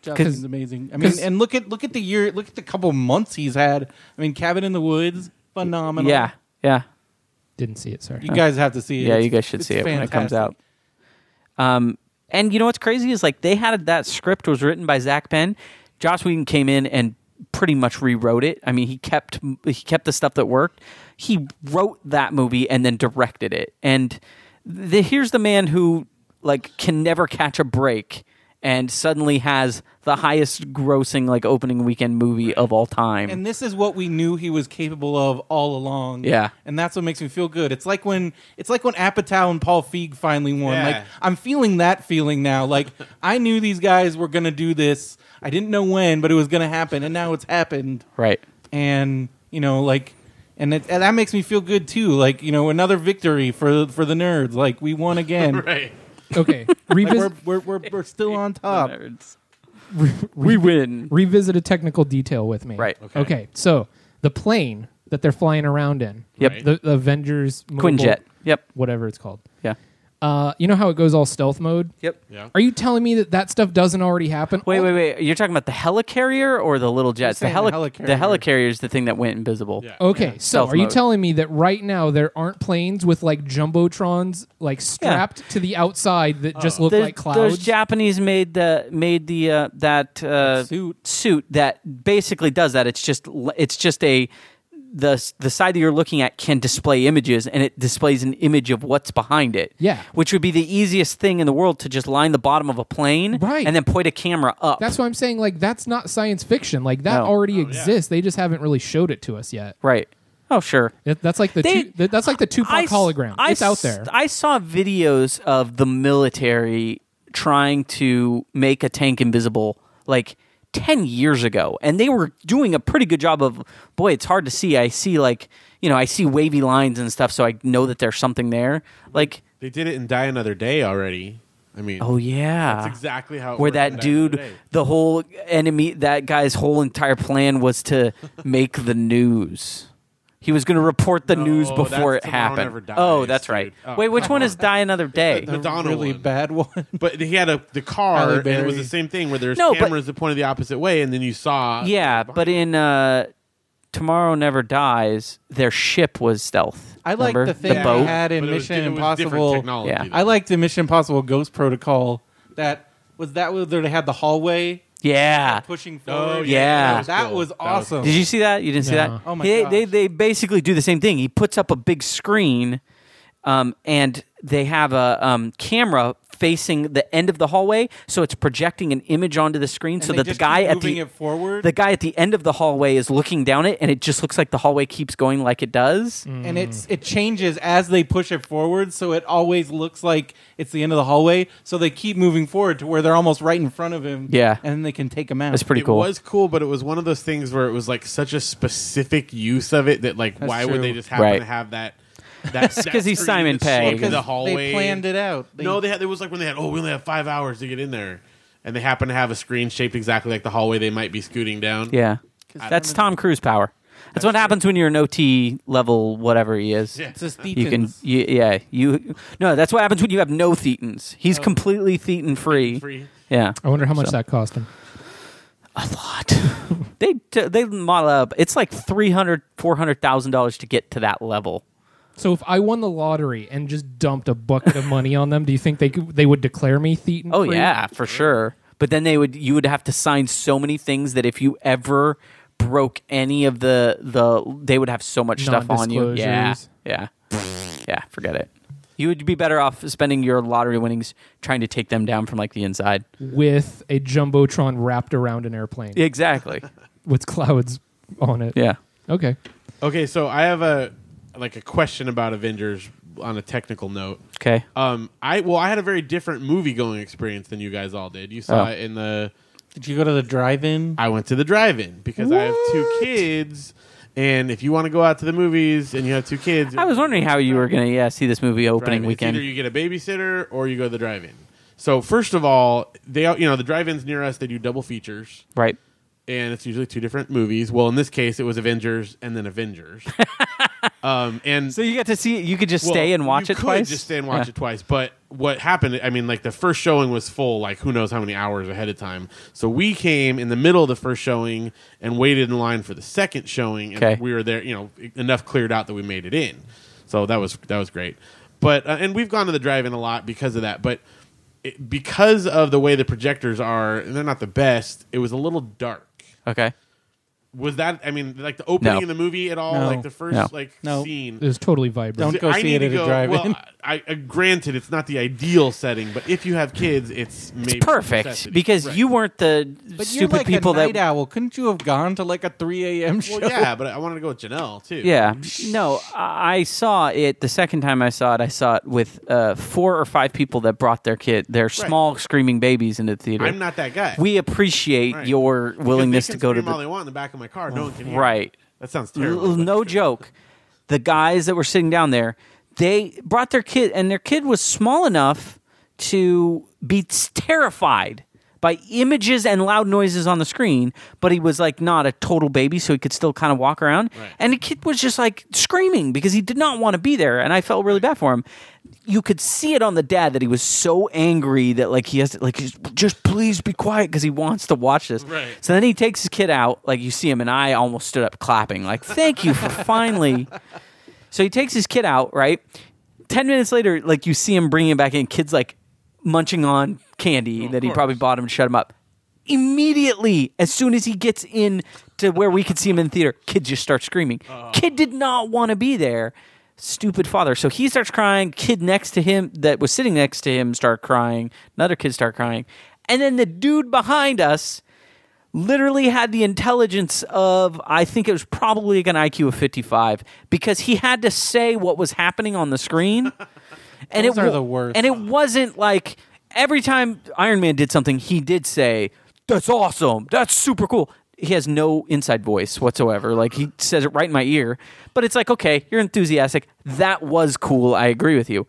Speaker 4: Joss
Speaker 1: 'Cause-
Speaker 4: Whedon's amazing. I mean,
Speaker 2: 'cause-
Speaker 4: and look at look at the year. Look at the couple months he's had. I mean, Cabin in the Woods, phenomenal.
Speaker 1: yeah, yeah,
Speaker 2: Didn't see it, sorry.
Speaker 4: You guys have to see it.
Speaker 1: yeah.
Speaker 4: It's-
Speaker 1: You guys should
Speaker 4: it's
Speaker 1: see it when it comes
Speaker 4: fantastic.
Speaker 1: out. Um, and you know what's crazy is like they had that script was written by Zach Penn. Joss Whedon came in and pretty much rewrote it. I mean, he kept he kept the stuff that worked. He wrote that movie and then directed it. And the, here's the man who like can never catch a break and suddenly has the highest grossing like opening weekend movie of all time.
Speaker 4: And this is what we knew he was capable of all along.
Speaker 1: Yeah.
Speaker 4: And that's what makes me feel good. It's like when it's like when Apatow and Paul Feig finally won.
Speaker 3: Yeah.
Speaker 4: Like I'm feeling that feeling now. Like I knew these guys were gonna do this. I didn't know when, but it was gonna happen, and now it's happened.
Speaker 1: right.
Speaker 4: And you know, like and, it, and that makes me feel good too. Like you know, another victory for for the nerds. Like we won again.
Speaker 3: <laughs> right.
Speaker 2: Okay.
Speaker 4: <laughs> Like,
Speaker 2: Revis-
Speaker 4: we're, we're, we're, we're still on top.
Speaker 1: we win.
Speaker 2: revisit a technical detail with me.
Speaker 1: Right.
Speaker 2: Okay. so the plane that they're flying around in.
Speaker 1: Yep.
Speaker 2: The, the Avengers. mobile-
Speaker 1: Quinjet. Yep.
Speaker 2: Whatever it's called.
Speaker 1: Yeah.
Speaker 2: Uh, you know how it goes all stealth mode.
Speaker 1: Yep.
Speaker 3: Yeah.
Speaker 2: Are you telling me that that stuff doesn't already happen?
Speaker 1: Wait,
Speaker 2: All-
Speaker 1: wait, wait. You're talking about the helicarrier or the little jets? The,
Speaker 4: saying the
Speaker 1: heli- the,
Speaker 4: helicarrier.
Speaker 1: helicarrier is the thing that went invisible.
Speaker 3: Yeah.
Speaker 2: Okay, so
Speaker 1: Stealth
Speaker 2: are you
Speaker 1: mode.
Speaker 2: telling me that right now there aren't planes with like jumbotrons like strapped to the outside that just look
Speaker 1: Those,
Speaker 2: like
Speaker 1: those
Speaker 2: clouds?
Speaker 1: Japanese made the made the uh, that uh,
Speaker 4: Suit.
Speaker 1: suit that basically does that. It's just l- it's just a the the side that you're looking at can display images and it displays an image of what's behind it.
Speaker 2: Yeah.
Speaker 1: which would be the easiest thing in the world to just line the bottom of a plane,
Speaker 2: Right.
Speaker 1: and then point a camera up.
Speaker 2: that's what I'm saying. Like that's not science fiction. Like that
Speaker 1: No.
Speaker 2: already exists. They just haven't really showed it to us yet.
Speaker 1: right. Oh, sure.
Speaker 2: That- That's like the
Speaker 1: They-
Speaker 2: two, that- that's like the Tupac
Speaker 1: s-
Speaker 2: hologram.
Speaker 1: I
Speaker 2: it's out
Speaker 1: s-
Speaker 2: there.
Speaker 1: I saw videos of the military trying to make a tank invisible, like 10 years ago and they were doing a pretty good job of boy it's hard to see i see like you know i see wavy lines and stuff so i know that there's something there like
Speaker 3: They did it in Die Another Day already. I mean,
Speaker 1: oh yeah
Speaker 3: that's exactly how. It
Speaker 1: where
Speaker 3: worked in
Speaker 1: that
Speaker 3: Die Another
Speaker 1: dude
Speaker 3: Day.
Speaker 1: the whole enemy that guy's whole entire plan was
Speaker 3: <laughs>
Speaker 1: to make the news he was going to report the news
Speaker 3: No,
Speaker 1: before
Speaker 3: that's
Speaker 1: it
Speaker 3: Tomorrow
Speaker 1: happened
Speaker 3: Never Dies,
Speaker 1: oh that's
Speaker 3: dude.
Speaker 1: right
Speaker 3: Oh,
Speaker 1: wait which
Speaker 3: come
Speaker 1: one
Speaker 3: on.
Speaker 1: is die another
Speaker 3: <laughs>
Speaker 1: day
Speaker 3: Madonna
Speaker 4: really
Speaker 3: one.
Speaker 4: bad one.
Speaker 3: <laughs> But he had a the car,
Speaker 4: Halle
Speaker 3: and it was
Speaker 4: Berry.
Speaker 3: the same thing where there's
Speaker 1: No, but-
Speaker 3: cameras that pointed the opposite way, and then you saw.
Speaker 1: yeah but in uh, tomorrow never dies their ship was stealth
Speaker 4: I like
Speaker 1: Remember?
Speaker 4: the thing
Speaker 1: the
Speaker 4: they
Speaker 1: boat
Speaker 4: had in
Speaker 3: But it was-
Speaker 4: Mission
Speaker 3: it was different
Speaker 4: Impossible.
Speaker 3: technology,
Speaker 1: Yeah.
Speaker 3: though.
Speaker 4: I like the Mission Impossible Ghost Protocol. That was that where they had the hallway
Speaker 1: yeah
Speaker 4: pushing forward.
Speaker 3: Oh,
Speaker 1: Yeah.
Speaker 3: that was
Speaker 4: that
Speaker 3: cool.
Speaker 4: was
Speaker 3: That was
Speaker 4: awesome.
Speaker 1: Did you see that? You didn't see
Speaker 2: No.
Speaker 1: that?
Speaker 4: Oh my
Speaker 1: they, they
Speaker 4: gosh.
Speaker 1: they basically do the same thing. He puts up a big screen, um, and they have a um, camera facing the end of the hallway, so it's projecting an image onto the screen,
Speaker 4: And
Speaker 1: so
Speaker 4: they
Speaker 1: that the
Speaker 4: just
Speaker 1: guy
Speaker 4: keep
Speaker 1: at
Speaker 4: moving
Speaker 1: the
Speaker 4: it forward?
Speaker 1: the guy at the end of the hallway is looking down it, and it just looks like the hallway keeps going like it does.
Speaker 4: and it's it changes as they push it forward, so it always looks like it's the end of the hallway. So they keep moving forward to where they're almost right in front of him.
Speaker 1: Yeah.
Speaker 4: and then they can take him out.
Speaker 1: That's pretty
Speaker 3: it
Speaker 1: cool.
Speaker 3: was cool, but it was one of those things where it was like such a specific use of it that like
Speaker 4: That's
Speaker 3: why
Speaker 4: true.
Speaker 3: would they just happen
Speaker 1: Right.
Speaker 3: to have that? That's
Speaker 1: <laughs> 'cause he's Simon Pegg.
Speaker 4: because
Speaker 3: The hallway.
Speaker 4: they planned it out. They-
Speaker 3: no, they had. It was like when they had. Oh, we only have five hours to get in there, and they happen to have a screen shaped exactly like the hallway they might be scooting down.
Speaker 1: yeah,
Speaker 4: I-
Speaker 1: that's Tom Cruise power. That's, what happens when you're an OT level, whatever he is.
Speaker 3: Yeah.
Speaker 4: it's just
Speaker 1: You can,
Speaker 4: Thetans.
Speaker 1: you, yeah, you. No, that's what happens when you have no thetans.
Speaker 4: Oh.
Speaker 1: He's completely thetan free.
Speaker 3: Free.
Speaker 1: Yeah,
Speaker 2: I wonder how much
Speaker 1: So-
Speaker 2: that cost him.
Speaker 1: a lot. they t- they model up. It's like three hundred, four hundred thousand dollars to get to that level.
Speaker 2: So if I won the lottery and just dumped a bucket of money on them, do you think they could, they would declare me Thetan?
Speaker 1: Oh
Speaker 2: free?
Speaker 1: yeah, for sure. But then they would you would have to sign so many things that if you ever broke any of the the they would have so much stuff on you. Yeah,
Speaker 2: Non-disclosures.
Speaker 1: yeah, yeah. Forget it. You would be better off spending your lottery winnings trying to take them down from like the inside.
Speaker 2: with a jumbotron wrapped around an airplane
Speaker 1: Exactly.
Speaker 2: with clouds on it.
Speaker 1: yeah.
Speaker 2: Okay.
Speaker 3: Okay, so I have a like a question about Avengers on a technical note.
Speaker 1: Okay.
Speaker 3: Um, I well, I had a very different movie going experience than you guys all did. You
Speaker 1: Oh.
Speaker 3: saw it in the
Speaker 4: Did you go to the drive-in?
Speaker 3: I went to the drive-in because I have two kids, and if you want to go out to the movies and you have two kids,
Speaker 1: I was wondering how you were gonna yeah see this movie opening
Speaker 3: drive-in. It's
Speaker 1: weekend.
Speaker 3: Either you get a babysitter or you go to the drive-in. So first of all, they all- you know the drive-ins near us they do double features,
Speaker 1: right.
Speaker 3: and it's usually two different movies. Well, in this case, it was Avengers and then
Speaker 1: <laughs>
Speaker 3: Avengers. um, and
Speaker 1: So you got to see. You could just
Speaker 3: Well,
Speaker 1: stay and watch
Speaker 3: you
Speaker 1: it
Speaker 3: could
Speaker 1: twice.
Speaker 3: Just stay and watch it twice. But what happened? I mean, like the first showing was full. Like who knows how many hours ahead of time. So we came in the middle of the first showing and waited in line for the second showing. And
Speaker 1: Okay.
Speaker 3: we were there. You know, enough cleared out that we made it in. So that was that was great. But uh, and we've gone to the drive-in a lot because of that. But it, because of the way the projectors are, and they're not the best. It was a little dark.
Speaker 1: Okay.
Speaker 3: Was that? I mean, like the opening
Speaker 1: No.
Speaker 3: of the movie at all?
Speaker 4: No.
Speaker 3: Like the first
Speaker 1: No.
Speaker 3: like
Speaker 4: No.
Speaker 3: scene.
Speaker 2: It was totally vibrant.
Speaker 4: Don't go see
Speaker 3: need
Speaker 4: it
Speaker 3: to
Speaker 4: at a
Speaker 3: go-
Speaker 4: drive-in.
Speaker 3: Well, I, I, granted, it's not the ideal setting, but if you have kids, it's maybe
Speaker 1: It's perfect
Speaker 3: necessity.
Speaker 1: because
Speaker 3: Right.
Speaker 1: you weren't the
Speaker 4: But
Speaker 1: stupid
Speaker 4: you're like
Speaker 1: people
Speaker 4: a night
Speaker 1: that.
Speaker 4: owl. Couldn't you have gone to like a 3 a.m. show?
Speaker 3: Well, yeah, but I wanted to go with Janelle too.
Speaker 1: Yeah. No, I I saw it the second time I saw it. I saw it with uh, four or five people that brought their kid, their small screaming babies, into the theater.
Speaker 3: I'm not that guy.
Speaker 1: We appreciate
Speaker 3: Right.
Speaker 1: your
Speaker 3: Because
Speaker 1: willingness
Speaker 3: they
Speaker 1: to
Speaker 3: can
Speaker 1: go to
Speaker 3: scream all
Speaker 1: the
Speaker 3: they want in the back of my car. No one can hear.
Speaker 1: right.
Speaker 3: That sounds
Speaker 1: L-
Speaker 3: terrible. but
Speaker 1: no
Speaker 3: it's good.
Speaker 1: joke. The guys that were sitting down there, they brought their kid, and their kid was small enough to be s- terrified by images and loud noises on the screen, but he was like not a total baby, so he could still kind of walk around.
Speaker 3: Right.
Speaker 1: And the kid was just like screaming because he did not want to be there, and I felt really bad for him. You could see it on the dad that he was so angry that like he has to like he's, just please be quiet because he wants to watch this.
Speaker 3: Right.
Speaker 1: So then he takes his kid out, like you see him, and I almost stood up clapping, like, thank you for
Speaker 3: <laughs>
Speaker 1: finally. So he takes his kid out, right? 10 minutes later, like you see him bringing it back in, kid's like munching on candy that he
Speaker 3: course.
Speaker 1: probably bought him to shut him up. Immediately, as soon as he gets in to where we could see him in the theater, kid just starts screaming.
Speaker 3: Oh.
Speaker 1: Kid did not want to be there. Stupid father. So he starts crying. Kid next to him that was sitting next to him start crying. Another kid start crying. And then the dude behind us literally had the intelligence of I think it was probably like an IQ of 55 because he had to say what was happening on the
Speaker 4: <laughs>
Speaker 1: screen. and
Speaker 4: Those
Speaker 1: it
Speaker 4: are
Speaker 1: wa-
Speaker 4: the worst.
Speaker 1: And it wasn't like every time Iron Man did something he did say that's awesome. That's super cool. He has no inside voice whatsoever. Like he says it right in my ear. But it's like, okay, you're enthusiastic. That was cool. I agree with
Speaker 4: <laughs>
Speaker 1: you.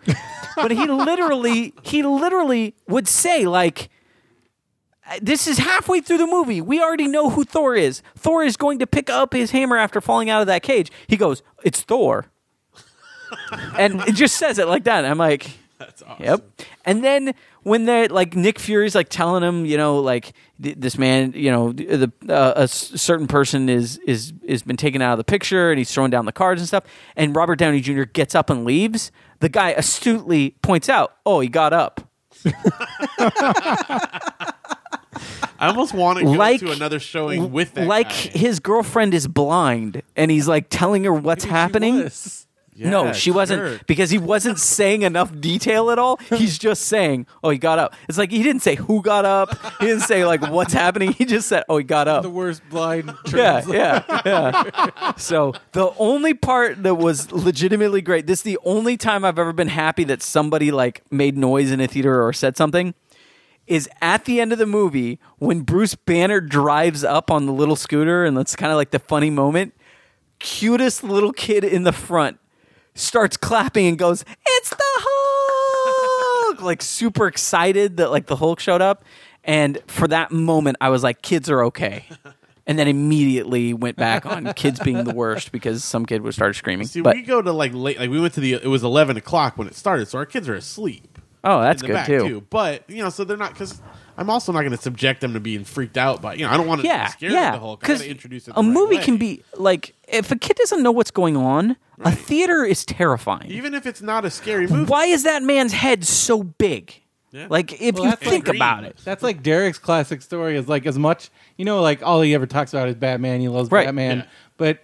Speaker 1: but he literally, he literally would say like, this is halfway through the movie. We already know who Thor is. Thor is going to pick up his hammer after falling out of that cage. He goes, "It's Thor," <laughs> and it just says it like that. I'm like, "That's awesome." Yep. And then when they are like Nick Fury's like telling him, you know, like th- this man, you know, th- the uh, a s- certain person is is is been taken out of the picture, and he's throwing down the cards and stuff. And Robert Downey Jr. gets up and leaves. The guy astutely points out, "Oh, he got up."
Speaker 3: I almost want to go
Speaker 1: Like-
Speaker 3: to another showing with that.
Speaker 1: like
Speaker 3: guy.
Speaker 1: his girlfriend is blind and he's like telling her what's happening no
Speaker 3: Yeah,
Speaker 1: she wasn't
Speaker 3: sure.
Speaker 1: because he wasn't
Speaker 3: <laughs>
Speaker 1: saying enough detail at all he's just saying oh he got up it's like he didn't say who got up he didn't say like what's happening he just said oh he got up
Speaker 4: <laughs> The worst blind.
Speaker 1: yeah, yeah, yeah. So the only part that was legitimately great, this is the only time I've ever been happy that somebody like made noise in a theater or said something, is at the end of the movie when Bruce Banner drives up on the little scooter, and that's kind of like the funny moment. Cutest little kid in the front starts clapping and goes, "It's the Hulk!" <laughs> like super excited that like the Hulk showed up, and for that moment, I was like, "Kids are okay." And then immediately went back
Speaker 3: <laughs>
Speaker 1: on kids being the worst because some kid would start screaming.
Speaker 3: See,
Speaker 1: but
Speaker 3: we go to like late. Like we went to the. It was eleven o'clock when it started, so our kids are asleep.
Speaker 1: oh, that's
Speaker 3: in the
Speaker 1: good
Speaker 3: back
Speaker 1: too.
Speaker 3: But you know, so they're not because I'm also not going to subject them to being freaked out by. You know, I don't want to
Speaker 1: Yeah,
Speaker 3: scare
Speaker 1: yeah.
Speaker 3: them the whole. Because introduce it
Speaker 1: a
Speaker 3: the right
Speaker 1: movie
Speaker 3: way.
Speaker 1: can be like if a kid doesn't know what's going on, a theater is terrifying.
Speaker 3: even if it's not a scary movie.
Speaker 1: Why is that man's head so big?
Speaker 3: Yeah.
Speaker 1: Like if
Speaker 4: Well,
Speaker 1: you
Speaker 4: that's
Speaker 1: think
Speaker 3: like-
Speaker 1: about it,
Speaker 4: That's like Derek's classic story is like as much you know, like all he ever talks about is Batman, he loves
Speaker 1: Right.
Speaker 4: Batman.
Speaker 3: Yeah.
Speaker 4: But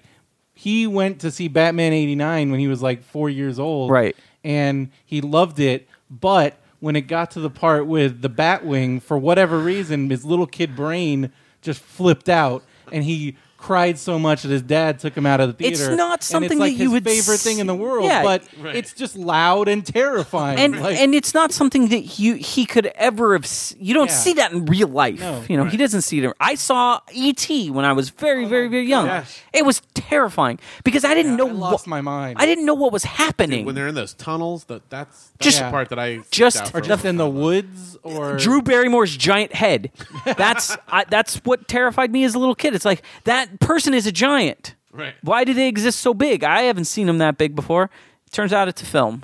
Speaker 4: he went to see Batman eighty nine when he was like four years old.
Speaker 1: Right.
Speaker 4: And he loved it, but when it got to the part with the Batwing, for whatever reason, his little kid brain just flipped out and he cried so much that his dad took him out of the
Speaker 1: It's
Speaker 4: theater.
Speaker 1: not
Speaker 4: And it's
Speaker 1: something
Speaker 4: like
Speaker 1: that you
Speaker 4: his
Speaker 1: would
Speaker 4: favorite
Speaker 1: s-
Speaker 4: thing in the world,
Speaker 1: Yeah.
Speaker 4: but
Speaker 3: Right.
Speaker 4: it's just loud and terrifying.
Speaker 1: and
Speaker 4: Like-
Speaker 1: and it's not something that you he could ever have. s- You don't
Speaker 4: Yeah.
Speaker 1: see that in real life.
Speaker 4: No.
Speaker 1: you know he doesn't see it. I saw E.T. when I was very very very young.
Speaker 4: Oh, gosh.
Speaker 1: It was terrifying because I didn't know
Speaker 4: I lost
Speaker 1: what
Speaker 4: my mind.
Speaker 1: I didn't know what was happening.
Speaker 3: When they're in those tunnels, that that's, that's
Speaker 1: Just-
Speaker 3: the part that I
Speaker 1: just-
Speaker 3: freaked out
Speaker 4: or
Speaker 3: for.
Speaker 4: just in the woods or
Speaker 1: Drew Barrymore's giant
Speaker 4: <laughs>
Speaker 1: head. That's I, that's what terrified me as a little kid. It's like that person is a giant.
Speaker 3: Right.
Speaker 1: Why do they exist so big? I haven't seen them that big before. Turns out it's a film.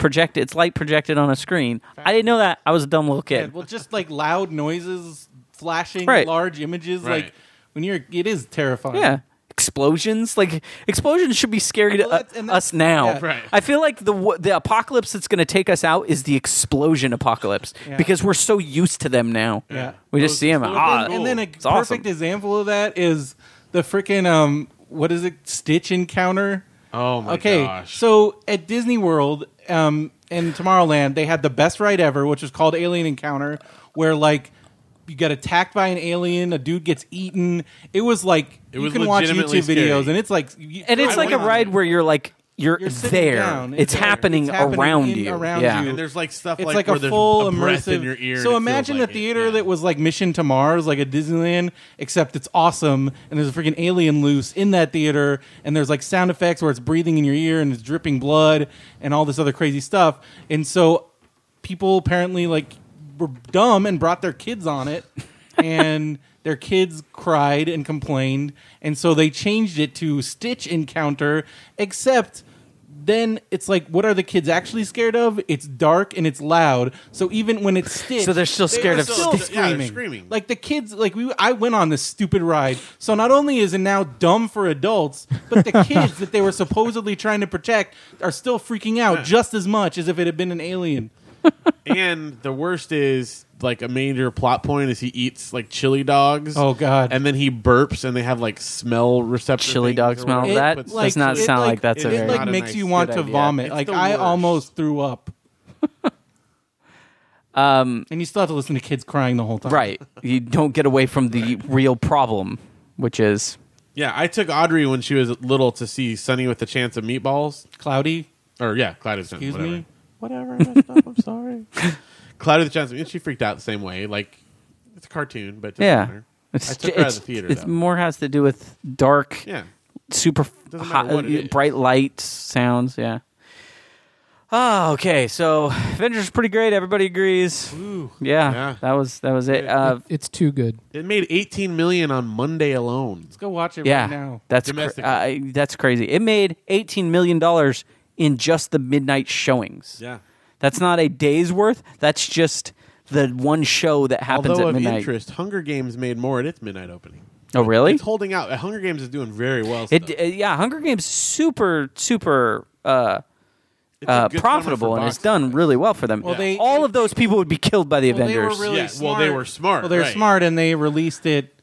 Speaker 1: Projected, it's light projected on a screen. I didn't know that. I was a dumb little
Speaker 4: Yeah,
Speaker 1: kid.
Speaker 4: well just like loud noises flashing
Speaker 1: Right.
Speaker 4: large images like
Speaker 3: Right.
Speaker 4: when you're it is terrifying
Speaker 1: Yeah. Um, Explosions, like explosions, should be scary to
Speaker 4: Well, that's-
Speaker 1: u-
Speaker 4: and that's-
Speaker 1: us now.
Speaker 4: yeah.
Speaker 3: Right.
Speaker 1: I feel like the w- the apocalypse that's going to take us out is the explosion apocalypse
Speaker 4: Yeah.
Speaker 1: because we're so used to them now.
Speaker 4: Yeah.
Speaker 1: we just
Speaker 3: Those
Speaker 1: see them.
Speaker 3: explosions-
Speaker 1: Ah,
Speaker 4: and then a
Speaker 1: it's awesome.
Speaker 4: perfect example of that is the freaking um what is it stitch encounter
Speaker 3: Oh my
Speaker 4: okay
Speaker 3: gosh.
Speaker 4: so at disney world um in tomorrowland they had the best ride ever which was called alien encounter where like you get attacked by an alien a dude gets eaten it was like
Speaker 3: It
Speaker 4: you
Speaker 3: was
Speaker 4: can watch
Speaker 3: legitimately
Speaker 4: youtube videos
Speaker 3: scary.
Speaker 4: and it's like you-
Speaker 1: and it's
Speaker 3: I
Speaker 1: like a
Speaker 3: went on
Speaker 1: ride
Speaker 3: it.
Speaker 1: where you're like you're,
Speaker 4: You're sitting
Speaker 1: there.
Speaker 4: down.
Speaker 1: It's,
Speaker 4: It's there.
Speaker 1: happening
Speaker 4: It's happening
Speaker 1: around
Speaker 4: in-
Speaker 1: you.
Speaker 4: around
Speaker 1: yeah.
Speaker 4: you.
Speaker 3: and there's like stuff
Speaker 4: it's
Speaker 3: like,
Speaker 4: like,
Speaker 3: where
Speaker 4: a
Speaker 3: there's
Speaker 4: full
Speaker 3: a breath
Speaker 4: immersive.
Speaker 3: in your ear. and
Speaker 4: so
Speaker 3: it feels
Speaker 4: imagine
Speaker 3: like
Speaker 4: a
Speaker 3: it,
Speaker 4: theater
Speaker 3: yeah.
Speaker 4: that was like Mission to Mars, like a Disneyland, except it's awesome, and there's a freaking alien loose in that theater, and there's like sound effects where it's breathing in your ear and it's dripping blood and all this other crazy stuff. And so people apparently like were dumb and brought their kids on it, and their kids cried and complained, and so they changed it to Stitch Encounter, except then it's like, what are the kids actually scared of? It's dark and it's loud. So even when it's stitched,
Speaker 1: So they're still scared
Speaker 3: were
Speaker 1: of
Speaker 3: still-
Speaker 1: Stitch.
Speaker 3: yeah, they're screaming.
Speaker 4: Like the kids, like we, I went on this stupid ride. So not only is it now dumb for adults,
Speaker 1: <laughs>
Speaker 4: but the kids that they were supposedly trying to protect are still freaking out just as much as if it had been an alien.
Speaker 3: and the worst is like a major plot point is he eats like chili dogs.
Speaker 4: Oh, God.
Speaker 3: And then he burps, and they have like smell receptors.
Speaker 1: Chili dog smell.
Speaker 4: It,
Speaker 1: That
Speaker 4: like,
Speaker 1: does not
Speaker 4: it,
Speaker 1: sound
Speaker 4: like-
Speaker 1: like that's a
Speaker 4: it,
Speaker 1: very-
Speaker 4: like
Speaker 3: Not a
Speaker 4: makes
Speaker 3: nice-
Speaker 4: you want
Speaker 1: good
Speaker 4: to
Speaker 1: idea.
Speaker 4: vomit.
Speaker 3: It's
Speaker 4: like
Speaker 3: the
Speaker 4: I
Speaker 3: worst.
Speaker 4: almost
Speaker 1: <laughs>
Speaker 4: threw up. um, and you still have to listen to kids crying the whole time.
Speaker 1: Right. You don't get away from the real problem, which is
Speaker 3: Yeah, I took Audrey when she was little to see Sunny with a Chance of Meatballs.
Speaker 4: Cloudy.
Speaker 3: Or yeah, Cloud is
Speaker 4: Excuse
Speaker 3: whatever.
Speaker 4: me?
Speaker 1: <laughs>
Speaker 3: Whatever, I messed up. I'm sorry. Cloud of the Chance. of- And she freaked out the same way. Like It's a cartoon, but it doesn't
Speaker 1: Yeah.
Speaker 3: matter.
Speaker 1: It's,
Speaker 3: I took her out of the
Speaker 1: it's-
Speaker 3: theater,
Speaker 1: it's
Speaker 3: though.
Speaker 1: more has to do with dark,
Speaker 3: Yeah.
Speaker 1: super
Speaker 3: Doesn't
Speaker 1: hot, uh,
Speaker 3: matter what it is.
Speaker 1: bright lights, sounds. Yeah. Oh, okay. So Avengers is pretty great. Everybody agrees. Yeah,
Speaker 3: Yeah.
Speaker 1: That was that was it. Uh,
Speaker 2: it's too good.
Speaker 3: It made 18 million on Monday alone.
Speaker 4: Let's go watch it
Speaker 1: yeah.
Speaker 4: right now.
Speaker 1: That's cr-
Speaker 3: Domestic.
Speaker 1: uh, that's crazy. It made eighteen million dollars in just the midnight showings.
Speaker 3: Yeah.
Speaker 1: That's not a day's worth. That's just the one show that happens
Speaker 3: Although
Speaker 1: at
Speaker 3: of
Speaker 1: midnight.
Speaker 3: interest, Hunger Games made more at its midnight opening.
Speaker 1: Oh, really?
Speaker 3: It's holding out. Hunger Games is doing very well. still.
Speaker 1: It, uh, yeah, Hunger Games super super uh,
Speaker 3: It's a
Speaker 1: uh,
Speaker 3: good summer
Speaker 1: profitable
Speaker 3: for
Speaker 1: and
Speaker 3: box
Speaker 1: it's done
Speaker 3: office.
Speaker 1: really well for them.
Speaker 4: Well, they-
Speaker 1: All of those people would be killed by the
Speaker 4: Well,
Speaker 1: Avengers.
Speaker 4: They were really
Speaker 3: Yeah, well,
Speaker 4: smart.
Speaker 3: they were smart,
Speaker 4: Well, they were
Speaker 3: right.
Speaker 4: smart, and they released it.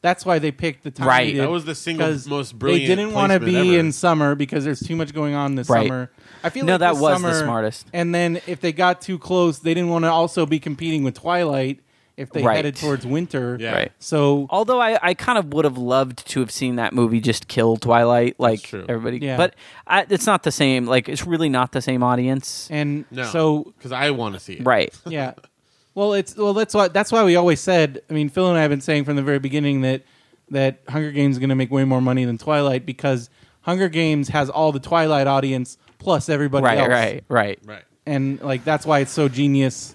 Speaker 4: That's why they picked the time.
Speaker 1: Right.
Speaker 4: they did,
Speaker 1: That
Speaker 3: was the single
Speaker 4: 'cause
Speaker 3: most brilliant
Speaker 4: They didn't wanna
Speaker 3: placement
Speaker 4: be
Speaker 3: ever.
Speaker 4: in summer because there's too much going on this
Speaker 1: Right.
Speaker 4: summer. I feel
Speaker 1: No,
Speaker 4: like
Speaker 1: that
Speaker 4: this
Speaker 1: was the
Speaker 4: summer-
Speaker 1: smartest.
Speaker 4: And then if they got too close, they didn't want to also be competing with Twilight if they
Speaker 1: Right.
Speaker 4: headed towards winter.
Speaker 3: Yeah.
Speaker 1: Right.
Speaker 4: So
Speaker 1: Although I, I kind of would have loved to have seen that movie just kill Twilight, like
Speaker 3: true.
Speaker 1: everybody.
Speaker 4: Yeah.
Speaker 1: But I, it's not the same. Like it's really not the same audience.
Speaker 4: and
Speaker 3: No.
Speaker 4: so
Speaker 3: because I want to see it.
Speaker 1: Right.
Speaker 4: yeah. Well, it's well. That's why. That's why we always said. I mean, Phil and I have been saying from the very beginning that that Hunger Games is going to make way more money than Twilight because Hunger Games has all the Twilight audience plus everybody
Speaker 1: Right.
Speaker 4: else.
Speaker 1: Right. Right.
Speaker 3: Right.
Speaker 4: And like that's why it's so genius,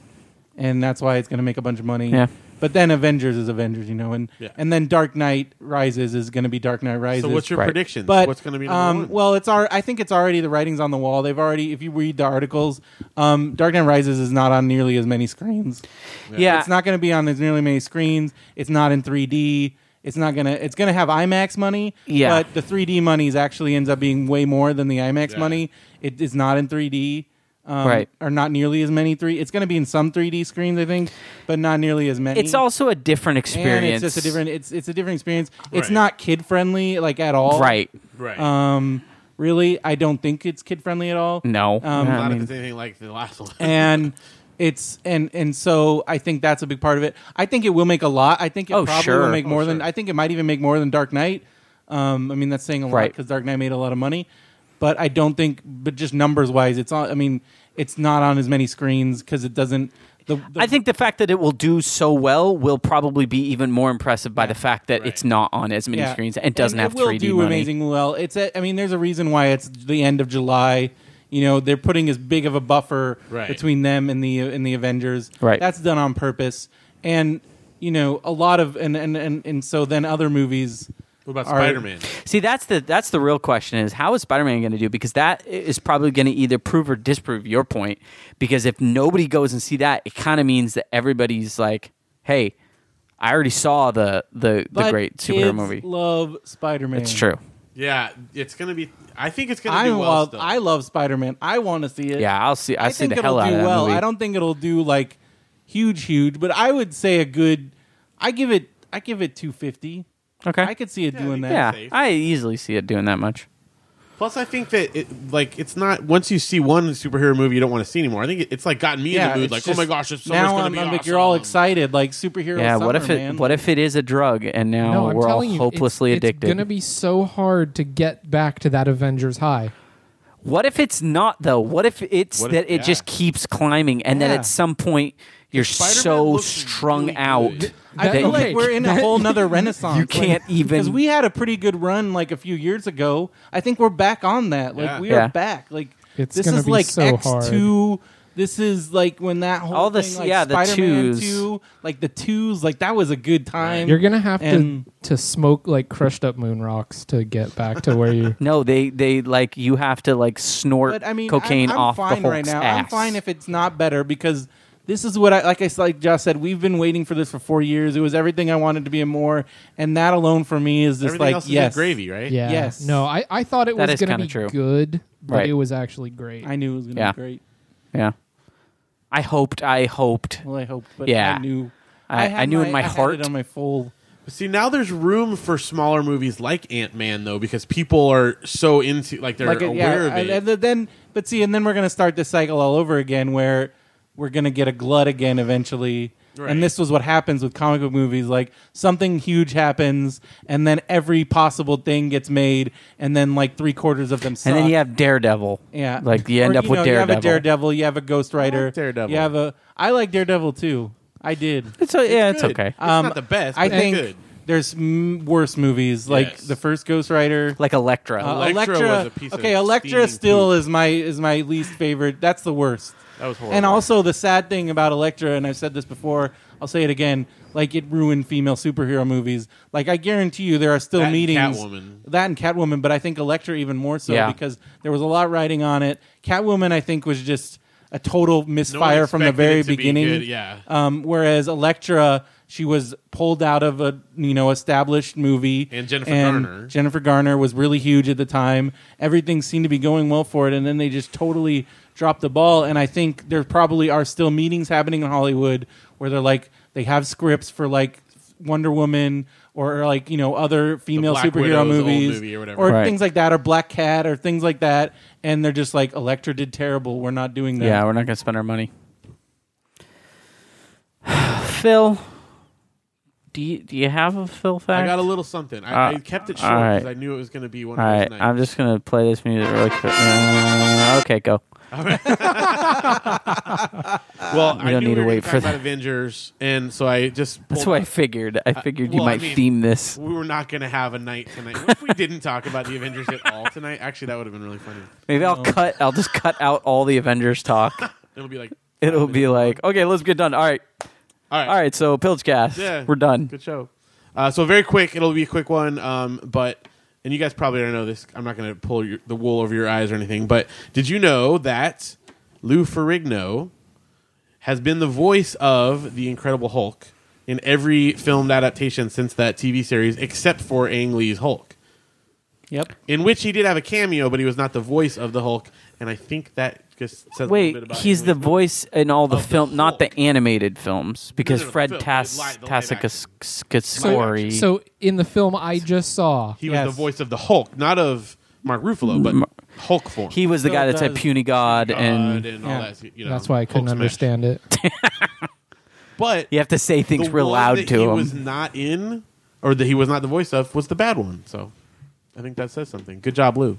Speaker 4: and that's why it's going to make a bunch of money.
Speaker 1: Yeah.
Speaker 4: But then Avengers is Avengers, you know, and
Speaker 3: Yeah.
Speaker 4: and then Dark Knight Rises is going to be Dark Knight Rises.
Speaker 3: So what's your
Speaker 1: Right.
Speaker 3: predictions?
Speaker 4: But
Speaker 3: what's going to be number
Speaker 4: um,
Speaker 3: one?
Speaker 4: Well, it's our. I think it's already the writing's on the wall. They've already. If you read the articles, um, Dark Knight Rises is not on nearly as many screens.
Speaker 1: Yeah.
Speaker 4: It's not going to be on as nearly many screens. It's not in 3D. It's not gonna. It's gonna have IMAX money.
Speaker 1: Yeah.
Speaker 4: But the 3D money is actually ends up being way more than the IMAX
Speaker 3: Yeah.
Speaker 4: money. It is not in 3D. Um,
Speaker 1: Right.
Speaker 4: Or not nearly as many three. It's going to be in some 3D screens, I think, but not nearly as many.
Speaker 1: It's also a different
Speaker 4: And
Speaker 1: experience.
Speaker 4: it's just a different. It's it's a different experience. It's
Speaker 3: Right.
Speaker 4: not kid friendly like at all.
Speaker 1: Right.
Speaker 3: right.
Speaker 4: Um, really, I don't think it's kid friendly at all.
Speaker 1: No.
Speaker 4: Um,
Speaker 1: Yeah,
Speaker 3: Not
Speaker 1: I
Speaker 3: if
Speaker 1: mean,
Speaker 3: it's anything like the last one.
Speaker 4: and it's and and so I think that's a big part of it. I think it will make a lot. I think it
Speaker 1: Oh,
Speaker 4: probably
Speaker 1: sure.
Speaker 4: will make
Speaker 1: Oh,
Speaker 4: more than.
Speaker 3: sure.
Speaker 4: I think it might even make more than Dark Knight. Um, I mean that's saying a lot
Speaker 1: Right.
Speaker 4: because Dark Knight made a lot of money, but I don't think. But just numbers wise, it's on. I mean, it's not on as many screens because it doesn't. The, the,
Speaker 1: I think the fact that it will do so well will probably be even more impressive by the fact that
Speaker 3: Right.
Speaker 1: it's not on as many screens and doesn't
Speaker 4: it
Speaker 1: have
Speaker 4: will
Speaker 1: 3D
Speaker 4: do
Speaker 1: money.
Speaker 4: amazing well. It's a, I mean, there's a reason why it's the end of July. You know, they're putting as big of a buffer
Speaker 3: Right.
Speaker 4: between them and the and the Avengers.
Speaker 1: Right.
Speaker 4: That's done on purpose. And you know, a lot of and and and, and so then other movies.
Speaker 3: What about
Speaker 4: are-
Speaker 3: Spider Man?
Speaker 1: See, that's the that's the real question is how is Spider-Man going to do? Because that is probably going to either prove or disprove your point. Because if nobody goes and see that, it kind of means that everybody's like, "Hey, I already saw the the, the
Speaker 4: But
Speaker 1: great superhero
Speaker 4: kids
Speaker 1: movie."
Speaker 4: Love Spider Man.
Speaker 1: It's true.
Speaker 3: Yeah, it's going to be. I think it's going to
Speaker 4: I
Speaker 3: do well.
Speaker 4: love.
Speaker 3: still.
Speaker 4: I love Spider Man. I want to see it.
Speaker 1: Yeah, I'll see. I,
Speaker 4: I
Speaker 1: see
Speaker 4: think
Speaker 1: the
Speaker 4: it'll
Speaker 1: hell out
Speaker 4: do
Speaker 1: of that
Speaker 4: well.
Speaker 1: movie.
Speaker 4: I don't think it'll do like huge, huge, but I would say a good. I give it. I give it two fifty.
Speaker 1: Okay.
Speaker 4: I could see it
Speaker 3: Yeah,
Speaker 4: doing
Speaker 3: I
Speaker 4: that.
Speaker 3: think
Speaker 1: yeah,
Speaker 3: safe.
Speaker 1: I easily see it doing that much.
Speaker 3: Plus, I think that it, like it's not once you see one superhero movie, you don't want to see anymore. I think it, it's like gotten me in
Speaker 4: Yeah,
Speaker 3: the mood,
Speaker 4: it's
Speaker 3: like,
Speaker 4: just-
Speaker 3: oh my gosh, it's so
Speaker 4: now
Speaker 3: much going
Speaker 4: I'm,
Speaker 3: to be
Speaker 4: I'm
Speaker 3: awesome.
Speaker 4: like you're all excited, like superhero.
Speaker 1: yeah. what
Speaker 4: summer,
Speaker 1: if it
Speaker 4: Man.
Speaker 1: What if it is a drug and now
Speaker 2: No, I'm
Speaker 1: we're all
Speaker 2: telling you,
Speaker 1: hopelessly
Speaker 2: it's,
Speaker 1: addicted?
Speaker 2: It's gonna be so hard to get back to that Avengers high.
Speaker 1: What if it's not though? What if it's
Speaker 3: What if-
Speaker 1: that it just
Speaker 3: yeah.
Speaker 1: keeps climbing and then
Speaker 4: Yeah.
Speaker 1: at some point you're
Speaker 3: Spider-Man
Speaker 1: so
Speaker 3: looks
Speaker 1: strung
Speaker 3: really
Speaker 1: out
Speaker 3: good.
Speaker 4: I
Speaker 1: that
Speaker 4: feel
Speaker 1: you-
Speaker 4: like we're in a
Speaker 2: that-
Speaker 4: <laughs> whole nother renaissance.
Speaker 1: you can't even-
Speaker 4: because we had a pretty good run like a few years ago. I think we're back on that. Like
Speaker 3: Yeah.
Speaker 4: we
Speaker 1: Yeah.
Speaker 4: are back. Like
Speaker 2: It's
Speaker 4: this
Speaker 2: gonna
Speaker 4: is
Speaker 2: be
Speaker 4: like
Speaker 2: so
Speaker 4: X
Speaker 2: hard.
Speaker 4: two. This is like when that whole
Speaker 1: All this-
Speaker 4: thing, like
Speaker 1: yeah, the
Speaker 4: Spider-Man
Speaker 1: twos.
Speaker 4: two, like the twos, like that was a good time.
Speaker 2: You're gonna have to
Speaker 4: And-
Speaker 2: to smoke like crushed up moon rocks to get back to
Speaker 1: <laughs>
Speaker 2: where you.
Speaker 1: No, they they like you have to like snort
Speaker 4: but I mean,
Speaker 1: cocaine
Speaker 4: I'm, I'm
Speaker 1: off
Speaker 4: fine
Speaker 1: the Hulk's
Speaker 4: right now.
Speaker 1: ass.
Speaker 4: I'm fine if it's not better because this is what I like. I s- like Josh said, we've been waiting for this for four years. It was everything I wanted to be and more, and that alone for me is just
Speaker 3: Everything
Speaker 4: like
Speaker 3: else is
Speaker 4: yes,
Speaker 3: just gravy, right?
Speaker 2: Yeah.
Speaker 4: Yes.
Speaker 2: No, I, I thought it
Speaker 1: That
Speaker 2: was
Speaker 1: is
Speaker 2: gonna
Speaker 1: kinda
Speaker 2: be
Speaker 1: true.
Speaker 2: good, but
Speaker 1: Right.
Speaker 2: it was actually great.
Speaker 4: I knew it was going to
Speaker 1: Yeah.
Speaker 4: be great.
Speaker 1: yeah, I hoped. I hoped.
Speaker 4: Well, I hope, but
Speaker 1: Yeah.
Speaker 4: I knew.
Speaker 1: I-
Speaker 4: had
Speaker 1: I knew in my
Speaker 4: had
Speaker 1: heart.
Speaker 4: it on my full.
Speaker 3: See, now there's room for smaller movies like Ant Man though, because people are so into like they're
Speaker 4: like it-
Speaker 3: aware
Speaker 4: yeah,
Speaker 3: of it.
Speaker 4: and then but see and then we're going to start this cycle all over again where we're going to get a glut again eventually
Speaker 3: Right.
Speaker 4: and this was what happens with comic book movies like something huge happens and then every possible thing gets made and then like three quarters of them suck.
Speaker 1: And then you have Daredevil.
Speaker 4: yeah
Speaker 1: like you end
Speaker 4: Or,
Speaker 1: up with
Speaker 4: know, you have
Speaker 1: Daredevil.
Speaker 4: a daredevil you have a ghost rider
Speaker 3: Daredevil.
Speaker 4: you have a i like daredevil too I did.
Speaker 1: It's a, yeah, it's
Speaker 3: Good.
Speaker 1: okay.
Speaker 4: Uh,
Speaker 1: Um,
Speaker 3: It's not the best.
Speaker 4: I
Speaker 3: but it's
Speaker 4: think
Speaker 3: good.
Speaker 4: there's m- worse movies like
Speaker 3: Yes.
Speaker 4: the first Ghost Rider.
Speaker 1: Like Electra.
Speaker 4: Uh,
Speaker 3: Electra
Speaker 4: Electra,
Speaker 3: was a piece of
Speaker 4: okay, Electra
Speaker 3: steaming
Speaker 4: still is my is my least favorite. That's the worst.
Speaker 3: That was horrible.
Speaker 4: And also the sad thing about Electra, and I've said this before, I'll say it again. Like it ruined female superhero movies. Like I guarantee you, there are still
Speaker 3: That and
Speaker 4: meetings.
Speaker 3: Catwoman.
Speaker 4: That and Catwoman, but I think Electra even more so
Speaker 1: Yeah.
Speaker 4: because there was a lot riding on it. Catwoman, I think, was just a
Speaker 3: No
Speaker 4: total
Speaker 3: one
Speaker 4: misfire from the
Speaker 3: expected it
Speaker 4: very
Speaker 3: to be
Speaker 4: beginning.
Speaker 3: good, yeah.
Speaker 4: Um, whereas Electra, she was pulled out of a you know established movie,
Speaker 3: And Jennifer Garner.
Speaker 4: Jennifer Garner was really huge at the time. Everything seemed to be going well for it, and then they just totally dropped the ball. And I think there probably are still meetings happening in Hollywood where they're like they have scripts for like Wonder Woman or, like you know other female
Speaker 3: Black
Speaker 4: superhero
Speaker 3: Widow's old
Speaker 4: movies
Speaker 3: movie or whatever.
Speaker 1: Right.
Speaker 4: things like that, or Black Cat or things like that, and they're just like Electra did terrible. We're not doing that.
Speaker 1: yeah, we're not going to spend our money. <sighs> Phil, do you, do you have a Phil fact?
Speaker 3: I got a little something. I,
Speaker 1: Uh,
Speaker 3: I kept it
Speaker 1: all
Speaker 3: short because
Speaker 1: right.
Speaker 3: I knew it was going to be one
Speaker 1: All
Speaker 3: of
Speaker 1: right,
Speaker 3: those nights.
Speaker 1: I'm just going to play this music really quick. Uh, okay, go.
Speaker 3: well, I
Speaker 1: don't need
Speaker 3: knew we
Speaker 1: to
Speaker 3: were
Speaker 1: wait
Speaker 3: gonna
Speaker 1: for
Speaker 3: talk about Avengers, and so I just
Speaker 1: That's
Speaker 3: pulled
Speaker 1: what I figured. I figured you
Speaker 3: well, I
Speaker 1: might
Speaker 3: mean-
Speaker 1: theme this.
Speaker 3: we were not going to have a night tonight. What if we didn't talk about the Avengers at all tonight? Actually, that would have been really funny.
Speaker 1: Maybe I'll cut. I'll just cut out all the Avengers
Speaker 3: <laughs>
Speaker 1: talk.
Speaker 3: It'll be like,
Speaker 1: It'll be like, okay, let's get done. All right,
Speaker 3: all right,
Speaker 1: all right. So Pilchcast,
Speaker 3: Yeah.
Speaker 1: we're done.
Speaker 3: Good show. Uh, so very quick. It'll be a quick one. Um, but and you guys probably don't know this. I'm not going to pull your, the wool over your eyes or anything. But did you know that Lou Ferrigno has been the voice of the Incredible Hulk in every filmed adaptation since that TV series, except for Ang Lee's Hulk,
Speaker 4: Yep.
Speaker 3: in which he did have a cameo, but he was not the voice of the Hulk. And I think that just says a little bit
Speaker 1: Wait,
Speaker 3: about
Speaker 1: he's
Speaker 3: Ang
Speaker 1: the
Speaker 3: Lee's-
Speaker 1: voice in all the
Speaker 3: Of the
Speaker 1: film, not the
Speaker 3: Hulk.
Speaker 1: animated films, because
Speaker 3: no, the
Speaker 1: Fred
Speaker 3: film, the
Speaker 1: Tas
Speaker 3: li- the live
Speaker 1: Tascascori.
Speaker 2: So in the film I just saw,
Speaker 3: He
Speaker 4: Yes.
Speaker 3: was the voice of the Hulk, not of Mark Ruffalo, but Hulk form.
Speaker 1: he was the
Speaker 4: So
Speaker 1: guy that said
Speaker 4: does-
Speaker 1: "puny god"
Speaker 3: God
Speaker 1: and
Speaker 3: all
Speaker 4: Yeah.
Speaker 3: that. You know,
Speaker 2: that's why I couldn't
Speaker 3: Hulk smash.
Speaker 2: understand it.
Speaker 3: But
Speaker 1: you have to say
Speaker 3: the
Speaker 1: things real
Speaker 3: one
Speaker 1: loud
Speaker 3: that
Speaker 1: to
Speaker 3: he
Speaker 1: him.
Speaker 3: was not in, or that he was not the voice of, was the bad one. So I think that says something. Good job, Lou.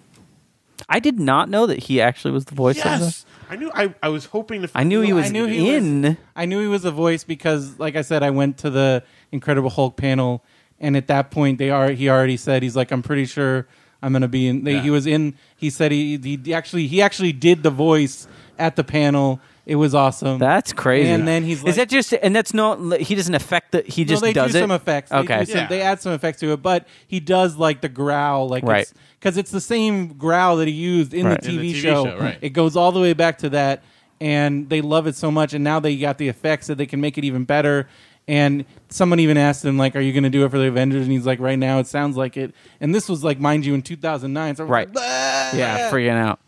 Speaker 1: I did not know that he actually was the voice. of the,
Speaker 3: Yes, I knew. I, I was hoping to.
Speaker 1: I knew he
Speaker 4: Well, I
Speaker 1: was
Speaker 4: knew he was-
Speaker 1: in.
Speaker 4: I knew he was a voice because, like I said, I went to the Incredible Hulk panel, and at that point, they are. He already said he's like, I'm pretty sure I'm going to be in. They,
Speaker 3: Yeah.
Speaker 4: He was in. He said he, he actually he actually did the voice at the panel. It was awesome.
Speaker 1: That's crazy.
Speaker 4: And then he's like-
Speaker 1: is that just and that's not he doesn't affect the he just
Speaker 4: no, they
Speaker 1: does
Speaker 4: do
Speaker 1: it.
Speaker 4: some effects.
Speaker 1: Okay,
Speaker 4: they, do some-
Speaker 3: Yeah.
Speaker 4: they add some effects to it, but he does like the growl, like
Speaker 1: Right.
Speaker 4: because it's the same growl that he used in,
Speaker 1: Right.
Speaker 4: the,
Speaker 1: In
Speaker 4: TV
Speaker 3: the TV
Speaker 4: show.
Speaker 3: show, right.
Speaker 4: It goes all the way back to that, and they love it so much. And now they got the effects that they can make it even better. And someone even asked him, like, "Are you going to do it for the Avengers?" And he's like, "Right now, it sounds like it." And this was like, mind you, in 2009. So I was
Speaker 1: Right.
Speaker 4: like, "Bleh." <laughs>
Speaker 1: yeah, freaking out.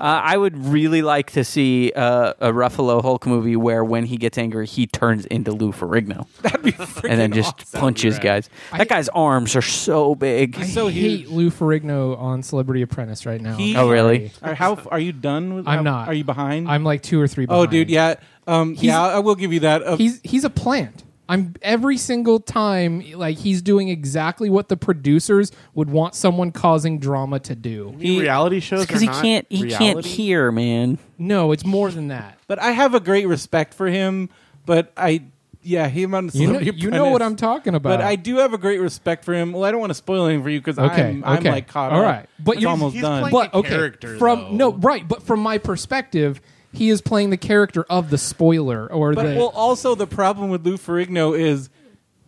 Speaker 1: Uh, I would really like to see uh, a Ruffalo Hulk movie where when he gets angry, he turns into Lou
Speaker 4: <laughs>
Speaker 1: Ferrigno
Speaker 4: That'd be freaking
Speaker 1: and then just
Speaker 4: awesome.
Speaker 1: punches
Speaker 3: rad.
Speaker 1: guys. That
Speaker 2: I-
Speaker 1: guy's arms are so big.
Speaker 2: I
Speaker 4: <laughs> so
Speaker 2: hate
Speaker 4: huge.
Speaker 2: Lou Ferrigno on Celebrity Apprentice right now.
Speaker 4: He-
Speaker 1: oh, really?
Speaker 4: Are, how are you done with?
Speaker 2: I'm
Speaker 4: how-
Speaker 2: not.
Speaker 4: Are you behind?
Speaker 2: I'm like two or three.
Speaker 4: Oh,
Speaker 2: Behind.
Speaker 4: dude, yeah, um, yeah. I will give you that. Uh,
Speaker 2: he's he's a plant. I'm every single time like he's doing exactly what the producers would want someone causing drama to do.
Speaker 3: he, reality shows
Speaker 1: Because he can't he can't hear, man.
Speaker 2: No, it's more than that.
Speaker 4: But I have a great respect for him. But I, yeah, him on
Speaker 2: You know,
Speaker 4: Celebrity
Speaker 2: you know what I'm
Speaker 4: Apprentice.
Speaker 2: talking about.
Speaker 4: But I do have a great respect for him. Well, I don't want to spoil anything for you because
Speaker 2: Okay,
Speaker 4: I'm, I'm
Speaker 2: okay.
Speaker 4: like caught
Speaker 2: All
Speaker 4: up.
Speaker 2: right. But
Speaker 4: It's
Speaker 2: you're-
Speaker 4: almost
Speaker 3: he's
Speaker 4: done.
Speaker 3: playing-
Speaker 2: but
Speaker 3: the
Speaker 2: okay,
Speaker 3: character,
Speaker 2: from
Speaker 3: though.
Speaker 2: no right, but from my perspective, he is playing the character of the spoiler or
Speaker 4: but
Speaker 2: the
Speaker 4: well, also the problem with Lou Ferrigno is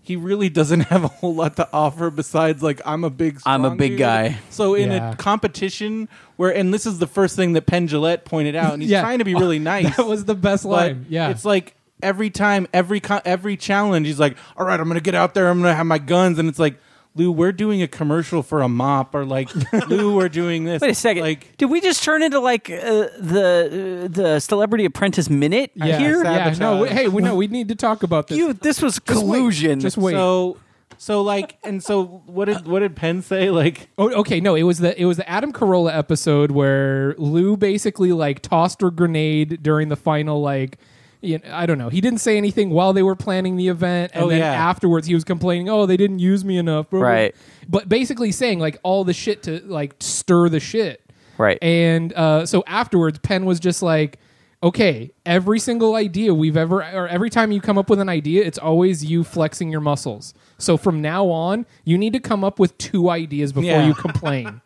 Speaker 4: he really doesn't <laughs> have a whole lot to offer besides like I'm a big
Speaker 1: I'm a
Speaker 4: strong
Speaker 1: big
Speaker 4: dude.
Speaker 1: guy.
Speaker 4: So in
Speaker 2: Yeah.
Speaker 4: a competition where and this is the first thing that Penn Jillette pointed out, and he's
Speaker 2: Yeah.
Speaker 4: trying to
Speaker 2: <laughs>
Speaker 4: be really nice.
Speaker 2: that was the best
Speaker 4: But
Speaker 2: line. Yeah,
Speaker 4: it's like every time, every co- every challenge, he's like, "All right, I'm gonna get out there. I'm gonna have my guns." And it's like, Lou, we're doing a commercial for a mop,
Speaker 2: <laughs>
Speaker 4: or like, Lou, we're doing this.
Speaker 1: Wait a second.
Speaker 4: Like,
Speaker 1: Did we just turn into like uh, the uh, the Celebrity Apprentice minute
Speaker 2: yeah,
Speaker 1: here?
Speaker 2: yeah. No, we- hey, we no, we need to talk about this.
Speaker 1: You, this was
Speaker 2: Just wait.
Speaker 1: collusion.
Speaker 2: Just wait.
Speaker 4: so, so like, and so, what did what did Penn say? Like,
Speaker 2: Oh, okay. No, it was the it was the Adam Carolla episode where Lou basically like tossed a grenade during the final like. You know, I don't know. He didn't say anything while they were planning the event, and
Speaker 4: Oh,
Speaker 2: then
Speaker 4: yeah.
Speaker 2: afterwards he was complaining, "Oh, they didn't use me enough." blah, blah, blah."
Speaker 1: Right.
Speaker 2: But basically saying like all the shit to like stir the shit.
Speaker 1: Right.
Speaker 2: And uh, so afterwards, Penn was just like, okay, every single idea we've ever, or every time you come up with an idea, it's always you flexing your muscles. So from now on, you need to come up with two ideas before
Speaker 4: Yeah.
Speaker 2: you
Speaker 4: <laughs>
Speaker 2: complain.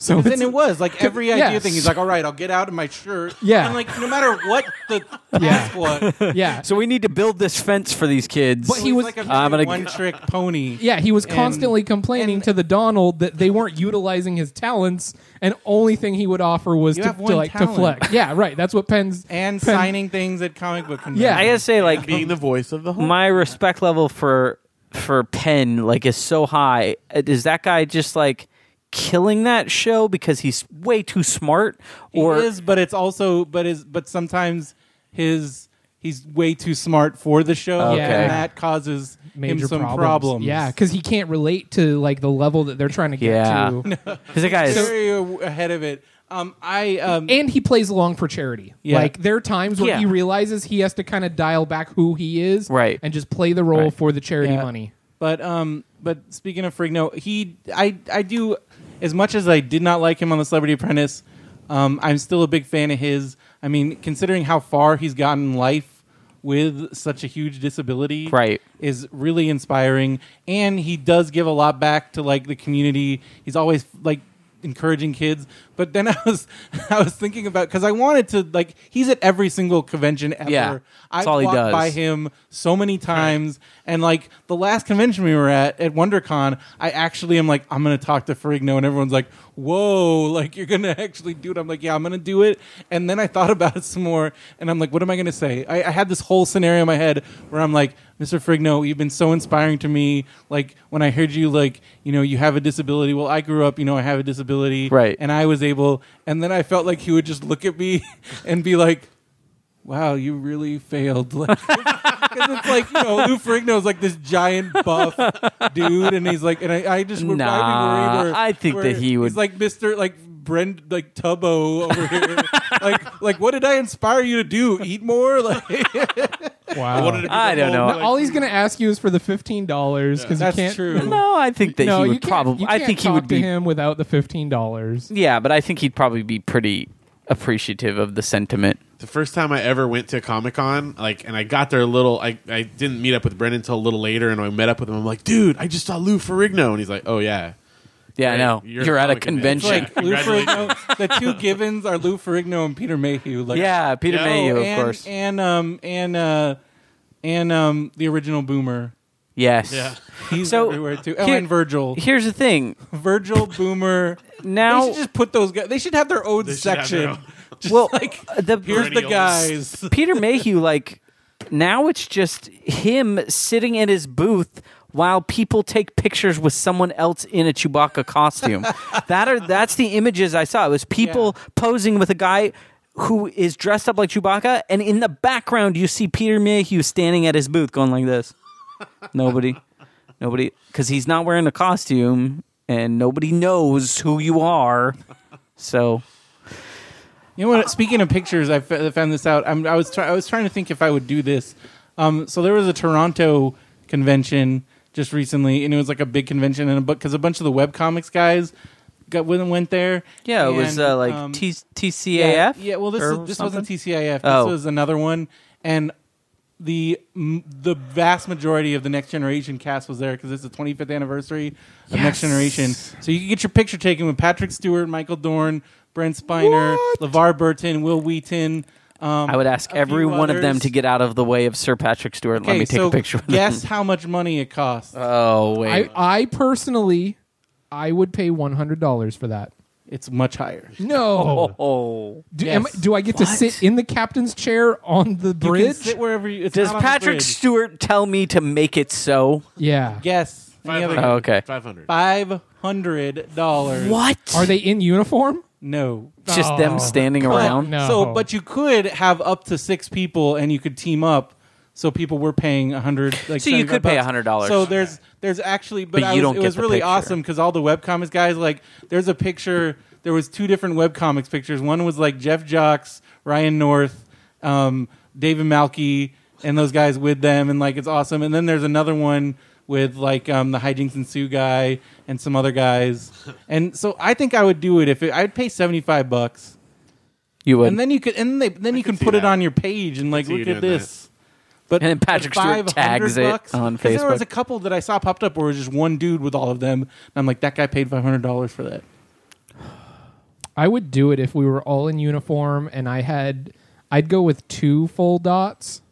Speaker 2: So
Speaker 4: Then
Speaker 2: it's,
Speaker 4: it was like every idea
Speaker 2: Yes.
Speaker 4: thing. He's like, "All right, I'll get out of my shirt."
Speaker 2: Yeah.
Speaker 4: and like no matter what the task
Speaker 2: <laughs>
Speaker 4: was,
Speaker 2: yeah,
Speaker 1: So we need to build this fence for these kids.
Speaker 2: But he was-
Speaker 4: like a
Speaker 1: I'm gonna- <laughs>
Speaker 4: one trick pony.
Speaker 2: yeah. He was constantly complaining
Speaker 4: and-
Speaker 2: to the Donald that they weren't utilizing his talents, and only thing he would offer was
Speaker 4: You
Speaker 2: to,
Speaker 4: have
Speaker 2: to
Speaker 4: one
Speaker 2: like to
Speaker 4: talent.
Speaker 2: flex. Yeah, right. That's what Penn's
Speaker 4: <laughs> and
Speaker 2: Penn-
Speaker 4: signing things at comic book conventions.
Speaker 2: Yeah.
Speaker 1: I gotta say, like
Speaker 3: being the voice of the whole.
Speaker 1: my respect level for for Penn like is so high. Uh, Is that guy just like killing that show because he's way too smart? Or
Speaker 4: he is, but it's also but is but sometimes his he's way too smart for the show,
Speaker 1: Okay.
Speaker 4: and that causes
Speaker 2: major
Speaker 4: him some
Speaker 2: problems.
Speaker 4: problems.
Speaker 2: Yeah, because he can't relate to like the level that they're trying to get
Speaker 1: Yeah.
Speaker 4: <laughs>
Speaker 2: to,
Speaker 1: because that guy is
Speaker 4: very a- ahead of it. Um, I um,
Speaker 2: and he plays along for charity.
Speaker 4: Yeah.
Speaker 2: Like there are times where
Speaker 1: Yeah.
Speaker 2: he realizes he has to kind of dial back who he is,
Speaker 1: Right.
Speaker 2: and just play the role
Speaker 1: Right.
Speaker 2: for the charity
Speaker 4: Yeah.
Speaker 2: money.
Speaker 4: but um, but speaking of Frigno, he I I do as much as I did not like him on the Celebrity Apprentice. Um, I'm still a big fan of his. I mean, considering how far he's gotten in life with such a huge disability,
Speaker 1: Right.
Speaker 4: is really inspiring and he does give a lot back to like the community he's always like encouraging kids but then <laughs> i was i was thinking about because i wanted to like he's at every single convention ever
Speaker 1: Yeah,
Speaker 4: i've
Speaker 1: that's all he
Speaker 4: walked
Speaker 1: does.
Speaker 4: by him so many times and like the last convention we were at at wondercon i actually am like i'm gonna talk to ferrigno and everyone's like whoa <laughs> like you're gonna actually do it i'm like yeah i'm gonna do it and then i thought <laughs> about it some more and i'm like what am i gonna say i, I had this whole scenario in my head where i'm like Mr. Frigno, you've been so inspiring to me. Like when I heard you, like you know, you have a disability. Well, I grew up, you know, I have a disability,
Speaker 1: Right.
Speaker 4: And I was able, and then I felt like he would just look at me <laughs> and be like, "Wow, you really failed." <laughs> Like, because it's like you know, Lou Ferrigno's like this giant buff dude, and he's like, and I, I just would
Speaker 1: Nah,
Speaker 4: probably worry. Where,
Speaker 1: I think
Speaker 4: where
Speaker 1: that he would-
Speaker 4: He's like Mister like Brend like Tubbo over here. <laughs> like like, what did I inspire you to do? Eat more? <laughs> Like
Speaker 2: Wow.
Speaker 1: I don't know.
Speaker 2: All he's going to ask you is for the fifteen dollars because
Speaker 4: that's
Speaker 2: you can't.
Speaker 4: true.
Speaker 1: no, I think that
Speaker 2: No,
Speaker 1: he
Speaker 2: you
Speaker 1: would
Speaker 2: can't-
Speaker 1: probably.
Speaker 2: you
Speaker 1: I
Speaker 2: can't
Speaker 1: think he
Speaker 2: talk
Speaker 1: would
Speaker 2: to
Speaker 1: be.
Speaker 2: him without the fifteen dollars.
Speaker 1: Yeah, but I think he'd probably be pretty appreciative of the sentiment.
Speaker 3: the first time I ever went to Comic Con, like, and I got there a little. I, I didn't meet up with Brendan until a little later, and when I met up with him. I'm like, dude, I just saw Lou Ferrigno, and he's like, oh yeah,
Speaker 1: Yeah, I
Speaker 3: Right,
Speaker 1: know. You're,
Speaker 3: you're
Speaker 1: at a
Speaker 3: probably gonna be- It's
Speaker 1: convention.
Speaker 4: Like Lou
Speaker 3: Congratulations.
Speaker 4: Ferrigno, the two givens are Lou Ferrigno and Peter Mayhew. Like, Oh,
Speaker 1: yeah, Peter
Speaker 3: Yeah.
Speaker 1: Mayhew, of
Speaker 4: and,
Speaker 1: course.
Speaker 4: and um and uh and um the original Boomer.
Speaker 1: yes.
Speaker 4: He's
Speaker 1: So,
Speaker 4: everywhere too. Oh,
Speaker 1: here-
Speaker 4: and Virgil,
Speaker 1: Here's the thing.
Speaker 4: Virgil <laughs> Boomer.
Speaker 1: Now-
Speaker 4: they should just put those guys. They should have their own
Speaker 3: should have
Speaker 4: section.
Speaker 3: their own-
Speaker 4: Just
Speaker 1: Well,
Speaker 4: like
Speaker 1: the
Speaker 4: here's the
Speaker 3: Perennials.
Speaker 4: guys. <laughs>
Speaker 1: Peter Mayhew, like now it's just him sitting in his booth while people take pictures with someone else in a Chewbacca
Speaker 4: <laughs>
Speaker 1: costume. that are that's the images I saw. It was people
Speaker 4: Yeah.
Speaker 1: posing with a guy who is dressed up like Chewbacca, and in the background you see Peter Mayhew standing at his booth going like this. Nobody,
Speaker 4: <laughs>
Speaker 1: nobody, because he's not wearing a costume, and nobody knows who you are. So
Speaker 4: You know what? Speaking of pictures, I fa- found this out. I'm, I was try- I was trying to think if I would do this. Um, so there was a Toronto convention just recently, and it was like a big convention and a book because a bunch of the webcomics guys got went went there.
Speaker 1: yeah, it was
Speaker 4: and,
Speaker 1: uh, like
Speaker 4: um,
Speaker 1: T-
Speaker 4: yeah,
Speaker 1: TCAF.
Speaker 4: Yeah, well, this
Speaker 1: or
Speaker 4: is, this
Speaker 1: something?
Speaker 4: wasn't TCIF. This
Speaker 1: Oh.
Speaker 4: was another one, and the m- the vast majority of the Next Generation cast was there because it's the 25th anniversary of Next Generation. So you can get your picture taken with Patrick Stewart, Michael Dorn, Brent Spiner, LeVar Burton, Will Wheaton. Um,
Speaker 1: I would ask
Speaker 4: a few
Speaker 1: every one of them
Speaker 4: others.
Speaker 1: to get out of the way of Sir Patrick Stewart and let
Speaker 4: Okay,
Speaker 1: me take
Speaker 4: so
Speaker 1: a picture with
Speaker 4: guess
Speaker 1: him.
Speaker 4: how much money it costs.
Speaker 3: Uh,
Speaker 1: Oh, wait.
Speaker 2: I, I personally, I would pay one hundred dollars for that. it's
Speaker 4: it's much higher.
Speaker 2: No,
Speaker 1: <laughs> oh.
Speaker 2: do, am I-
Speaker 4: yes.
Speaker 2: do I get to
Speaker 1: What?
Speaker 2: sit in the captain's chair on the
Speaker 4: You
Speaker 2: bridge?
Speaker 4: can sit wherever you. It's
Speaker 1: Does
Speaker 4: not on the
Speaker 1: Patrick
Speaker 4: bridge.
Speaker 1: Stewart tell me to make it so?
Speaker 2: yeah.
Speaker 4: Yes. Any
Speaker 3: five
Speaker 4: other
Speaker 3: hundred.
Speaker 1: Oh, okay.
Speaker 3: five hundred.
Speaker 4: Five hundred dollars.
Speaker 1: What?
Speaker 2: Are they in uniform?
Speaker 4: No.
Speaker 1: just
Speaker 2: Oh.
Speaker 1: them standing around?
Speaker 2: No.
Speaker 4: So, but you could have up to six people, and you could team up. So people were paying a hundred. Like
Speaker 1: So you could
Speaker 4: 75
Speaker 1: pay
Speaker 4: bucks.
Speaker 1: $100.
Speaker 4: So there's there's actually, but,
Speaker 1: But
Speaker 4: I
Speaker 1: you
Speaker 4: was,
Speaker 1: don't
Speaker 4: it
Speaker 1: get
Speaker 4: was
Speaker 1: the
Speaker 4: really
Speaker 1: picture.
Speaker 4: awesome because all the webcomics guys like there's a picture. There was two different webcomics pictures. One was like Jeff Jocks, Ryan North, um, David Malky, and those guys with them, and like it's awesome. And then there's another one with like um, the hijinks and Sue guy and some other guys. And so I think I would do it if it, I'd pay seventy five bucks.
Speaker 1: You would.
Speaker 4: and then you could and they then you can
Speaker 3: could see
Speaker 4: put it
Speaker 3: that.
Speaker 4: on your page and like
Speaker 3: see you
Speaker 4: look
Speaker 3: doing
Speaker 4: at this. But
Speaker 1: And then Patrick
Speaker 4: at
Speaker 1: Stewart
Speaker 4: 500
Speaker 1: tags it
Speaker 4: bucks-
Speaker 1: on
Speaker 4: 'cause There was
Speaker 1: Facebook.
Speaker 4: a couple that I saw popped up where it was just one dude with all of them, and I'm like, that guy paid five hundred dollars for that.
Speaker 2: I would do it if we were all in uniform and I had I'd go with two
Speaker 1: <laughs>
Speaker 2: full dots.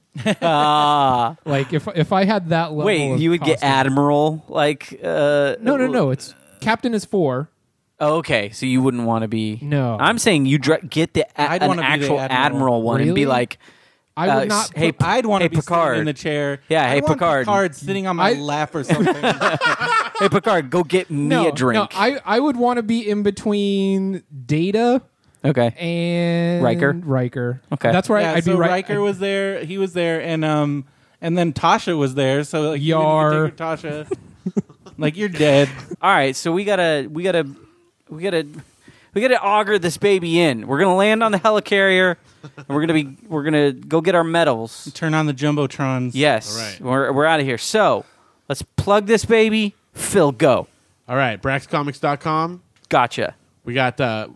Speaker 1: Ah.
Speaker 2: Like if if I had that level
Speaker 1: wait,
Speaker 2: of
Speaker 1: you would get
Speaker 2: costume.
Speaker 1: admiral like. Uh,
Speaker 2: No, no, no. It's captain is 4.
Speaker 1: Oh, okay, so you wouldn't want to be.
Speaker 2: No.
Speaker 1: I'm saying you dr- get the a-
Speaker 4: I'd
Speaker 1: an
Speaker 4: wanna be the
Speaker 1: actual
Speaker 4: admiral.
Speaker 1: one and be
Speaker 2: Really?
Speaker 1: like,
Speaker 2: I would
Speaker 1: Uh,
Speaker 2: not
Speaker 1: hey,
Speaker 2: put-
Speaker 4: I'd want
Speaker 1: Hey,
Speaker 4: to be
Speaker 1: Picard.
Speaker 4: sitting in the chair.
Speaker 1: Yeah,
Speaker 4: I
Speaker 1: hey,
Speaker 4: want
Speaker 1: Picard.
Speaker 4: sitting on my
Speaker 2: I-
Speaker 4: lap
Speaker 2: <laughs>
Speaker 4: or something.
Speaker 1: "Hey Picard, go get me
Speaker 2: no,
Speaker 1: a drink."
Speaker 2: No, I I would want to be in between Data
Speaker 1: okay,
Speaker 2: and
Speaker 1: Riker?
Speaker 2: Riker.
Speaker 1: Okay.
Speaker 2: that's where
Speaker 4: yeah,
Speaker 2: I'd
Speaker 4: so
Speaker 2: be. Ri-
Speaker 4: Riker was there. He was there, and um, and then Tasha was there. So like, you
Speaker 2: Yar.
Speaker 4: didn't get to take your Tasha, like
Speaker 1: <laughs>
Speaker 4: you're dead.
Speaker 1: all right. So we gotta, we gotta, we gotta, we gotta auger this baby in. We're gonna land on the helicarrier, and we're gonna be, we're gonna go get our medals.
Speaker 4: Turn on the jumbotrons.
Speaker 1: Yes,
Speaker 3: All right.
Speaker 1: we're we're out of here. So let's plug this baby. Phil, go.
Speaker 3: All right, braxcomics.com.
Speaker 1: Gotcha.
Speaker 3: We got uh,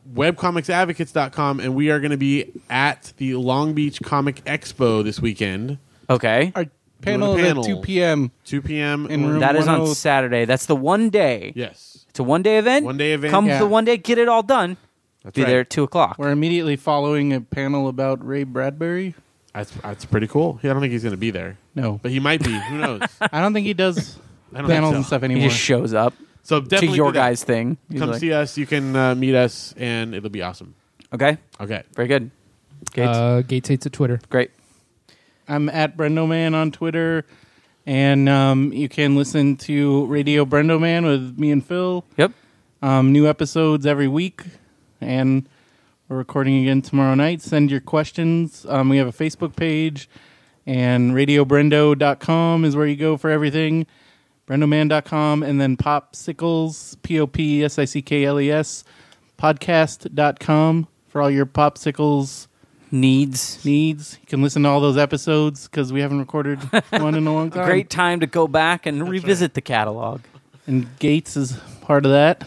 Speaker 3: webcomicsadvocates.com, and we are going to be at the Long Beach Comic Expo this weekend,
Speaker 1: Okay,
Speaker 4: Our
Speaker 3: a
Speaker 4: panel, is
Speaker 3: panel.
Speaker 4: at two p.m.
Speaker 3: 2 p.m.
Speaker 4: In
Speaker 3: Or-
Speaker 4: room-
Speaker 1: that is on
Speaker 4: 10
Speaker 1: Saturday. That's the one day.
Speaker 3: Yes.
Speaker 1: It's a one day event.
Speaker 3: One day event.
Speaker 1: Come
Speaker 4: Yeah.
Speaker 1: the one day, get it all done.
Speaker 3: That's
Speaker 1: Be
Speaker 3: right.
Speaker 1: there at two o'clock.
Speaker 4: We're immediately following a panel about Ray Bradbury.
Speaker 3: That's, that's pretty cool. I don't think he's going to be there,
Speaker 4: No,
Speaker 3: but he might
Speaker 1: <laughs>
Speaker 3: be. Who knows?
Speaker 4: <laughs> I don't think he does
Speaker 3: <laughs> I don't
Speaker 4: panels
Speaker 3: think
Speaker 4: and
Speaker 3: so.
Speaker 4: stuff
Speaker 1: He
Speaker 4: anymore.
Speaker 1: just shows up
Speaker 3: So definitely
Speaker 1: to your
Speaker 3: do that.
Speaker 1: guys' thing. He's
Speaker 3: Come
Speaker 1: like-
Speaker 3: see us. You can uh, meet us, and it'll be awesome.
Speaker 1: Okay,
Speaker 3: Okay.
Speaker 1: very good. Gates,
Speaker 2: uh, Gates hates at Twitter.
Speaker 1: great.
Speaker 4: I'm at Brendoman on Twitter, and um, you can listen to Radio Brendoman with me and Phil.
Speaker 1: Yep.
Speaker 4: Um, new episodes every week, and we're recording again tomorrow night. Send your questions. Um, we have a Facebook page, and radiobrendo.com is where you go for everything. Brendoman.com, and then popsicles, P O P S I C K L E S, podcast.com for all your popsicles
Speaker 1: Needs.
Speaker 4: needs. You can listen to all those episodes because we haven't recorded one in a long time.
Speaker 1: Great time to go back and revisit the catalog.
Speaker 4: And Gates is part of that.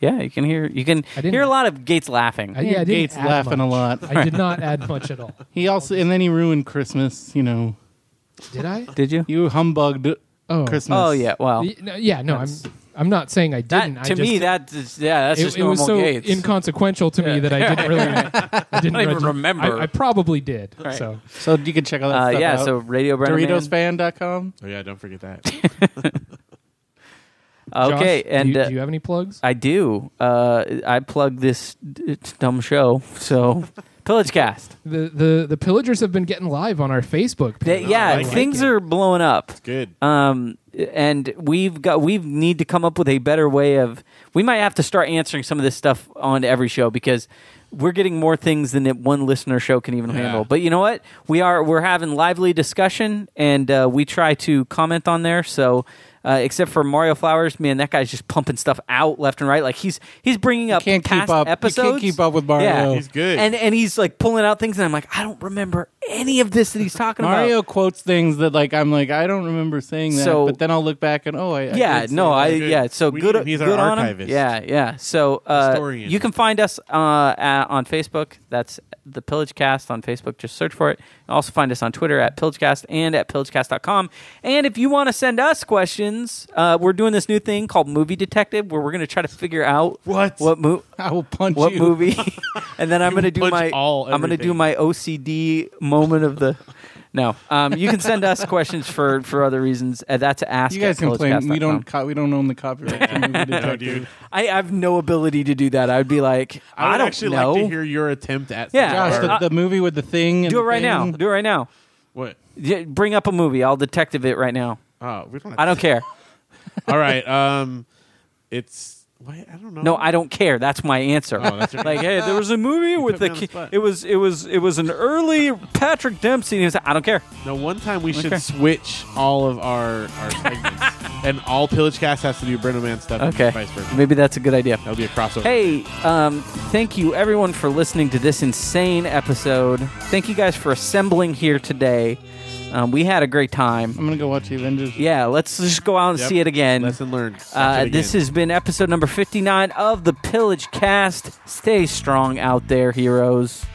Speaker 1: Yeah, you can hear you can
Speaker 2: I didn't-
Speaker 1: hear a lot of Gates laughing.
Speaker 2: I, yeah, I didn't
Speaker 4: Gates
Speaker 2: add
Speaker 4: laughing a
Speaker 2: much.
Speaker 4: lot.
Speaker 2: I
Speaker 1: <laughs>
Speaker 2: did not add much at all.
Speaker 4: He also, and then he ruined Christmas. You know,
Speaker 2: Did I?
Speaker 1: Did you?
Speaker 4: you humbugged
Speaker 2: Oh,
Speaker 4: Christmas.
Speaker 1: Oh yeah. Well,
Speaker 2: Y- no, yeah, no, I'm I'm not saying I didn't.
Speaker 1: that,
Speaker 2: I
Speaker 1: to
Speaker 2: just,
Speaker 1: me that's just- yeah that's
Speaker 2: it,
Speaker 1: just
Speaker 2: it was
Speaker 1: normal
Speaker 2: so
Speaker 1: Gates.
Speaker 2: inconsequential to me that I
Speaker 1: <laughs>
Speaker 2: didn't really. I didn't
Speaker 1: I don't even
Speaker 2: reg-
Speaker 1: remember.
Speaker 2: I, I probably did.
Speaker 1: Right.
Speaker 2: So
Speaker 4: So you can check all that
Speaker 1: uh,
Speaker 4: stuff
Speaker 1: yeah.
Speaker 4: out.
Speaker 1: So Radio Brennan.
Speaker 4: DoritosFan.com.
Speaker 3: Oh yeah, don't forget that.
Speaker 1: <laughs> Okay,
Speaker 2: Josh, do
Speaker 1: and
Speaker 2: you-
Speaker 1: uh,
Speaker 2: do you have any plugs?
Speaker 1: I do. Uh, I plug this d- d- dumb show. So <laughs> Pillagecast.
Speaker 2: The the the pillagers have been getting live on our Facebook.
Speaker 1: They,
Speaker 2: page.
Speaker 1: yeah,
Speaker 3: I like
Speaker 1: things
Speaker 2: it.
Speaker 1: are blowing up.
Speaker 3: Good.
Speaker 1: um, and we've got we need to come up with a better way of we might have to start answering some of this stuff on every show because we're getting more things than that one listener show can even handle but you know what we are we're having lively discussion and uh, we try to comment on there so uh, except for Mario Flowers, man, that guy's just pumping stuff out left and right. Like he's he's bringing up
Speaker 4: can't keep
Speaker 1: past
Speaker 4: up. You can't
Speaker 1: episodes.
Speaker 4: keep up with Mario.
Speaker 1: Yeah.
Speaker 3: He's good.
Speaker 1: and and he's like pulling out things, and I'm like, I don't remember any of this that he's talking about.
Speaker 4: Mario quotes things that like I'm like I don't remember saying that,
Speaker 1: So-
Speaker 4: but then I'll look back and oh I, I
Speaker 1: yeah,
Speaker 4: did say
Speaker 1: no,
Speaker 4: that.
Speaker 1: I
Speaker 3: Good.
Speaker 1: yeah. So
Speaker 3: We
Speaker 1: good.
Speaker 3: need him. He's our
Speaker 1: good on him.
Speaker 3: archivist.
Speaker 1: Yeah, yeah. So uh,
Speaker 3: Historian.
Speaker 1: you can find us uh, at, on Facebook. That's the Pillagecast on Facebook. Just search for it. And also find us on Twitter at Pillagecast and at pillagecast.com. And if you want to send us questions, uh, we're doing this new thing called Movie Detective, where we're going to try to figure out
Speaker 3: What?
Speaker 1: what movie
Speaker 4: I will punch
Speaker 1: what
Speaker 3: <laughs>
Speaker 4: you.
Speaker 1: movie and then i'm gonna do
Speaker 3: punch
Speaker 1: my
Speaker 3: all
Speaker 1: i'm gonna do
Speaker 3: everything.
Speaker 1: my ocd moment of the no um, you can send us questions for for other reasons uh, that's ask
Speaker 4: You guys
Speaker 1: at
Speaker 4: complain.
Speaker 1: pillagecast.com.
Speaker 4: We don't. Co- we don't own the copyright. to Movie
Speaker 3: No,
Speaker 4: Detective.
Speaker 3: dude.
Speaker 1: I have no ability to do that. I'd be like,
Speaker 3: I
Speaker 1: I,
Speaker 3: would
Speaker 1: don't
Speaker 3: actually
Speaker 1: know.
Speaker 3: like to hear your attempt at.
Speaker 1: Yeah.
Speaker 4: Gosh,
Speaker 3: Or-
Speaker 4: the, the movie with the thing. And
Speaker 1: Uh, do it
Speaker 4: the
Speaker 1: right now.
Speaker 4: thing.
Speaker 1: Do it right now.
Speaker 3: what?
Speaker 1: Yeah, bring up a movie. I'll detective it right now.
Speaker 3: Oh, we don't. Have
Speaker 1: I don't care.
Speaker 3: All right. Um, it's. Wait, I don't know.
Speaker 1: No, I don't care. That's my answer.
Speaker 3: Oh, that's your
Speaker 1: like, hey, there was a movie with
Speaker 3: put
Speaker 1: the
Speaker 3: me on
Speaker 1: ki-
Speaker 3: the spot.
Speaker 1: it was it was it was an early Patrick Dempsey. And he was like, I don't care.
Speaker 3: No, one time we
Speaker 1: Okay.
Speaker 3: should switch all of our
Speaker 1: <laughs>
Speaker 3: our segments, and all Pillage Cast has to do Brendo Man stuff.
Speaker 1: Okay,
Speaker 3: And vice versa.
Speaker 1: maybe that's a good idea.
Speaker 3: That'll be a crossover.
Speaker 1: Hey, um, thank you everyone for listening to this insane episode. Thank you guys for assembling here today. Um, we had a great time.
Speaker 4: I'm gonna go watch the Avengers.
Speaker 1: Yeah, let's just go out and
Speaker 3: Yep.
Speaker 1: see it again.
Speaker 3: Lesson learned. Watch
Speaker 1: Uh,
Speaker 3: it
Speaker 1: this
Speaker 3: again.
Speaker 1: has been episode number 59 of the Pillage Cast. Stay strong out there, heroes.